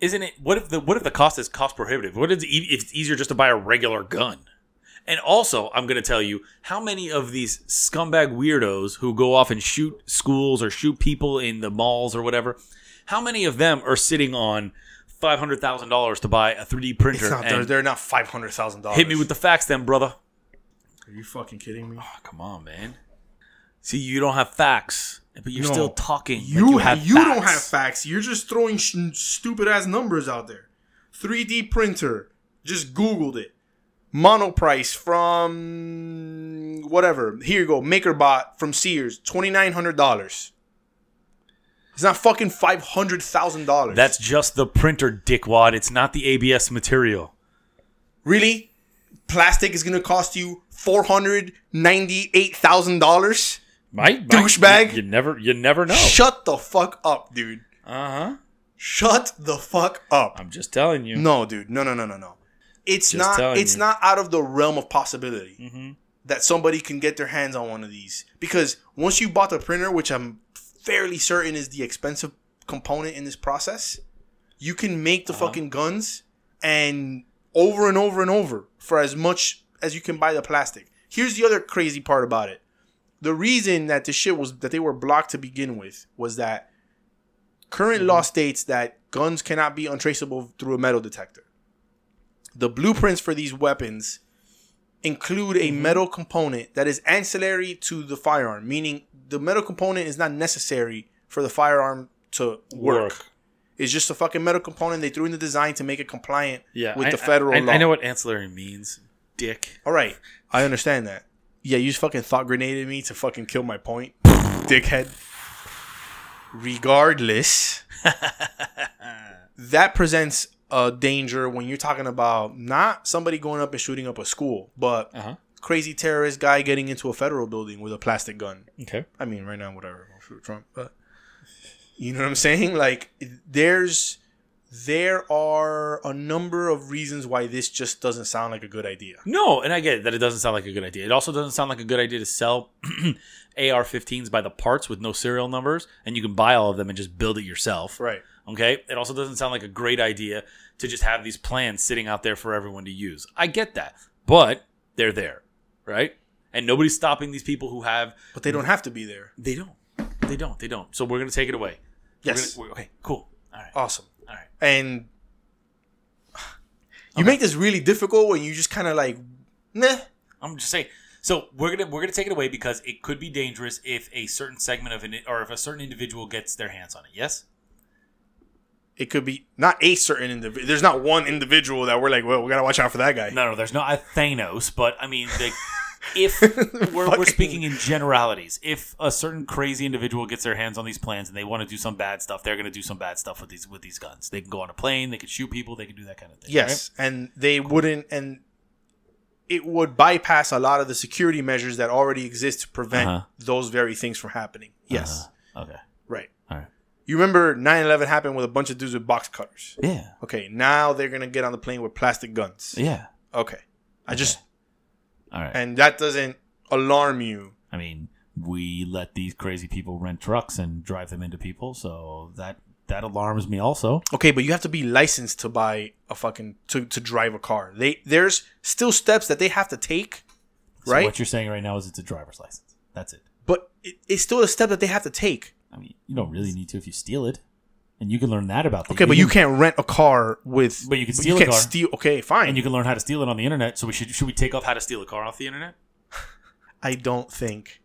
Speaker 1: isn't it? What if the what if the cost is cost prohibitive? What if it's e- if it's easier just to buy a regular gun? And also, I'm going to tell you how many of these scumbag weirdos who go off and shoot schools or shoot people in the malls or whatever. How many of them are sitting on five hundred thousand dollars to buy a three D printer.
Speaker 2: It's not, they're,
Speaker 1: and
Speaker 2: they're not five hundred thousand dollars.
Speaker 1: hit me with the facts, then, brother.
Speaker 2: Are you fucking kidding me?
Speaker 1: Oh, come on, man. See, you don't have facts, but you're
Speaker 2: No.
Speaker 1: still talking. like
Speaker 2: You ha- you
Speaker 1: facts.
Speaker 2: don't have facts. You're just throwing sh- stupid ass numbers out there. 3D printer. Just googled it. Monoprice from whatever. Here you go. MakerBot from Sears. Twenty nine hundred dollars. It's not fucking five hundred thousand dollars.
Speaker 1: That's just the printer, dickwad. It's not the ABS material.
Speaker 2: really plastic is gonna cost you four hundred ninety eight thousand dollars.
Speaker 1: My
Speaker 2: Douchebag.
Speaker 1: You, never, you never know.
Speaker 2: Shut the fuck up, dude.
Speaker 1: Uh huh.
Speaker 2: Shut the fuck up.
Speaker 1: I'm just telling you.
Speaker 2: No, dude. No, no, no, no, no. It's
Speaker 1: Just
Speaker 2: not.
Speaker 1: telling
Speaker 2: It's
Speaker 1: you. Mm-hmm.
Speaker 2: not out of the realm of possibility that somebody can get their hands on one of these. Because once you bought the printer, which I'm fairly certain is the expensive component in this process, you can make the
Speaker 1: Uh-huh.
Speaker 2: fucking guns and over and over and over for as much as you can buy the plastic. Here's the other crazy part about it. The reason that this shit was that they were blocked to begin with was that current law
Speaker 1: Mm-hmm.
Speaker 2: states that guns cannot be untraceable through a metal detector. The blueprints for these weapons include
Speaker 1: Mm-hmm.
Speaker 2: a metal component that is ancillary to the firearm, meaning the metal component is not necessary for the firearm to work.
Speaker 1: Work.
Speaker 2: It's just a fucking metal component they threw in the design to make it compliant
Speaker 1: Yeah,
Speaker 2: with
Speaker 1: I-
Speaker 2: the federal
Speaker 1: I, I,
Speaker 2: law.
Speaker 1: I know what ancillary means, dick.
Speaker 2: All right, I understand that. Yeah, you just fucking thought grenaded me to fucking kill my point, dickhead. Regardless, that presents a danger when you're talking about not somebody going up and shooting up a school, but
Speaker 1: Uh-huh.
Speaker 2: crazy terrorist guy getting into a federal building with a plastic gun.
Speaker 1: Okay.
Speaker 2: I mean, right now, whatever. I'll shoot Trump, but you know what I'm saying? Like, there's there are a number of reasons why this just doesn't sound like a good idea.
Speaker 1: No, and I get that it doesn't sound like a good idea. It also doesn't sound like a good idea to sell AR-15s by the parts with no serial numbers, and you can buy all of them and just build it yourself.
Speaker 2: Right.
Speaker 1: Okay. It also doesn't sound like a great idea to just have these plans sitting out there for everyone to use. I get that, but they're there, right? And nobody's stopping these people who have.
Speaker 2: But they don't have to be there.
Speaker 1: They don't. They don't. They don't. So we're gonna take it away. We're
Speaker 2: Yes. Oh.
Speaker 1: gonna- we're- okay. Cool. All right.
Speaker 2: Awesome.
Speaker 1: All right.
Speaker 2: And you make this really difficult when you just kind of like, nah.
Speaker 1: I'm just saying. So we're gonna we're gonna take it away because it could be dangerous if a certain segment of an or if a certain individual gets their hands on it. Yes.
Speaker 2: It could be not a certain individual. There's not one individual that we're like, well, we gotta watch out for that guy.
Speaker 1: No, no. There's not a Thanos, but I mean, like, if we're, we're
Speaker 2: Fucking-
Speaker 1: speaking in generalities, if a certain crazy individual gets their hands on these plans and they want to do some bad stuff, they're gonna do some bad stuff with these with these guns. They can go on a plane. They can shoot people. They can do that kind of thing.
Speaker 2: Yes, and they wouldn't, and it would bypass a lot of the security measures that already exist to prevent
Speaker 1: Uh-huh.
Speaker 2: those very things from happening. Yes,
Speaker 1: right? Uh-huh. Okay.
Speaker 2: right.
Speaker 1: All right.
Speaker 2: You remember 9-11 happened with a bunch of dudes with box cutters.
Speaker 1: Yeah.
Speaker 2: Okay, now they're gonna get on the plane with plastic guns.
Speaker 1: Yeah.
Speaker 2: Okay, I just
Speaker 1: All right.
Speaker 2: and that doesn't alarm you.
Speaker 1: I mean, we let these crazy people rent trucks and drive them into people, so that that alarms me also.
Speaker 2: Okay, but you have to be licensed to buy a fucking to, to drive a car. They there's still steps that they have to take,
Speaker 1: So
Speaker 2: right?
Speaker 1: What you're saying right now is it's a driver's license. That's it.
Speaker 2: but it, it's still a step that they have to take.
Speaker 1: I mean, you don't really need to if you steal it, and you can learn that about. The
Speaker 2: Okay, but you can't rent a car with.
Speaker 1: But you can steal a car.
Speaker 2: steal- okay, fine.
Speaker 1: And you can learn how to steal it on the internet. So we should should we take off how to steal a car off the internet?
Speaker 2: I don't think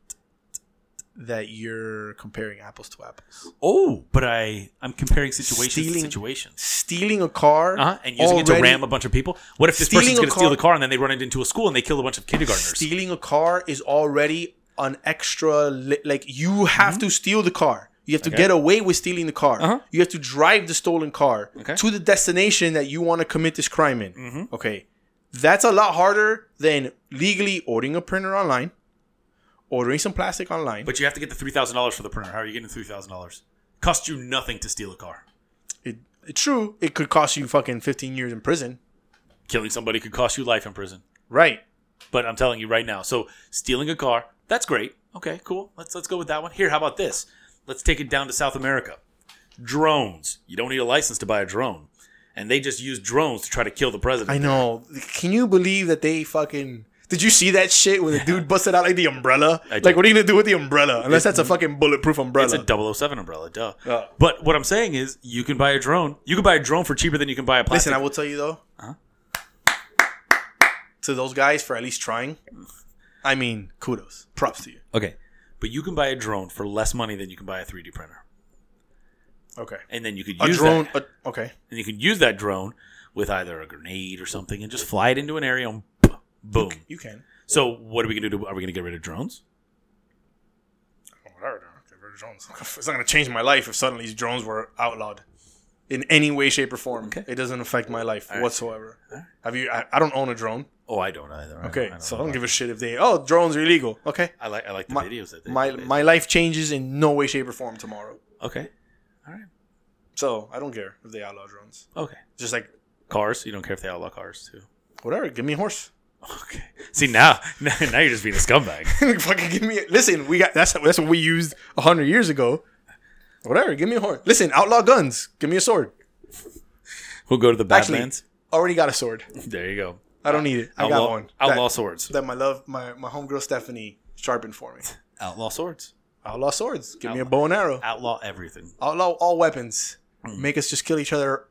Speaker 2: that you're comparing apples to apples.
Speaker 1: Oh, but I I'm comparing situations to
Speaker 2: Stealing-
Speaker 1: situations.
Speaker 2: Stealing a car
Speaker 1: Uh-huh, and using it to
Speaker 2: already-
Speaker 1: ram a bunch of people. What if this person's
Speaker 2: Stealing a
Speaker 1: going to steal
Speaker 2: car-
Speaker 1: the car and then they run it into a school and they kill a bunch of kindergartners?
Speaker 2: stealing a car is already an extra li- like you have
Speaker 1: Mm-hmm.
Speaker 2: to steal the car you have to get away with stealing the car
Speaker 1: Uh-huh.
Speaker 2: you have to drive the stolen car to the destination that you want to commit this crime in
Speaker 1: Mm-hmm.
Speaker 2: okay that's a lot harder than legally ordering a printer online ordering some plastic online
Speaker 1: but you have to get the three thousand dollars for the printer. How are you getting three thousand dollars? Cost you nothing to steal a car.
Speaker 2: it, it, true it could cost you fucking 15 years in prison
Speaker 1: killing somebody could cost you life in prison.
Speaker 2: right
Speaker 1: But I'm telling you right now. So stealing a car, that's great. Okay, cool. Let's let's go with that one. Here, how about this? Let's take it down to South America. Drones. You don't need a license to buy a drone. And they just use drones to try to kill the president.
Speaker 2: i know can you believe that they fucking Did you see that shit where the dude busted out like the umbrella?
Speaker 1: I did.
Speaker 2: Like, what are you gonna do with the umbrella? Unless that's a fucking bulletproof umbrella.
Speaker 1: It's a 007 umbrella, duh.
Speaker 2: Oh.
Speaker 1: But what I'm saying is, you can buy a drone. You can buy a drone for cheaper than you can buy a plastic.
Speaker 2: Listen, I will tell you though, to those guys for at least trying. I mean, kudos, props to you.
Speaker 1: okay, but you can buy a drone for less money than you can buy a 3D printer,
Speaker 2: Okay,
Speaker 1: and then you could
Speaker 2: a
Speaker 1: use
Speaker 2: drone.
Speaker 1: that,
Speaker 2: a- okay,
Speaker 1: and you could use that drone with either a grenade or something, and just fly it into an area and boom.
Speaker 2: you can.
Speaker 1: So what are we gonna do? Are we gonna get rid of drones?
Speaker 2: Oh, Whatever. dude. Get rid of drones. It's not gonna change my life if suddenly these drones were outlawed in any way, shape, or form.
Speaker 1: Okay.
Speaker 2: It doesn't affect my life
Speaker 1: right.
Speaker 2: whatsoever. Have you? I, I don't own a drone.
Speaker 1: Oh, I don't either. I-
Speaker 2: Okay,
Speaker 1: I don't
Speaker 2: so
Speaker 1: know
Speaker 2: I don't
Speaker 1: about-
Speaker 2: give a shit if they. Oh, drones are illegal. Okay,
Speaker 1: I like I like the
Speaker 2: my
Speaker 1: videos that they
Speaker 2: my,
Speaker 1: they-
Speaker 2: my life changes in no way, shape, or form tomorrow.
Speaker 1: okay, all right,
Speaker 2: So I don't care if they outlaw drones.
Speaker 1: okay.
Speaker 2: Just like
Speaker 1: Cars, you don't care if they outlaw cars too.
Speaker 2: whatever, give me a horse.
Speaker 1: Okay. See now, now you're just being a scumbag.
Speaker 2: Like, fucking give me. A, listen, we got that's that's what we used hundred years ago. Whatever, give me a horn. Listen, outlaw guns. Give me a sword.
Speaker 1: We'll go to the
Speaker 2: Actually,
Speaker 1: Badlands.
Speaker 2: already got a sword.
Speaker 1: there you go.
Speaker 2: I don't need it. I
Speaker 1: outlaw,
Speaker 2: got one.
Speaker 1: Outlaw
Speaker 2: that,
Speaker 1: swords.
Speaker 2: that my love, my my homegirl Stephanie sharpened for me.
Speaker 1: outlaw swords.
Speaker 2: Outlaw swords. Give me a
Speaker 1: Outlaw-
Speaker 2: bow and arrow.
Speaker 1: Outlaw everything.
Speaker 2: Outlaw all weapons. Make us just kill each other,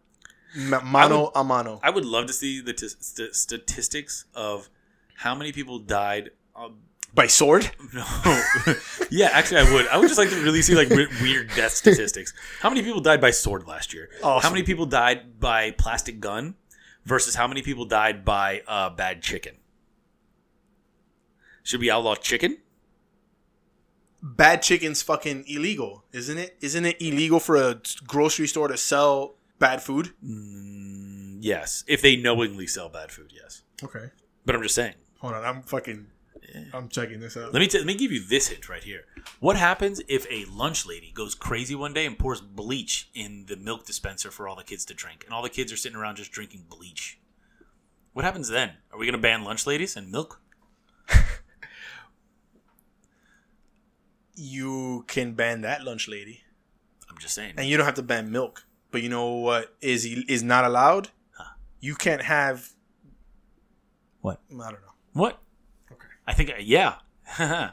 Speaker 2: ma- mano a mano.
Speaker 1: I would love to see the t- st- statistics of how many people died. Um,
Speaker 2: By sword.
Speaker 1: no. yeah, actually, I would. I would just like to really see like weird, weird death statistics. How many people died by sword last year? How
Speaker 2: Awesome.
Speaker 1: many people died by plastic gun versus how many people died by uh, bad chicken? Should we outlaw chicken?
Speaker 2: Bad chicken's fucking illegal, isn't it? Isn't it illegal for a grocery store to sell bad food?
Speaker 1: Yes, if they knowingly sell bad food, yes.
Speaker 2: Okay.
Speaker 1: But I'm just saying.
Speaker 2: Hold on, I'm fucking. I'm checking this out.
Speaker 1: Let me t- let me give you this hint right here. What happens if a lunch lady goes crazy one day and pours bleach in the milk dispenser for all the kids to drink, and all the kids are sitting around just drinking bleach? What happens then? Are we going to ban lunch ladies and milk?
Speaker 2: You can ban that lunch lady,
Speaker 1: I'm just saying.
Speaker 2: and you don't have to ban milk. But you know what is is not allowed? You can't have.
Speaker 1: What?
Speaker 2: I don't know.
Speaker 1: What?
Speaker 2: Okay.
Speaker 1: I think yeah,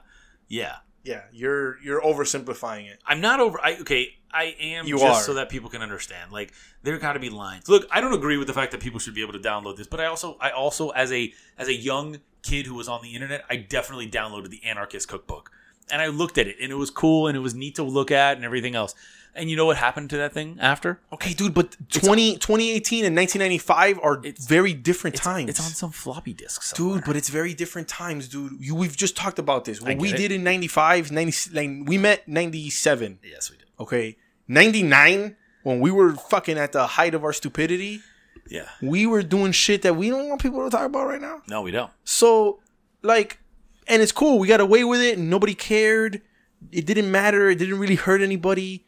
Speaker 1: yeah.
Speaker 2: Yeah, you're you're oversimplifying it.
Speaker 1: I'm not over. I okay. I am
Speaker 2: You
Speaker 1: just
Speaker 2: are.
Speaker 1: so that people can understand. Like there got to be lines. Look, I don't agree with the fact that people should be able to download this, but I also, I also, as a as a young kid who was on the internet, I definitely downloaded the Anarchist Cookbook, and I looked at it, and it was cool, and it was neat to look at, and everything else. And you know what happened to that thing after?
Speaker 2: Okay, dude, but 20, 2018 and 1995 are
Speaker 1: It's-
Speaker 2: very different
Speaker 1: It's,
Speaker 2: times.
Speaker 1: It's on some floppy disk, somewhere.
Speaker 2: Dude, but it's very different times, dude. You, we've just talked about this. What
Speaker 1: get
Speaker 2: we
Speaker 1: it.
Speaker 2: did in 95, 90, like, we met 97.
Speaker 1: Yes, we did.
Speaker 2: okay 99 when we were fucking at the height of our stupidity
Speaker 1: Yeah.
Speaker 2: we were doing shit that we don't want people to talk about right now
Speaker 1: No, we don't.
Speaker 2: so like and it's cool we got away with it and nobody cared it didn't matter it didn't really hurt anybody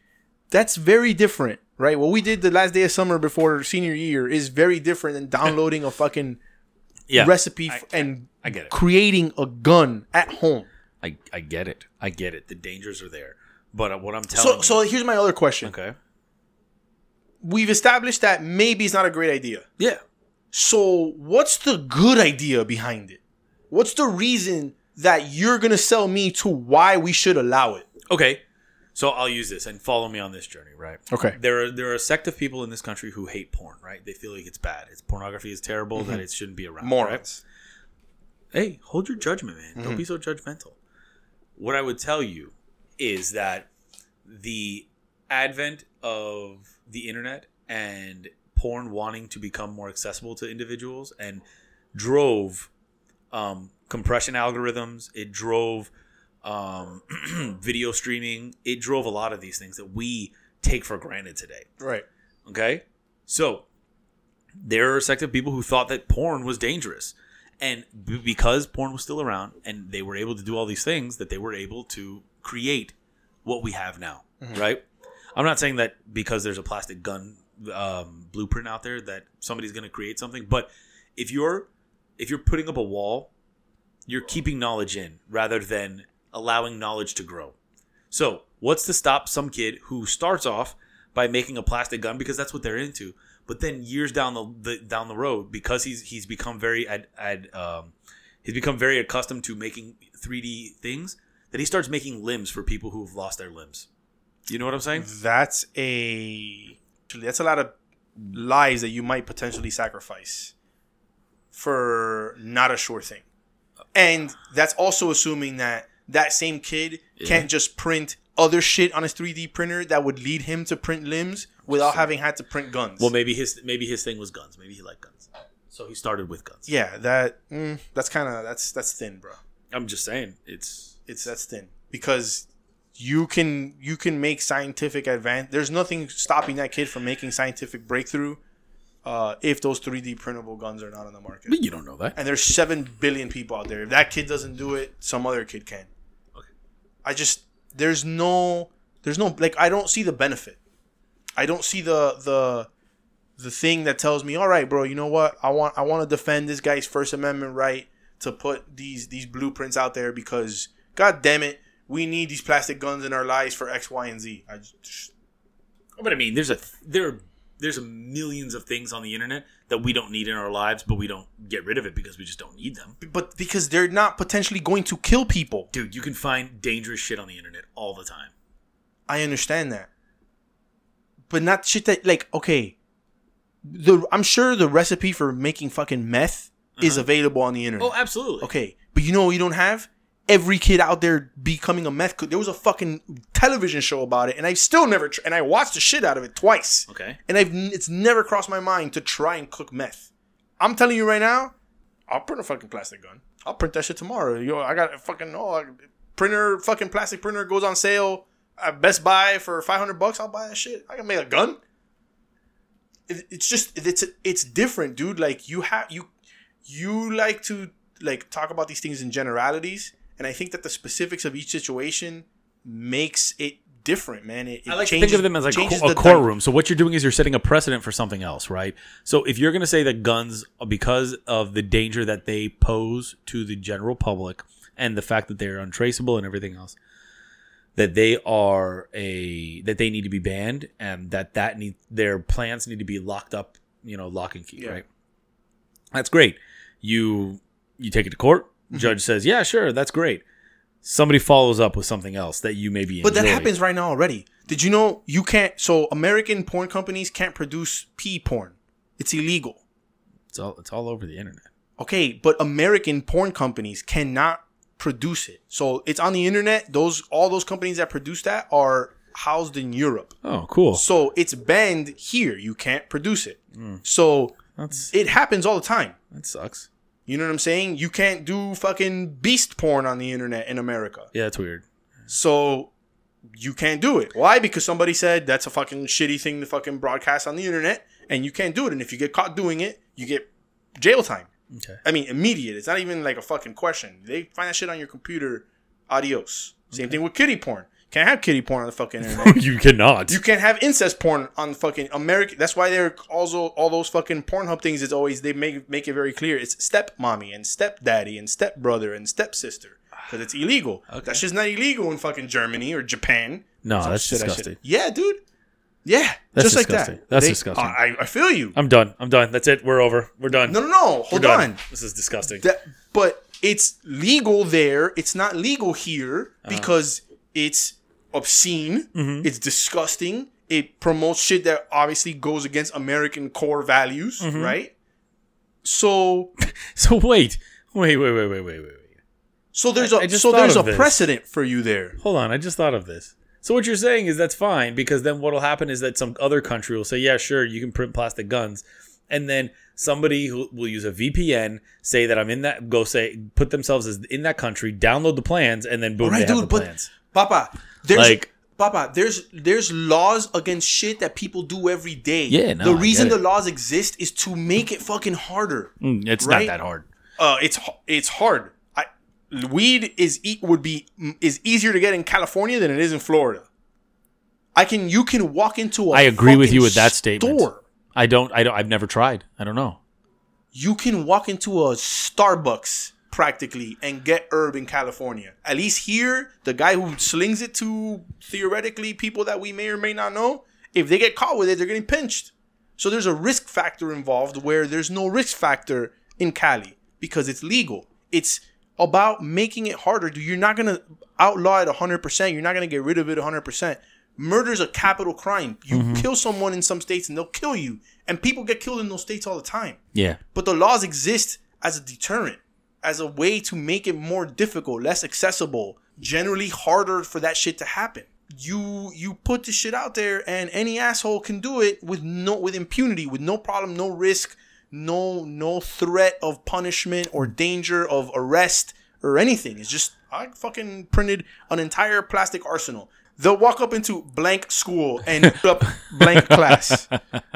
Speaker 2: that's very different right what we did the last day of summer before senior year is very different than downloading a fucking
Speaker 1: Yeah.
Speaker 2: recipe f- and
Speaker 1: I get it.
Speaker 2: creating a gun at home
Speaker 1: I, I get it. I get it. The dangers are there, but uh, what I'm telling
Speaker 2: so
Speaker 1: you.
Speaker 2: so here's my other question
Speaker 1: okay.
Speaker 2: we've established that maybe it's not a great idea
Speaker 1: Yeah.
Speaker 2: So, what's the good idea behind it? What's the reason that you're going to sell me to why we should allow it?
Speaker 1: Okay. So I'll use this and follow me on this journey, right?
Speaker 2: Okay.
Speaker 1: There are there are a sect of people in this country who hate porn, right? They feel like it's bad. It's pornography is terrible, that it shouldn't be around. right?
Speaker 2: Morons.
Speaker 1: Hey, hold your judgment, man. Don't be so judgmental. What I would tell you is that the advent of the internet and porn wanting to become more accessible to individuals and drove um, compression algorithms. It drove um, video streaming. It drove a lot of these things that we take for granted today.
Speaker 2: Right.
Speaker 1: Okay. So there are a sect of people who thought that porn was dangerous. And b- because porn was still around and they were able to do all these things, that they were able to create what we have now. Right. I'm not saying that because there's a plastic gun um, blueprint out there that somebody's going to create something, but if you're if you're putting up a wall, you're keeping knowledge in rather than allowing knowledge to grow. So, what's to stop some kid who starts off by making a plastic gun because that's what they're into, but then years down the, the down the road, because he's he's become very ad, ad, um, he's become very accustomed to making 3D things that he starts making limbs for people who have lost their limbs. You know what I'm saying?
Speaker 2: That's a actually, that's a lot of lives that you might potentially sacrifice for not a sure thing. And that's also assuming that that same kid can't just print other shit on his 3D printer that would lead him to print limbs without having had to print guns.
Speaker 1: Well, maybe his maybe his thing was guns. Maybe he liked guns, so he started with guns.
Speaker 2: yeah, that mm, that's kind of that's that's thin, bro.
Speaker 1: I'm just saying, it's
Speaker 2: It's that's thin because you can you can make scientific advance. There's nothing stopping that kid from making scientific breakthrough uh, if those 3D printable guns are not on the market.
Speaker 1: you don't know that.
Speaker 2: and there's seven billion people out there. If that kid doesn't do it, some other kid can. I just there's no there's no like I don't see the benefit. I don't see the the the thing that tells me, all right, bro, you know what? I want I want to defend this guy's First Amendment right to put these these blueprints out there because god damn it, we need these plastic guns in our lives for X, Y, and Z. I just,
Speaker 1: But I mean, there's a there are- there's a millions of things on the internet that we don't need in our lives, but we don't get rid of it because we just don't need them.
Speaker 2: but because they're not potentially going to kill people.
Speaker 1: Dude, you can find dangerous shit on the internet all the time.
Speaker 2: I understand that. But not shit that like okay. The I'm sure the recipe for making fucking meth is available on the internet.
Speaker 1: Oh, absolutely.
Speaker 2: okay, but you know what you don't have? Every kid out there becoming a meth cook. There was a fucking television show about it, and I still never tr- and I watched the shit out of it twice.
Speaker 1: Okay.
Speaker 2: and I've n- it's never crossed my mind to try and cook meth. I'm telling you right now, I'll print a fucking plastic gun. I'll print that shit tomorrow. Yo, I got a fucking oh, I- printer, fucking plastic printer goes on sale at Best Buy for 500 bucks. I'll buy that shit. I can make a gun. It, it's just it's it's different, dude. Like you have you you like to like talk about these things in generalities, and I think that the specifics of each situation makes it different, man. It, it
Speaker 1: I like
Speaker 2: changes,
Speaker 1: to think of them as like a,
Speaker 2: changes
Speaker 1: co- a
Speaker 2: the dy-
Speaker 1: courtroom. So what you're doing is you're setting a precedent for something else, right? So if you're going to say that guns, because of the danger that they pose to the general public and the fact that they're untraceable and everything else, that they are a that they need to be banned and that that need their plans need to be locked up, you know, lock and key,
Speaker 2: Yeah.
Speaker 1: right? That's great. You you take it to court.
Speaker 2: Mm-hmm.
Speaker 1: Judge says, "Yeah, sure, that's great." Somebody follows up with something else that you may be.
Speaker 2: But that
Speaker 1: enjoying.
Speaker 2: happens right now already. Did you know you can't? So American porn companies can't produce pee porn. It's illegal.
Speaker 1: It's all it's all over the internet.
Speaker 2: Okay, but American porn companies cannot produce it. So it's on the internet. Those all those companies that produce that are housed in Europe.
Speaker 1: Oh, cool.
Speaker 2: So it's banned here. You can't produce it. So
Speaker 1: That's
Speaker 2: it happens all the time.
Speaker 1: that sucks.
Speaker 2: You know what I'm saying? You can't do fucking beast porn on the internet in America.
Speaker 1: Yeah, that's weird.
Speaker 2: So you can't do it. Why? Because somebody said that's a fucking shitty thing to fucking broadcast on the internet, and you can't do it. And if you get caught doing it, you get jail time.
Speaker 1: Okay.
Speaker 2: I mean, immediate. It's not even like a fucking question. They find that shit on your computer. Adios. Same thing with kitty porn. Can't have kitty porn on the fucking internet.
Speaker 1: you cannot.
Speaker 2: You can't have incest porn on fucking America. That's why they're also all those fucking Pornhub things. It's always they make make it very clear. It's stepmommy and stepdaddy and stepbrother and stepsister because it's illegal. That's just not illegal in fucking Germany or Japan.
Speaker 1: no,
Speaker 2: Some
Speaker 1: that's
Speaker 2: shit I should-
Speaker 1: disgusting.
Speaker 2: Yeah, dude. Yeah,
Speaker 1: That's
Speaker 2: just like
Speaker 1: disgusting.
Speaker 2: that.
Speaker 1: That's disgusting.
Speaker 2: I, I feel you.
Speaker 1: I'm done. I'm done. That's it. We're over. We're done.
Speaker 2: no, no, no.
Speaker 1: We're
Speaker 2: Hold
Speaker 1: done.
Speaker 2: on.
Speaker 1: This is disgusting.
Speaker 2: That, but it's legal there. It's not legal here
Speaker 1: Uh-huh.
Speaker 2: because it's obscene.
Speaker 1: Mm-hmm.
Speaker 2: It's disgusting. It promotes shit that obviously goes against American core values,
Speaker 1: Mm-hmm.
Speaker 2: right? So,
Speaker 1: so wait, wait, wait, wait, wait, wait, wait. wait.
Speaker 2: so there's
Speaker 1: I-
Speaker 2: a
Speaker 1: I just
Speaker 2: so
Speaker 1: thought
Speaker 2: there's a
Speaker 1: of this.
Speaker 2: precedent for you there.
Speaker 1: Hold on. I just thought of this. So what you're saying is that's fine because then what'll happen is that some other country will say, yeah, sure, you can print plastic guns, and then somebody who will use a VPN say that I'm in that go say put themselves as in that country, download the plans, and then boom,
Speaker 2: All right,
Speaker 1: they have
Speaker 2: dude,
Speaker 1: the
Speaker 2: but
Speaker 1: plans.
Speaker 2: Papa, there's
Speaker 1: Like-
Speaker 2: Papa, there's there's laws against shit that people do every day.
Speaker 1: Yeah, no,
Speaker 2: the
Speaker 1: I get
Speaker 2: reason the
Speaker 1: it.
Speaker 2: laws exist is to make it fucking harder.
Speaker 1: Mm, it's
Speaker 2: Right?
Speaker 1: not that hard.
Speaker 2: uh, it's h- it's hard. I, weed is e- would be is easier to get in California than it is in Florida. I can you can walk into a
Speaker 1: I agree with
Speaker 2: fucking
Speaker 1: you with that statement.
Speaker 2: store.
Speaker 1: I don't. I don't. I've never tried. I don't know.
Speaker 2: You can walk into a Starbucks practically and get herb in California. At least here, the guy who slings it to theoretically people that we may or may not know, if they get caught with it, they're getting pinched. So there's a risk factor involved where there's no risk factor in Cali because it's legal. it's about making it harder. Dude, You're not gonna outlaw it 100. percent You're not gonna get rid of it 100. percent Murder's a capital crime. You kill someone in some states and they'll kill you, and people get killed in those states all the time.
Speaker 1: Yeah.
Speaker 2: But the laws exist as a deterrent, as a way to make it more difficult, less accessible, generally harder for that shit to happen. You you put this shit out there and any asshole can do it with no with impunity, with no problem, no risk, no no threat of punishment or danger of arrest or anything. It's just I fucking printed an entire plastic arsenal. They'll walk up into blank school and put up blank class.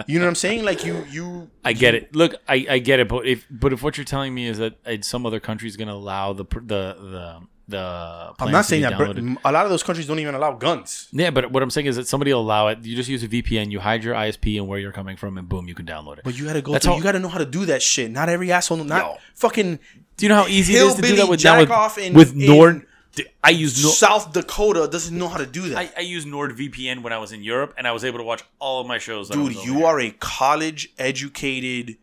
Speaker 2: You know what I'm saying? Like you you
Speaker 1: I get it. Look, I, I get it, but if but if what you're telling me is that uh, some other country is going to allow the pr- the the the
Speaker 2: I'm
Speaker 1: plans
Speaker 2: not
Speaker 1: to
Speaker 2: saying
Speaker 1: be
Speaker 2: that Brit-
Speaker 1: downloaded-
Speaker 2: a lot of those countries don't even allow guns.
Speaker 1: Yeah, but what I'm saying is that somebody will allow it. You just use a VPN, you hide your ISP and where you're coming from, and boom, you can download it.
Speaker 2: But you gotta go.
Speaker 1: That's
Speaker 2: Through,
Speaker 1: how-
Speaker 2: you gotta know how to do that shit. Not every asshole. Not
Speaker 1: Yo.
Speaker 2: fucking
Speaker 1: do you know how easy it is to do that
Speaker 2: hillbilly
Speaker 1: with now with,
Speaker 2: jack-off in-
Speaker 1: with
Speaker 2: in-
Speaker 1: Nord? Dude, I use Nord.
Speaker 2: South Dakota doesn't know how to do that.
Speaker 1: I, I used NordVPN when I was in Europe, and I was able to watch all of my shows. that I
Speaker 2: Dude,
Speaker 1: was over
Speaker 2: you
Speaker 1: here.
Speaker 2: are a college educated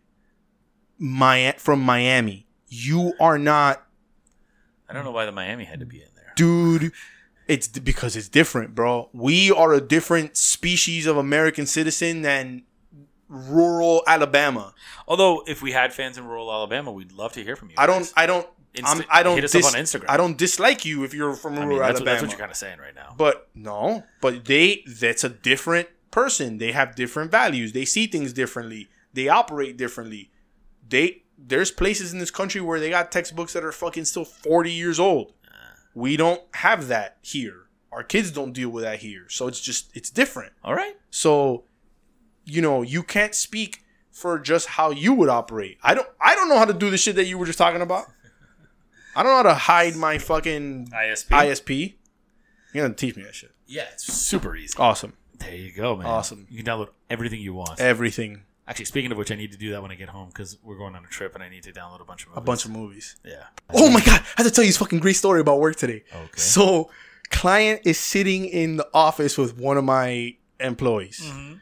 Speaker 2: Mia- from Miami. You are not,
Speaker 1: I don't know why the Miami had to be in there.
Speaker 2: dude. It's d- because it's different, bro. We are a different species of American citizen than rural Alabama.
Speaker 1: Although, if we had fans in rural Alabama, we'd love to hear from you.
Speaker 2: I don't.
Speaker 1: guys.
Speaker 2: I don't. I'm,
Speaker 1: Insta-
Speaker 2: I don't.
Speaker 1: hit us up on Instagram.
Speaker 2: I don't dislike you if you're from
Speaker 1: I
Speaker 2: rural
Speaker 1: mean, that's, what-
Speaker 2: Alabama.
Speaker 1: that's what you're kind of saying right now.
Speaker 2: But no, but they that's a different person. They have different values. They see things differently. They operate differently. They there's places in this country where they got textbooks that are fucking still 40 years old. We don't have that here. Our kids don't deal with that here. So it's just it's different.
Speaker 1: all right.
Speaker 2: So, you know, you can't speak for just how you would operate. I don't I don't know how to do the shit that you were just talking about. I don't know how to hide my fucking
Speaker 1: ISP.
Speaker 2: ISP. You're gonna teach me that shit.
Speaker 1: yeah, it's super easy.
Speaker 2: Awesome.
Speaker 1: Oh, There you go, man.
Speaker 2: Awesome.
Speaker 1: You can download everything you want.
Speaker 2: Everything.
Speaker 1: Actually, speaking of which, I need to do that when I get home because we're going on a trip and I need to download a bunch of movies.
Speaker 2: A bunch of movies.
Speaker 1: yeah.
Speaker 2: Oh my god! I have to tell you this fucking great story about work today.
Speaker 1: Okay.
Speaker 2: So, client is sitting in the office with one of my employees.
Speaker 1: Mm-hmm.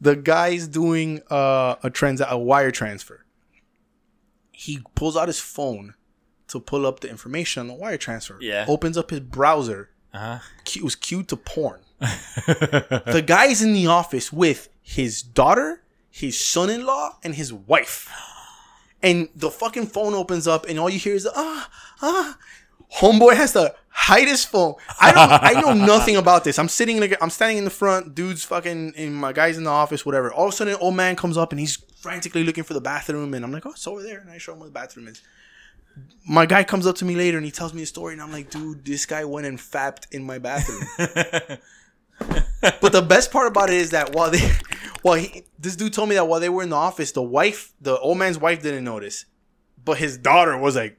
Speaker 2: the guy's doing uh, a trans a wire transfer. He pulls out his phone to pull up the information on the wire transfer.
Speaker 1: Yeah.
Speaker 2: Opens up his browser.
Speaker 1: Uh-huh.
Speaker 2: Cu- It was queued to porn. the guy's in the office with his daughter, his son-in-law, and his wife. And the fucking phone opens up, and all you hear is ah ah. Homeboy has to hide his phone. I don't. I know nothing about this. I'm sitting. In the, I'm standing in the front. Dude's fucking. And my guy's in the office. Whatever. All of a sudden, an old man comes up, and he's frantically looking for the bathroom. And I'm like, oh, it's over there. And I show him where the bathroom is my guy comes up to me later and he tells me a story, and I'm like, dude, this guy went and fapped in my bathroom. but the best part about it is that while they, while he, this dude told me that while they were in the office, the wife, the old man's wife, didn't notice, but his daughter was like,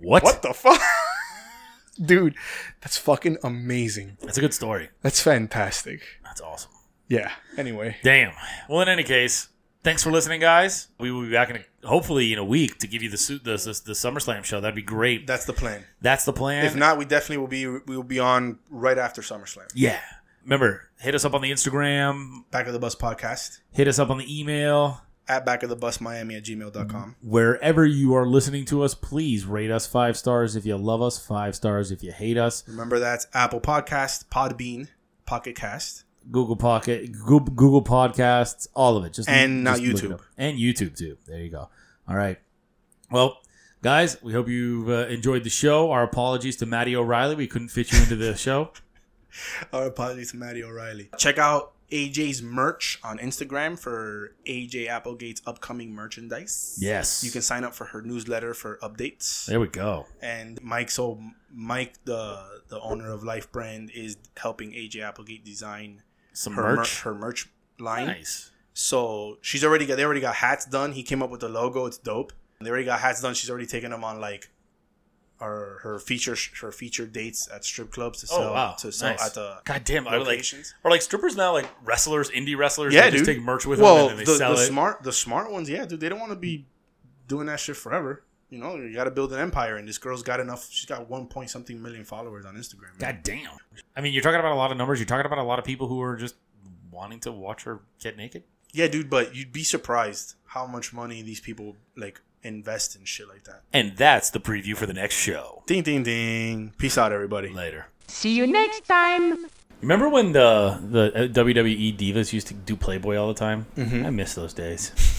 Speaker 1: What?
Speaker 2: what the fuck, dude, that's fucking amazing.
Speaker 1: That's a good story.
Speaker 2: That's fantastic.
Speaker 1: That's awesome.
Speaker 2: Yeah. Anyway,
Speaker 1: Damn. Well, in any case, thanks for listening, guys. We will be back in a, hopefully in a week to give you the suit the, the the SummerSlam show. That'd be great.
Speaker 2: that's the plan.
Speaker 1: That's the plan.
Speaker 2: If not, we definitely will be we will be on right after SummerSlam.
Speaker 1: yeah. Remember, hit us up on the Instagram.
Speaker 2: Back of the Bus podcast
Speaker 1: Hit us up on the email.
Speaker 2: at back of the bus Miami at gmail.com.
Speaker 1: Wherever you are listening to us, please rate us five stars if you love us, five stars if you hate us.
Speaker 2: Remember that's Apple Podcast, Podbean, Pocket Cast.
Speaker 1: Google Pocket, Google, Google Podcasts, all of it. Just
Speaker 2: And now
Speaker 1: just look it
Speaker 2: YouTube.
Speaker 1: up. and YouTube too. There you go. All right. Well, guys, we hope you've uh, enjoyed the show. Our apologies to Matty O'Reilly. We couldn't fit you into the show.
Speaker 2: Our apologies to Maddie O'Reilly. Check out AJ's merch on Instagram for AJ Applegate's upcoming merchandise.
Speaker 1: Yes,
Speaker 2: You can sign up for her newsletter for updates.
Speaker 1: There we go.
Speaker 2: And Mike, so Mike, the the owner of Life Brand, is helping AJ Applegate design
Speaker 1: Some
Speaker 2: her merch,
Speaker 1: merch.
Speaker 2: her merch line.
Speaker 1: nice.
Speaker 2: So she's already got they already got hats done. He came up with the logo. It's dope. They already got hats done. She's already taken them on like her her feature her feature dates at strip clubs to sell
Speaker 1: oh wow.
Speaker 2: to sell
Speaker 1: nice.
Speaker 2: at the
Speaker 1: God damn, I would like
Speaker 2: locations.
Speaker 1: or like strippers now, like wrestlers, indie wrestlers.
Speaker 2: yeah,
Speaker 1: they
Speaker 2: dude.
Speaker 1: just take merch with
Speaker 2: well,
Speaker 1: them and then they
Speaker 2: the,
Speaker 1: sell
Speaker 2: the
Speaker 1: it.
Speaker 2: smart the smart ones, yeah, dude. They don't want to be doing that shit forever. You know, you got to build an empire, and this girl's got enough. She's got one point something million followers on Instagram. man.
Speaker 1: God damn. I mean, you're talking about a lot of numbers. You're talking about a lot of people who are just wanting to watch her get naked.
Speaker 2: Yeah, dude, but you'd be surprised how much money these people like invest in shit like that.
Speaker 1: And that's the preview for the next show.
Speaker 2: Ding, ding, ding. Peace out, everybody.
Speaker 1: Later.
Speaker 9: See you next time.
Speaker 1: E Remember when the the uh, WWE divas used to do Playboy all the time? I miss those days.